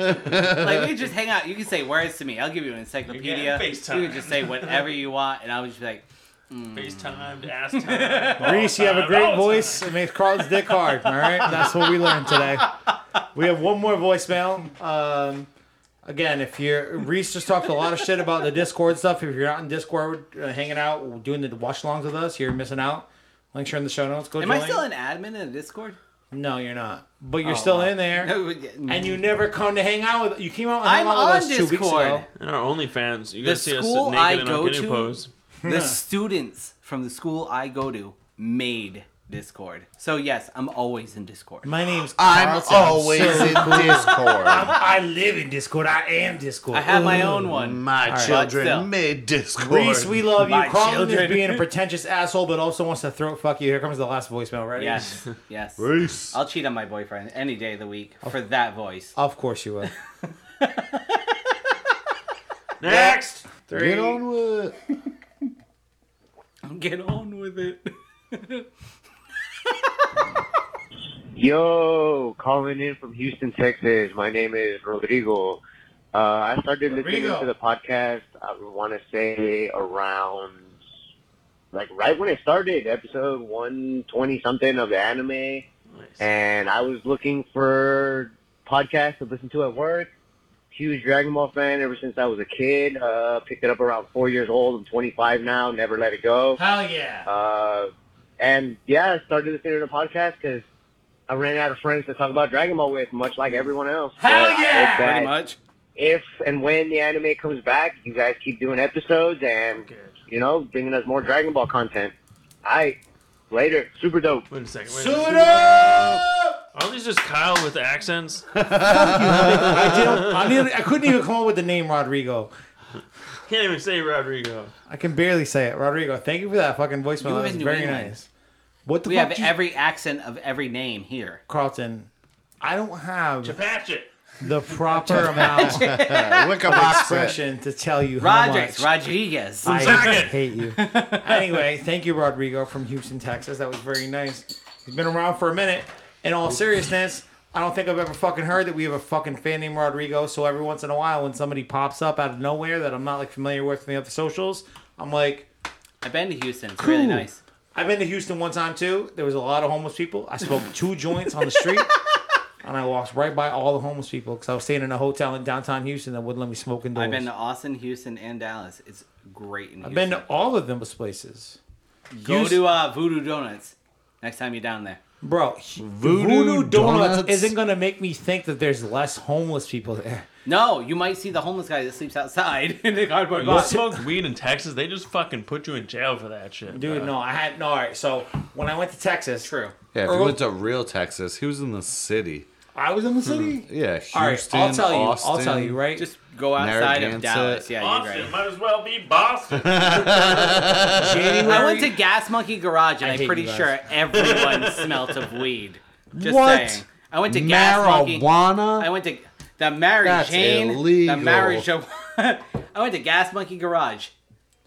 [SPEAKER 3] like, we could just hang out. You can say words to me. I'll give you an encyclopedia.
[SPEAKER 4] getting
[SPEAKER 3] You
[SPEAKER 4] FaceTime.
[SPEAKER 3] can just say whatever you want, and I'll just be like,
[SPEAKER 4] FaceTime, ass time.
[SPEAKER 2] Reese, you have a
[SPEAKER 4] All
[SPEAKER 2] great
[SPEAKER 4] time.
[SPEAKER 2] voice. It makes Carl's dick hard. All right, that's what we learned today. We have one more voicemail. Um, again, if you're Reese, just talked a lot of shit about the Discord stuff. If you're not in Discord, uh, hanging out, doing the watch-alongs with us, you're missing out. Links are in the show notes. Go
[SPEAKER 3] "Am
[SPEAKER 2] join.
[SPEAKER 3] I still an admin in a Discord?"
[SPEAKER 2] No, you're not. But you're still
[SPEAKER 3] wow.
[SPEAKER 2] in there,
[SPEAKER 3] No, we-
[SPEAKER 2] and you never come to hang out with. You came out and hung
[SPEAKER 3] I'm
[SPEAKER 2] out with
[SPEAKER 3] on
[SPEAKER 2] us two weeks ago.
[SPEAKER 3] Discord.
[SPEAKER 4] And our OnlyFans. You
[SPEAKER 3] The
[SPEAKER 4] guys see us
[SPEAKER 3] school
[SPEAKER 4] naked
[SPEAKER 3] I
[SPEAKER 4] in
[SPEAKER 3] go
[SPEAKER 4] our guinea
[SPEAKER 3] to-
[SPEAKER 4] pose.
[SPEAKER 3] The students from the school I go to made Discord. So yes, I'm always in Discord.
[SPEAKER 2] My name's
[SPEAKER 1] I'm
[SPEAKER 2] Carlton.
[SPEAKER 1] always in Discord.
[SPEAKER 2] I live in Discord. I am Discord.
[SPEAKER 3] I have
[SPEAKER 2] Oh
[SPEAKER 3] my own one.
[SPEAKER 1] My
[SPEAKER 3] still.
[SPEAKER 1] children made Discord.
[SPEAKER 2] Reese, we love you.
[SPEAKER 3] My
[SPEAKER 2] Carlton is
[SPEAKER 3] children.
[SPEAKER 2] being a pretentious asshole, but also wants to throat fuck you. Here comes the last voicemail, right?
[SPEAKER 3] Yes, yes.
[SPEAKER 1] Reese.
[SPEAKER 3] I'll cheat on my boyfriend any day of the week
[SPEAKER 2] Oh.
[SPEAKER 3] for that voice.
[SPEAKER 2] Of course you will.
[SPEAKER 4] Next.
[SPEAKER 1] Get on with. it.
[SPEAKER 3] Get on with it.
[SPEAKER 9] Yo, calling in from Houston, Texas. My name is Rodrigo. Uh, I started
[SPEAKER 2] Rodrigo.
[SPEAKER 9] listening to the podcast. I want to say around like right when it started, episode one twenty something of the anime, and I was looking for podcasts to listen to at work. Huge Dragon Ball fan ever since I was a kid. Uh, picked it up around four years old. I'm 25 now. Never let it go.
[SPEAKER 2] Hell yeah.
[SPEAKER 9] Uh, and yeah, I started listening to the podcast because I ran out of friends to talk about Dragon Ball with, much like everyone else.
[SPEAKER 2] Hell
[SPEAKER 9] But I
[SPEAKER 2] yeah!
[SPEAKER 9] hope that
[SPEAKER 3] Pretty much.
[SPEAKER 9] If and when the anime comes back, you guys keep doing episodes and, you know, bringing us more Dragon Ball content. All right, later. Super dope.
[SPEAKER 4] Wait a second. Wait a second.
[SPEAKER 2] Suda!
[SPEAKER 4] Are these just Kyle with accents?
[SPEAKER 2] I, didn't- I, didn't- I couldn't even come up with the name Rodrigo.
[SPEAKER 4] Can't even say Rodrigo.
[SPEAKER 2] I can barely say it. Rodrigo, thank you for that fucking voicemail.
[SPEAKER 3] You
[SPEAKER 2] That
[SPEAKER 3] live
[SPEAKER 2] was
[SPEAKER 3] in New
[SPEAKER 2] very
[SPEAKER 3] England.
[SPEAKER 2] nice. What the
[SPEAKER 3] We
[SPEAKER 2] fuck?
[SPEAKER 3] have
[SPEAKER 2] you-
[SPEAKER 3] every accent of every name here.
[SPEAKER 2] Carlton, I don't have
[SPEAKER 4] Patch it.
[SPEAKER 2] the proper amount of
[SPEAKER 1] Yeah, Lick up my set.
[SPEAKER 2] expression to tell you how much.
[SPEAKER 3] Rodriguez. Rodriguez.
[SPEAKER 2] I hate you. Anyway, thank you, Rodrigo from Houston, Texas. That was very nice. He's been around for a minute. In all seriousness, I don't think I've ever fucking heard that we have a fucking fan named Rodrigo. So every once in a while, when somebody pops up out of nowhere that I'm not like familiar with from the other socials, I'm like,
[SPEAKER 3] I've been to Houston. It's
[SPEAKER 2] Cool.
[SPEAKER 3] really nice.
[SPEAKER 2] I've been to Houston one time too. There was a lot of homeless people. I smoked two joints on the street, and I walked right by all the homeless people because I was staying in a hotel in downtown Houston that wouldn't let me smoke indoors.
[SPEAKER 3] I've been to Austin, Houston, and Dallas. It's great in
[SPEAKER 2] I've
[SPEAKER 3] Houston.
[SPEAKER 2] been to all of those places,
[SPEAKER 3] Go
[SPEAKER 2] Houston-
[SPEAKER 3] to uh, Voodoo Donuts next time you're down there.
[SPEAKER 2] bro. H-
[SPEAKER 1] Voodoo
[SPEAKER 2] Voodoo, Donuts,
[SPEAKER 1] Donuts?
[SPEAKER 2] isn't gonna make me think that there's less homeless people there.
[SPEAKER 3] No, you might see the homeless guy that sleeps outside in the cardboard
[SPEAKER 4] You
[SPEAKER 3] box.
[SPEAKER 4] smoked weed in Texas, they just fucking put you in jail for that shit. Uh,
[SPEAKER 2] Dude,
[SPEAKER 4] bro.
[SPEAKER 2] no, I had no. All right, so when I went to Texas,
[SPEAKER 3] True.
[SPEAKER 1] Yeah, if
[SPEAKER 2] Earl-
[SPEAKER 1] you went to real Texas, he was in the city.
[SPEAKER 2] I was in the city.
[SPEAKER 1] Yeah, Houston,
[SPEAKER 2] All right, I'll tell you.
[SPEAKER 1] Austin.
[SPEAKER 2] I'll tell you. Right,
[SPEAKER 3] Just go outside of
[SPEAKER 1] Narragansett.
[SPEAKER 3] Dallas. Yeah, you're
[SPEAKER 5] Boston
[SPEAKER 3] right.
[SPEAKER 5] might as well be Boston.
[SPEAKER 2] January.
[SPEAKER 3] I went to Gas Monkey Garage, and
[SPEAKER 2] I
[SPEAKER 3] I am
[SPEAKER 2] hate
[SPEAKER 3] pretty
[SPEAKER 2] you guys.
[SPEAKER 3] sure everyone smelt of weed. Just
[SPEAKER 1] What?
[SPEAKER 3] saying. I went to Gas Monkey.
[SPEAKER 1] marijuana.
[SPEAKER 3] I went to the Mary
[SPEAKER 1] That's
[SPEAKER 3] Jane.
[SPEAKER 1] illegal.
[SPEAKER 3] The Mary Jo- I went to Gas Monkey Garage.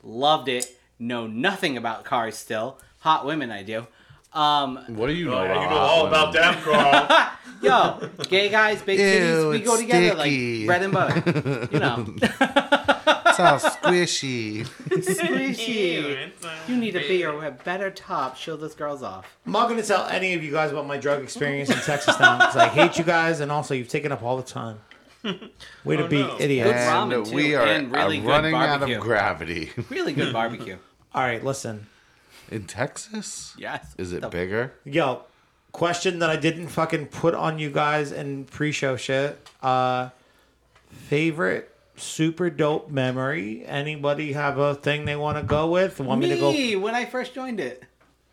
[SPEAKER 3] Loved it. Know nothing about cars still. Hot women, I do. Um,
[SPEAKER 1] What do you know?
[SPEAKER 5] Oh, yeah,
[SPEAKER 1] about
[SPEAKER 5] you know all
[SPEAKER 1] women?
[SPEAKER 5] about them, Carl.
[SPEAKER 3] yo, gay guys, big
[SPEAKER 1] Ew,
[SPEAKER 3] titties, we
[SPEAKER 1] it's
[SPEAKER 3] go together
[SPEAKER 1] sticky.
[SPEAKER 3] like bread and butter. You know,
[SPEAKER 1] It's all squishy.
[SPEAKER 3] squishy. You need a bigger, a better top. Show those girls off.
[SPEAKER 2] I'm not going to tell any of you guys about my drug experience in Texas now because I hate you guys, and also you've taken up all the time. Way to be
[SPEAKER 5] no.
[SPEAKER 2] idiots.
[SPEAKER 1] and
[SPEAKER 3] ramen, too,
[SPEAKER 1] we are
[SPEAKER 3] and really
[SPEAKER 1] uh,
[SPEAKER 3] good
[SPEAKER 1] running out
[SPEAKER 3] barbecue.
[SPEAKER 1] of gravity.
[SPEAKER 3] Really good barbecue.
[SPEAKER 2] All right, listen.
[SPEAKER 1] In Texas?
[SPEAKER 3] Yes.
[SPEAKER 1] Is it
[SPEAKER 3] The-
[SPEAKER 1] bigger?
[SPEAKER 2] Yo, question that I didn't fucking put on you guys in pre-show shit. Uh, favorite super dope memory? Anybody have a thing they want to go with? Want me,
[SPEAKER 3] Me,
[SPEAKER 2] to go?
[SPEAKER 3] when I first joined it.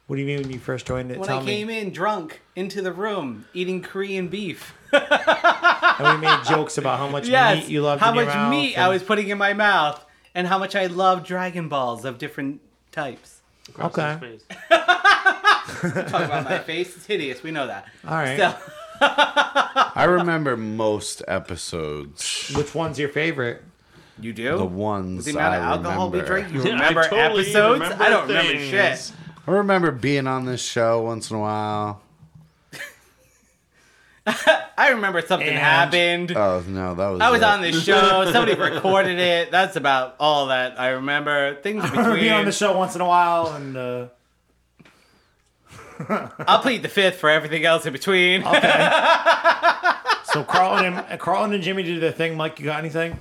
[SPEAKER 2] What do you mean when you first joined it?
[SPEAKER 3] When
[SPEAKER 2] Tell
[SPEAKER 3] I
[SPEAKER 2] me.
[SPEAKER 3] came in drunk into the room eating Korean beef.
[SPEAKER 2] And we made jokes about how much
[SPEAKER 3] Yes.
[SPEAKER 2] meat you loved.
[SPEAKER 3] how
[SPEAKER 2] in
[SPEAKER 3] much
[SPEAKER 2] your mouth
[SPEAKER 3] meat
[SPEAKER 2] and-
[SPEAKER 3] I was putting in my mouth, and how much I love Dragon Balls of different types.
[SPEAKER 4] Across
[SPEAKER 2] okay.
[SPEAKER 4] his face.
[SPEAKER 3] Talk about my face; it's hideous. We know that.
[SPEAKER 2] All right.
[SPEAKER 3] So,
[SPEAKER 1] I remember most episodes.
[SPEAKER 2] Which one's your favorite?
[SPEAKER 3] you do
[SPEAKER 1] The ones
[SPEAKER 3] the amount
[SPEAKER 1] I
[SPEAKER 3] of alcohol
[SPEAKER 1] remember.
[SPEAKER 3] we drink. You
[SPEAKER 4] Yeah, I
[SPEAKER 3] remember
[SPEAKER 4] totally
[SPEAKER 3] episodes?
[SPEAKER 4] remember
[SPEAKER 3] I don't remember
[SPEAKER 4] things.
[SPEAKER 3] shit.
[SPEAKER 1] I remember being on this show once in a while.
[SPEAKER 3] I remember something
[SPEAKER 2] And-
[SPEAKER 3] happened.
[SPEAKER 1] Oh no, that was
[SPEAKER 3] I was
[SPEAKER 1] it.
[SPEAKER 3] on this show. Somebody recorded it. That's about all that I remember. Things
[SPEAKER 2] Or be on
[SPEAKER 3] between.
[SPEAKER 2] the show once in a while and uh,
[SPEAKER 3] I'll plead the fifth for everything else in between.
[SPEAKER 2] so Carlin and Carlin and Jimmy did their thing. Mike, you got anything?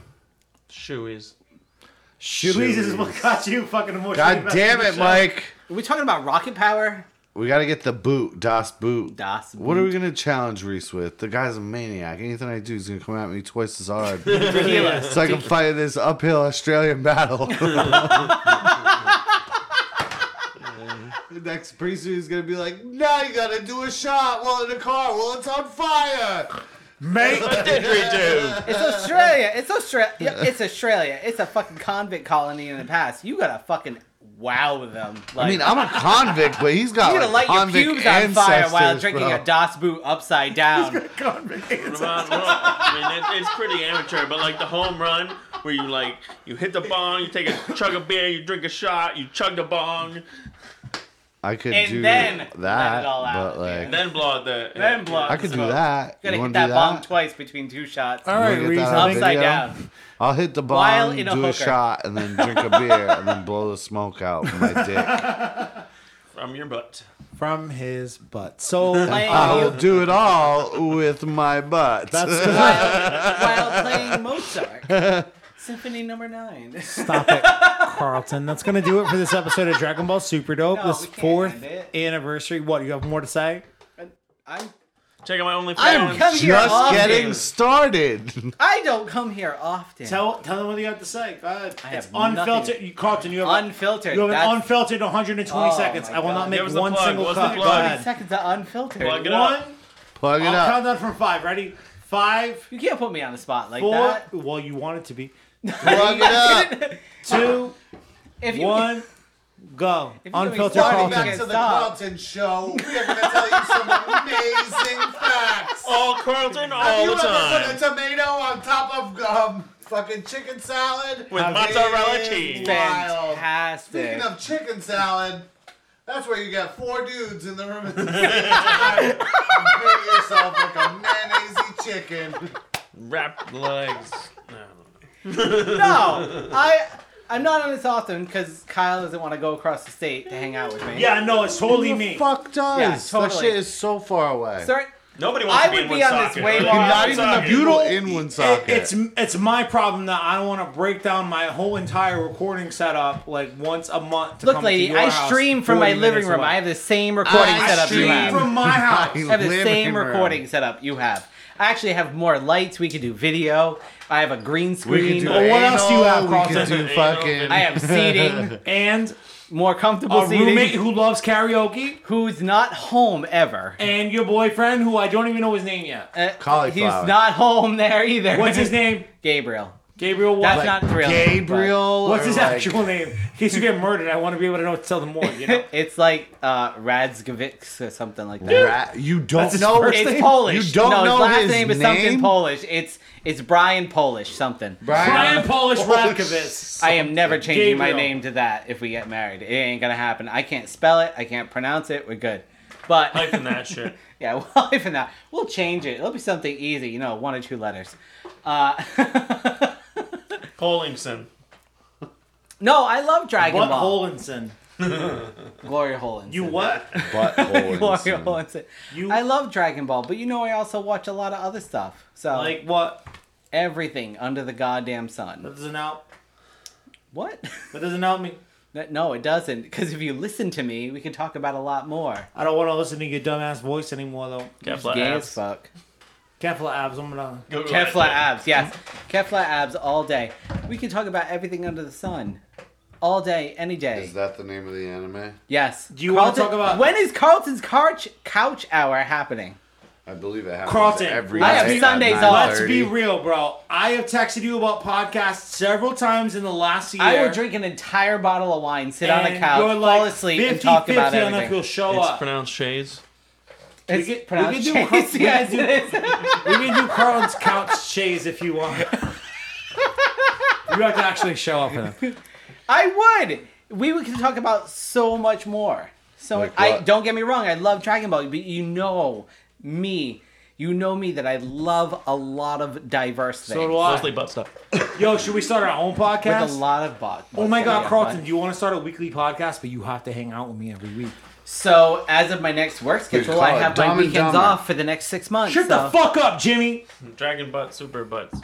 [SPEAKER 4] Shoeies.
[SPEAKER 2] Shoeies is what got you fucking emotional.
[SPEAKER 1] God damn it, Mike.
[SPEAKER 3] Are we talking about rocket power?
[SPEAKER 1] We gotta get the boot, Das Boot.
[SPEAKER 3] Das
[SPEAKER 1] What are we gonna challenge Reese with? The guy's a maniac. Anything I do, he's gonna come at me twice as hard.
[SPEAKER 3] Tequila.
[SPEAKER 1] it's like I'm fighting this uphill Australian battle. Next priest is gonna be like, now you gotta do a shot while in the car while it's on fire.
[SPEAKER 2] Mate,
[SPEAKER 5] Didgeridoo.
[SPEAKER 1] Uh,
[SPEAKER 3] It's Australia. It's Australia. It's Australia. It's a fucking convict colony in the past. You gotta fucking wow them. Like,
[SPEAKER 1] I mean, I'm a convict, but he's got
[SPEAKER 3] you
[SPEAKER 1] like,
[SPEAKER 3] gotta light your
[SPEAKER 1] convict
[SPEAKER 3] pubes on fire while
[SPEAKER 1] ancestors,
[SPEAKER 3] drinking
[SPEAKER 1] bro.
[SPEAKER 3] a Das Boot upside down.
[SPEAKER 4] Ramon, well, I mean, it, it's pretty amateur, but like the home run where you like you hit the bong, you take a chug of beer, you drink a shot, you chug the bong,
[SPEAKER 1] I could
[SPEAKER 3] and
[SPEAKER 1] do
[SPEAKER 3] then
[SPEAKER 1] that,
[SPEAKER 3] let it all out
[SPEAKER 1] but
[SPEAKER 3] at the
[SPEAKER 1] like,
[SPEAKER 4] and then blow out the.
[SPEAKER 5] uh,
[SPEAKER 3] Then blow.
[SPEAKER 1] I could do that.
[SPEAKER 3] You gotta
[SPEAKER 1] You
[SPEAKER 3] hit
[SPEAKER 1] wanna
[SPEAKER 3] that,
[SPEAKER 1] do
[SPEAKER 3] bomb twice between two shots.
[SPEAKER 2] all right,
[SPEAKER 1] Wanna get
[SPEAKER 2] Reese.
[SPEAKER 1] that
[SPEAKER 2] I think-
[SPEAKER 3] upside
[SPEAKER 1] video?
[SPEAKER 3] down.
[SPEAKER 1] I'll hit the bomb,
[SPEAKER 3] While in a
[SPEAKER 1] do a
[SPEAKER 3] hooker.
[SPEAKER 1] shot, and then drink a beer, and then blow the smoke out with my dick.
[SPEAKER 4] from your butt.
[SPEAKER 2] from his butt. So
[SPEAKER 3] Playing,
[SPEAKER 1] I'll do it all with my butt.
[SPEAKER 2] that's
[SPEAKER 3] while playing Mozart. Symphony number nine.
[SPEAKER 2] stop it, Carlton. That's gonna do it for this episode of Dragon Ball Super Dope.
[SPEAKER 3] No,
[SPEAKER 2] this
[SPEAKER 3] we can't
[SPEAKER 2] fourth
[SPEAKER 3] end it.
[SPEAKER 2] anniversary. What you have more to say?
[SPEAKER 3] I'm,
[SPEAKER 4] Check out my OnlyFans.
[SPEAKER 3] I don't come here
[SPEAKER 1] just
[SPEAKER 3] often.
[SPEAKER 1] getting started.
[SPEAKER 3] I don't come here often.
[SPEAKER 2] Tell tell them what you have to say. Go ahead.
[SPEAKER 3] I
[SPEAKER 2] it's
[SPEAKER 3] have
[SPEAKER 2] unfiltered.
[SPEAKER 3] nothing.
[SPEAKER 2] You, Carlton, you have
[SPEAKER 3] Unfiltered.
[SPEAKER 2] you have
[SPEAKER 3] That's
[SPEAKER 2] an unfiltered 120
[SPEAKER 3] Oh,
[SPEAKER 2] seconds.
[SPEAKER 3] my
[SPEAKER 2] I will
[SPEAKER 3] God.
[SPEAKER 2] not
[SPEAKER 4] Give
[SPEAKER 2] make
[SPEAKER 4] us the
[SPEAKER 2] one
[SPEAKER 4] plug.
[SPEAKER 2] single
[SPEAKER 4] What's the
[SPEAKER 2] cut. Go
[SPEAKER 4] plug?
[SPEAKER 2] ahead.
[SPEAKER 3] seconds are unfiltered.
[SPEAKER 4] Plug it up.
[SPEAKER 2] One.
[SPEAKER 1] Plug it
[SPEAKER 2] I'll
[SPEAKER 1] up.
[SPEAKER 2] count down from five. Ready? Five,
[SPEAKER 3] You can't put me on the spot like
[SPEAKER 2] four.
[SPEAKER 3] that.
[SPEAKER 2] Well, you want it to be
[SPEAKER 1] Plug it up.
[SPEAKER 2] two,
[SPEAKER 3] If you
[SPEAKER 2] one, go.
[SPEAKER 3] If you
[SPEAKER 2] Unfiltered
[SPEAKER 3] started
[SPEAKER 2] Carlton.
[SPEAKER 3] back to the Stop. Carlton
[SPEAKER 1] Show. We are going to tell you some amazing facts.
[SPEAKER 4] all Carlton all the time
[SPEAKER 1] tomato on top of um, fucking chicken salad?
[SPEAKER 4] with mozzarella cheese.
[SPEAKER 3] fantastic.
[SPEAKER 1] of chicken salad, that's where you got four dudes in the room at the same yourself like a mayonnaise chicken.
[SPEAKER 4] Wrapped legs.
[SPEAKER 3] No, I I'm not on this often because Kyle doesn't want to go across the state to hang out with me.
[SPEAKER 2] Yeah, no, it's totally me.
[SPEAKER 1] Fuck does.
[SPEAKER 3] Yeah,
[SPEAKER 1] That
[SPEAKER 3] totally.
[SPEAKER 1] shit is so far away.
[SPEAKER 3] Sorry.
[SPEAKER 5] Nobody
[SPEAKER 3] wants I to be would in be on Woonsocket. this way more
[SPEAKER 1] Not
[SPEAKER 3] often.
[SPEAKER 1] even the
[SPEAKER 2] Woonsocket.
[SPEAKER 1] beautiful in one socket.
[SPEAKER 2] It's it's my problem that I don't want to break down my whole entire recording setup like once a month. To
[SPEAKER 3] Look,
[SPEAKER 2] come to
[SPEAKER 3] lady,
[SPEAKER 2] your
[SPEAKER 3] I
[SPEAKER 2] house
[SPEAKER 3] stream from my
[SPEAKER 2] 40
[SPEAKER 3] living
[SPEAKER 2] minutes
[SPEAKER 3] room.
[SPEAKER 2] away.
[SPEAKER 3] I have the same recording
[SPEAKER 1] I
[SPEAKER 3] setup you
[SPEAKER 1] stream
[SPEAKER 3] have.
[SPEAKER 2] from my house.
[SPEAKER 3] I have the
[SPEAKER 1] living
[SPEAKER 3] same
[SPEAKER 1] room.
[SPEAKER 3] recording setup you have. I actually have more lights. We could do video. I have a green
[SPEAKER 1] we can
[SPEAKER 3] screen.
[SPEAKER 1] do
[SPEAKER 2] Well, what else do you have,
[SPEAKER 1] anal, We
[SPEAKER 2] Carlton?
[SPEAKER 1] can do
[SPEAKER 5] Anal.
[SPEAKER 1] fucking.
[SPEAKER 3] I have seating,
[SPEAKER 2] and
[SPEAKER 3] more comfortable
[SPEAKER 2] a
[SPEAKER 3] seating.
[SPEAKER 2] roommate who loves karaoke
[SPEAKER 3] who's not home ever.
[SPEAKER 2] and your boyfriend who I don't even know his name yet.
[SPEAKER 3] Uh,
[SPEAKER 1] Cauliflower.
[SPEAKER 3] He's not home there either.
[SPEAKER 2] What's his name?
[SPEAKER 3] Gabriel.
[SPEAKER 2] Gabriel. What?
[SPEAKER 3] That's not thrilling.
[SPEAKER 1] Gabriel.
[SPEAKER 2] What's
[SPEAKER 1] or
[SPEAKER 2] his
[SPEAKER 1] like-
[SPEAKER 2] actual name? In case you get murdered, I want to be able to know to tell them more. You know.
[SPEAKER 3] it's like uh, Radzkiewicz or something like that.
[SPEAKER 1] Ra- you don't
[SPEAKER 2] his
[SPEAKER 1] know.
[SPEAKER 2] first
[SPEAKER 3] It's
[SPEAKER 2] name?
[SPEAKER 3] Polish.
[SPEAKER 1] You don't
[SPEAKER 3] no,
[SPEAKER 1] know
[SPEAKER 3] his last
[SPEAKER 1] his
[SPEAKER 3] name is
[SPEAKER 1] name?
[SPEAKER 3] something Polish. It's it's Brian Polish something.
[SPEAKER 2] Brian
[SPEAKER 1] Brian.
[SPEAKER 2] Polish
[SPEAKER 1] Polish.
[SPEAKER 2] Radkovitz.
[SPEAKER 3] I am never changing my
[SPEAKER 2] Gabriel.
[SPEAKER 3] name to that if we get married. It ain't gonna happen. I can't spell it. I can't pronounce it. We're good. But
[SPEAKER 5] Life in that shit.
[SPEAKER 3] yeah, well, if not, we'll change it. It'll be something easy. You know, one or two letters. Uh,
[SPEAKER 5] Collingson.
[SPEAKER 3] no, I love Dragon
[SPEAKER 2] What
[SPEAKER 3] Ball.
[SPEAKER 2] Holinson?
[SPEAKER 3] Gloria Holland.
[SPEAKER 2] You what?
[SPEAKER 1] But
[SPEAKER 3] Gloria
[SPEAKER 1] Hollinson.
[SPEAKER 3] Holland.
[SPEAKER 2] You
[SPEAKER 3] I love Dragon Ball, but you know I also watch a lot of other stuff. So
[SPEAKER 2] like what?
[SPEAKER 3] everything under the goddamn sun.
[SPEAKER 2] That doesn't help.
[SPEAKER 3] What?
[SPEAKER 2] That doesn't help me.
[SPEAKER 3] That- no, it doesn't. Because if you listen to me, we can talk about a lot more.
[SPEAKER 2] I don't want to listen to your dumbass voice anymore though.
[SPEAKER 5] Kefla
[SPEAKER 3] Gay as
[SPEAKER 5] abs.
[SPEAKER 3] fuck.
[SPEAKER 2] Careful, abs. I'm gonna.
[SPEAKER 5] Google that
[SPEAKER 3] Kefla
[SPEAKER 5] shit.
[SPEAKER 3] abs, yes. Kefla abs all day. We can talk about everything under the sun. All day, any day.
[SPEAKER 1] Is that the name of the anime?
[SPEAKER 3] yes.
[SPEAKER 2] Do you wanna
[SPEAKER 3] Carlton-
[SPEAKER 2] talk about-
[SPEAKER 3] when is Carlton's couch couch hour happening?
[SPEAKER 1] I believe it happens
[SPEAKER 2] Carlton,
[SPEAKER 1] every
[SPEAKER 3] I have
[SPEAKER 1] night at
[SPEAKER 3] Sundays off.
[SPEAKER 2] Let's be
[SPEAKER 1] 9:30.
[SPEAKER 2] real, bro. I have texted you about podcasts several times in the last year.
[SPEAKER 3] I will drink an entire bottle of wine, sit on a
[SPEAKER 2] and
[SPEAKER 3] couch,
[SPEAKER 2] you're
[SPEAKER 3] fall
[SPEAKER 2] like
[SPEAKER 3] asleep,
[SPEAKER 2] 50,
[SPEAKER 3] and talk
[SPEAKER 2] 50, I don't
[SPEAKER 3] about
[SPEAKER 2] know if
[SPEAKER 3] everything.
[SPEAKER 2] you'll show
[SPEAKER 5] It's
[SPEAKER 2] up.
[SPEAKER 5] pronounced Shays.
[SPEAKER 3] It's
[SPEAKER 2] we could- we
[SPEAKER 3] pronounced
[SPEAKER 2] could do cro-
[SPEAKER 3] Chase,
[SPEAKER 2] we could
[SPEAKER 3] yes,
[SPEAKER 2] do-
[SPEAKER 3] it is.
[SPEAKER 2] We can do Carlton's couch shades if you want. You have to actually show up for them.
[SPEAKER 3] I would. We would- could talk about so much more. So
[SPEAKER 1] Like
[SPEAKER 3] I
[SPEAKER 1] what?
[SPEAKER 3] don't get me wrong. I love Dragon Ball, but you know me. You know me that I love a lot of diverse things.
[SPEAKER 2] So do I.
[SPEAKER 5] Mostly butt stuff.
[SPEAKER 2] Yo, should we start our own
[SPEAKER 3] with a
[SPEAKER 2] podcast?
[SPEAKER 3] lot of bot.
[SPEAKER 2] Oh my God,
[SPEAKER 3] yeah,
[SPEAKER 2] Carlton,
[SPEAKER 3] but-
[SPEAKER 2] do you want to start a weekly podcast? But you have to hang out with me every week.
[SPEAKER 3] So as of my next work schedule,
[SPEAKER 1] call
[SPEAKER 3] I
[SPEAKER 1] it
[SPEAKER 3] have my
[SPEAKER 1] Dumb and
[SPEAKER 3] weekends
[SPEAKER 1] Dumber.
[SPEAKER 3] off for the next six months.
[SPEAKER 2] Shut
[SPEAKER 3] so
[SPEAKER 2] the fuck up, Jimmy.
[SPEAKER 5] Dragon butt, super butts.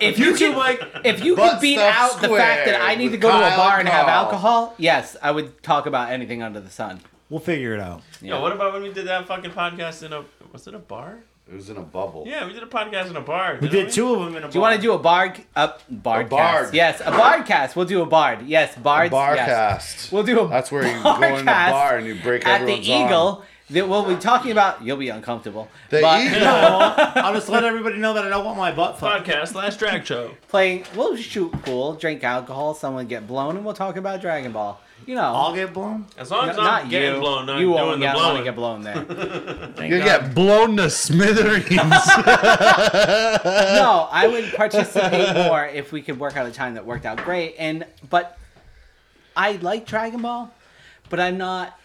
[SPEAKER 3] If you
[SPEAKER 2] YouTube,
[SPEAKER 3] can,
[SPEAKER 2] like,
[SPEAKER 3] if you
[SPEAKER 1] Butt
[SPEAKER 3] could beat
[SPEAKER 1] Stuff
[SPEAKER 3] out the fact that
[SPEAKER 1] Square
[SPEAKER 3] I need to
[SPEAKER 1] with
[SPEAKER 3] go to a
[SPEAKER 1] Kyle
[SPEAKER 3] bar and have
[SPEAKER 1] Call.
[SPEAKER 3] alcohol, yes, I would talk about anything under the sun.
[SPEAKER 2] We'll figure it out.
[SPEAKER 5] Yo, what about when we did that fucking podcast in a was it a bar?
[SPEAKER 1] It was in a bubble.
[SPEAKER 5] Yeah, we did a podcast in a bar.
[SPEAKER 2] We did two of them in a.
[SPEAKER 3] Do you want to do a bard? Up bard.
[SPEAKER 1] bard.
[SPEAKER 3] Yes, a bard cast. We'll do a bard. Yes, bards. yes.
[SPEAKER 1] Barcast.
[SPEAKER 3] We'll do a
[SPEAKER 1] That's where you
[SPEAKER 3] bar
[SPEAKER 1] go in the
[SPEAKER 3] cast
[SPEAKER 1] bar and you break
[SPEAKER 3] at the
[SPEAKER 1] everyone's arm.
[SPEAKER 3] Eagle. That we'll be talking about. You'll be uncomfortable.
[SPEAKER 1] The
[SPEAKER 3] but
[SPEAKER 1] Eagle.
[SPEAKER 2] I'll just let everybody know that I don't want my butt fucked.
[SPEAKER 5] podcast last drag show.
[SPEAKER 3] playing, we'll shoot pool, drink alcohol, someone get blown, and we'll talk about Dragon Ball. You know,
[SPEAKER 2] I'll get blown.
[SPEAKER 5] As long
[SPEAKER 3] N-
[SPEAKER 5] as I'm getting
[SPEAKER 3] you.
[SPEAKER 5] blown, not
[SPEAKER 3] you
[SPEAKER 5] doing
[SPEAKER 3] won't
[SPEAKER 5] the
[SPEAKER 3] get,
[SPEAKER 5] blowing.
[SPEAKER 3] wanna get blown there.
[SPEAKER 1] You get blown to smithereens.
[SPEAKER 3] no, I would participate more if we could work out a time that worked out great. And but I like Dragon Ball, but I'm not.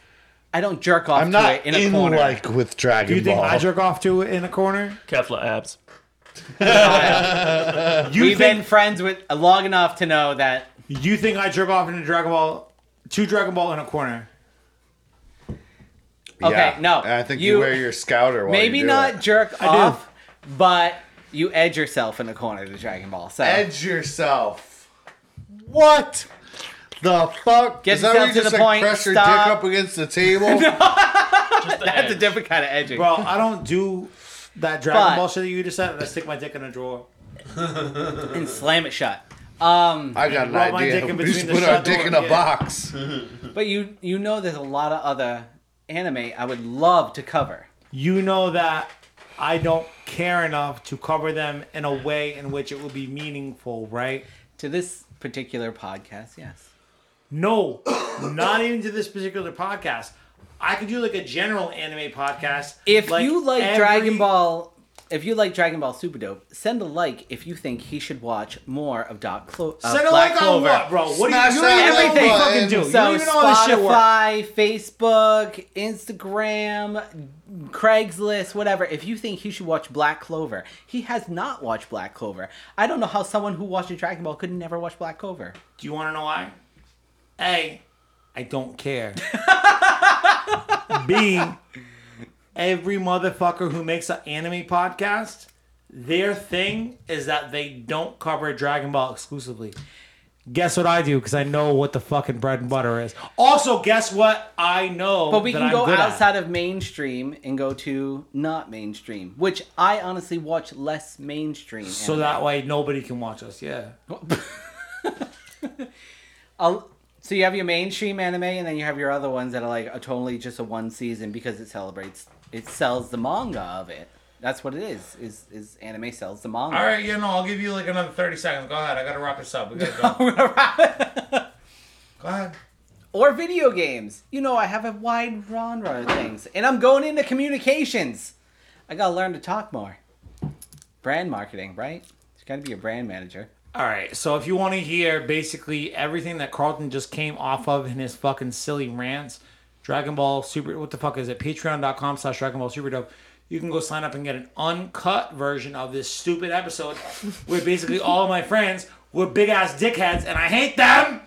[SPEAKER 3] I don't jerk off
[SPEAKER 1] I'm
[SPEAKER 3] to
[SPEAKER 1] not
[SPEAKER 3] it in
[SPEAKER 1] in,
[SPEAKER 3] a corner.
[SPEAKER 1] like with Dragon
[SPEAKER 2] Do you think
[SPEAKER 1] Ball.
[SPEAKER 2] I jerk off to it in a corner?
[SPEAKER 5] Kefla abs.
[SPEAKER 2] You
[SPEAKER 3] We've
[SPEAKER 2] think
[SPEAKER 3] been friends with uh, long enough to know that
[SPEAKER 2] you think I jerk off in a Dragon Ball, two Dragon Ball in a corner?
[SPEAKER 1] Yeah.
[SPEAKER 3] okay, no,
[SPEAKER 1] And I think you,
[SPEAKER 3] you-
[SPEAKER 1] wear your scouter. While
[SPEAKER 3] maybe
[SPEAKER 1] you do
[SPEAKER 3] not
[SPEAKER 1] it.
[SPEAKER 3] jerk
[SPEAKER 2] do.
[SPEAKER 3] off, but you edge yourself in the corner to Dragon Ball. So
[SPEAKER 1] edge yourself. What? The fuck?
[SPEAKER 3] Get
[SPEAKER 1] Is that where
[SPEAKER 3] yourself
[SPEAKER 1] you
[SPEAKER 3] to
[SPEAKER 1] just
[SPEAKER 3] the
[SPEAKER 1] like
[SPEAKER 3] point,
[SPEAKER 1] press your
[SPEAKER 3] stop.
[SPEAKER 1] dick up against the table?
[SPEAKER 3] that's a different kind of edging.
[SPEAKER 2] Bro, I don't do that Dragon
[SPEAKER 3] But-
[SPEAKER 2] Ball shit that you just said. and I stick my dick in a drawer.
[SPEAKER 3] and slam it shut. Um,
[SPEAKER 1] I got an
[SPEAKER 2] Rub my dick
[SPEAKER 1] idea.
[SPEAKER 2] in
[SPEAKER 1] We
[SPEAKER 2] between
[SPEAKER 1] should
[SPEAKER 2] the
[SPEAKER 1] put our
[SPEAKER 2] shut
[SPEAKER 1] dick
[SPEAKER 2] door
[SPEAKER 1] in a
[SPEAKER 2] and-
[SPEAKER 1] box.
[SPEAKER 3] but you you know there's a lot of other anime I would love to cover.
[SPEAKER 2] You know that I don't care enough to cover them in a way in which it will be meaningful, right?
[SPEAKER 3] To this particular podcast, yes.
[SPEAKER 2] No, not even to this particular podcast. I could do like a general anime podcast.
[SPEAKER 3] If
[SPEAKER 2] like
[SPEAKER 3] you like
[SPEAKER 2] every-
[SPEAKER 3] Dragon Ball if you like Dragon Ball Super Dope, send a like if you think he should watch more of Doc Clo- uh,
[SPEAKER 2] Send a
[SPEAKER 3] Black
[SPEAKER 2] like on
[SPEAKER 3] Clover.
[SPEAKER 2] what, bro? What do you- you don't even know what
[SPEAKER 3] everything
[SPEAKER 2] you fucking do. You
[SPEAKER 3] So
[SPEAKER 2] don't even know how this shit
[SPEAKER 3] Spotify, Facebook, Instagram, Craigslist, whatever. If you think he should watch Black Clover, he has not watched Black Clover. I don't know how someone who watches Dragon Ball could never watch Black Clover.
[SPEAKER 2] Do you want to know why? A, I don't care. B, every motherfucker who makes an anime podcast, their thing is that they don't cover Dragon Ball exclusively. Guess what I do? Because I know what the fucking bread and butter is. Also, guess what I know.
[SPEAKER 3] But we
[SPEAKER 2] that
[SPEAKER 3] can
[SPEAKER 2] I'm
[SPEAKER 3] go
[SPEAKER 2] good at.
[SPEAKER 3] outside of mainstream and go to not mainstream, which I honestly watch less mainstream.
[SPEAKER 2] So
[SPEAKER 3] anime.
[SPEAKER 2] that way nobody can watch us. Yeah.
[SPEAKER 3] I'll, so you have your mainstream anime, and then you have your other ones that are like a totally just a one season because it celebrates, it sells the manga of it. That's what it is. Is is anime sells the manga?
[SPEAKER 10] All right, you know, I'll give you like another 30 seconds. Go ahead. I got to wrap this up. We got to go. go ahead.
[SPEAKER 3] Or video games. You know, I have a wide genre of things, and I'm going into communications. I gotta learn to talk more. Brand marketing, right? It's gotta be a brand manager.
[SPEAKER 2] All right, so if you want to hear basically everything that Carlton just came off of in his fucking silly rants, Dragon Ball Super, what the fuck is it? Patreon.com slash Dragon Ball Super Dope. You can go sign up and get an uncut version of this stupid episode where basically all of my friends were big ass dickheads and I hate them.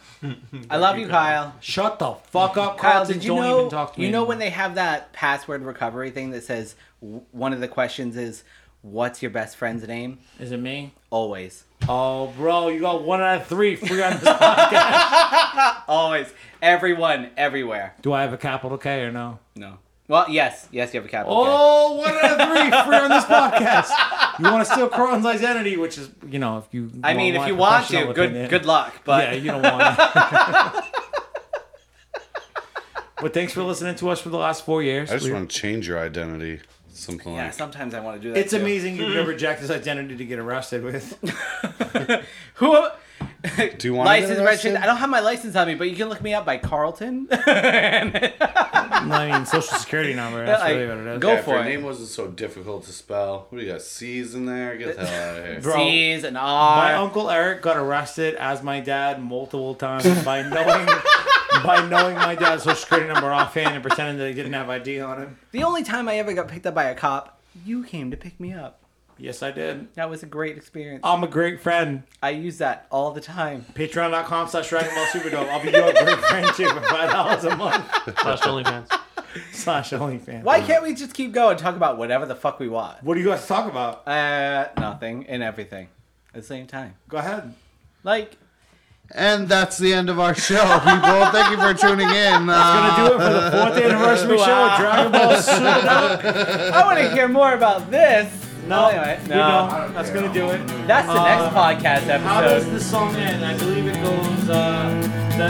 [SPEAKER 3] I love you, Kyle.
[SPEAKER 2] Shut the fuck up,
[SPEAKER 3] Kyle,
[SPEAKER 2] Carlton.
[SPEAKER 3] did you
[SPEAKER 2] Don't
[SPEAKER 3] know?
[SPEAKER 2] even talk to me.
[SPEAKER 3] you know when
[SPEAKER 2] anymore.
[SPEAKER 3] they have that password recovery thing that says w- one of the questions is, "What's your best friend's name?"
[SPEAKER 2] Is it me?
[SPEAKER 3] Always,
[SPEAKER 2] Oh, bro, you got one out of three free on this podcast.
[SPEAKER 3] always, everyone, everywhere.
[SPEAKER 2] Do I have a capital K or no?
[SPEAKER 3] No. Well, yes, yes, you have a capital. K.
[SPEAKER 2] Oh, one out of three free on this podcast. You want to steal Carlton's identity, which is, you know, if you.
[SPEAKER 3] I mean, if you want to, good good luck. But
[SPEAKER 2] yeah, you don't want to. but thanks for listening to us for the last four years.
[SPEAKER 1] I just
[SPEAKER 2] We-
[SPEAKER 1] want to change your identity. Something
[SPEAKER 3] Yeah,
[SPEAKER 1] like
[SPEAKER 3] sometimes I want to do that.
[SPEAKER 2] it's
[SPEAKER 3] too.
[SPEAKER 2] amazing you
[SPEAKER 3] Mm-hmm.
[SPEAKER 2] could reject his identity to get arrested with.
[SPEAKER 3] Who?
[SPEAKER 1] Do you want to
[SPEAKER 3] License
[SPEAKER 1] get arrested?
[SPEAKER 3] registration. I don't have my license on me, but you can look me up by Carlton.
[SPEAKER 2] I mean, social security number. That's
[SPEAKER 3] Like,
[SPEAKER 2] really what it is.
[SPEAKER 3] go
[SPEAKER 1] Yeah, if
[SPEAKER 3] for
[SPEAKER 1] your
[SPEAKER 3] it.
[SPEAKER 1] name wasn't so difficult to spell. What do you got? C's in there? Get the hell out of here.
[SPEAKER 2] Bro,
[SPEAKER 3] C's and
[SPEAKER 2] My um
[SPEAKER 3] R.
[SPEAKER 2] uncle Eric got arrested as my dad multiple times by knowing by knowing my dad's social security number offhand and pretending that he didn't have ID on him.
[SPEAKER 3] The only time I ever got picked up by a cop, you came to pick me up.
[SPEAKER 2] Yes, I did.
[SPEAKER 3] That was a great experience.
[SPEAKER 2] I'm a great friend.
[SPEAKER 3] I use that all the time.
[SPEAKER 2] Patreon.com slash Dragon Ball Superdome. I'll be your great friend too for five dollars a month.
[SPEAKER 4] Slash OnlyFans.
[SPEAKER 2] Slash OnlyFans.
[SPEAKER 3] Why can't we just keep going, talk about whatever the fuck we want?
[SPEAKER 2] What do you guys talk about?
[SPEAKER 3] Uh, nothing and everything at the same time.
[SPEAKER 2] Go ahead.
[SPEAKER 3] Like,
[SPEAKER 1] And that's the end of our show, people. Thank you for tuning in. Uh,
[SPEAKER 2] Gonna do it for the fourth anniversary show of Dragon Ball Superdome.
[SPEAKER 3] I want to hear more about this.
[SPEAKER 2] No,
[SPEAKER 3] anyway,
[SPEAKER 2] we
[SPEAKER 3] no.
[SPEAKER 2] don't. That's gonna do it.
[SPEAKER 3] That's the next podcast
[SPEAKER 2] How does
[SPEAKER 3] episode.
[SPEAKER 2] the song end? I believe it goes.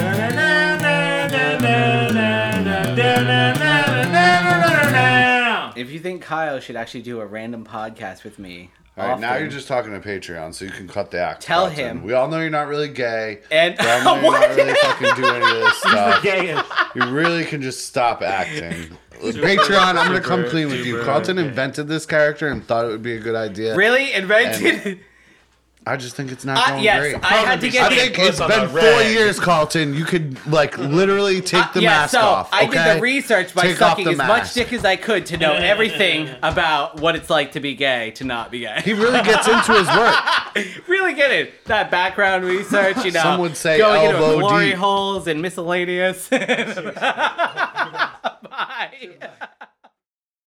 [SPEAKER 2] Uh,
[SPEAKER 3] If you think Kyle should actually do a random podcast with me,
[SPEAKER 1] All right, now
[SPEAKER 3] often-
[SPEAKER 1] you're just talking to Patreon, so you can cut the act.
[SPEAKER 3] Tell
[SPEAKER 1] Carlton.
[SPEAKER 3] him. Eh.
[SPEAKER 1] We all know you're not really gay.
[SPEAKER 3] and
[SPEAKER 1] We all know you're not really fucking do any of this stuff.
[SPEAKER 2] Gay.
[SPEAKER 1] You really can just stop acting. Patreon, I'm gonna come clean with you.
[SPEAKER 4] super
[SPEAKER 1] Carlton invented this charactor and thought it would be a good idea.
[SPEAKER 3] really invented.
[SPEAKER 1] I just think it's not
[SPEAKER 3] I-
[SPEAKER 1] going
[SPEAKER 3] yes,
[SPEAKER 1] great.
[SPEAKER 3] I had to
[SPEAKER 1] I
[SPEAKER 3] get.
[SPEAKER 1] think
[SPEAKER 4] Plus
[SPEAKER 1] it's
[SPEAKER 4] on
[SPEAKER 1] been
[SPEAKER 4] the
[SPEAKER 1] four
[SPEAKER 4] red.
[SPEAKER 1] years, Carlton. You could like literally take the
[SPEAKER 3] Uh, yeah,
[SPEAKER 1] mask
[SPEAKER 3] so
[SPEAKER 1] off.
[SPEAKER 3] I did
[SPEAKER 1] okay?
[SPEAKER 3] the research by
[SPEAKER 1] Take off
[SPEAKER 3] sucking
[SPEAKER 1] the
[SPEAKER 3] as much
[SPEAKER 1] mask.
[SPEAKER 3] dick as I could to know everything about what it's like to be gay, to not be gay.
[SPEAKER 1] He really gets into his work.
[SPEAKER 3] really get it. That background research, you know.
[SPEAKER 1] Some would say
[SPEAKER 3] going
[SPEAKER 1] elbow
[SPEAKER 3] into glory
[SPEAKER 1] deep.
[SPEAKER 3] holes and miscellaneous. Bye.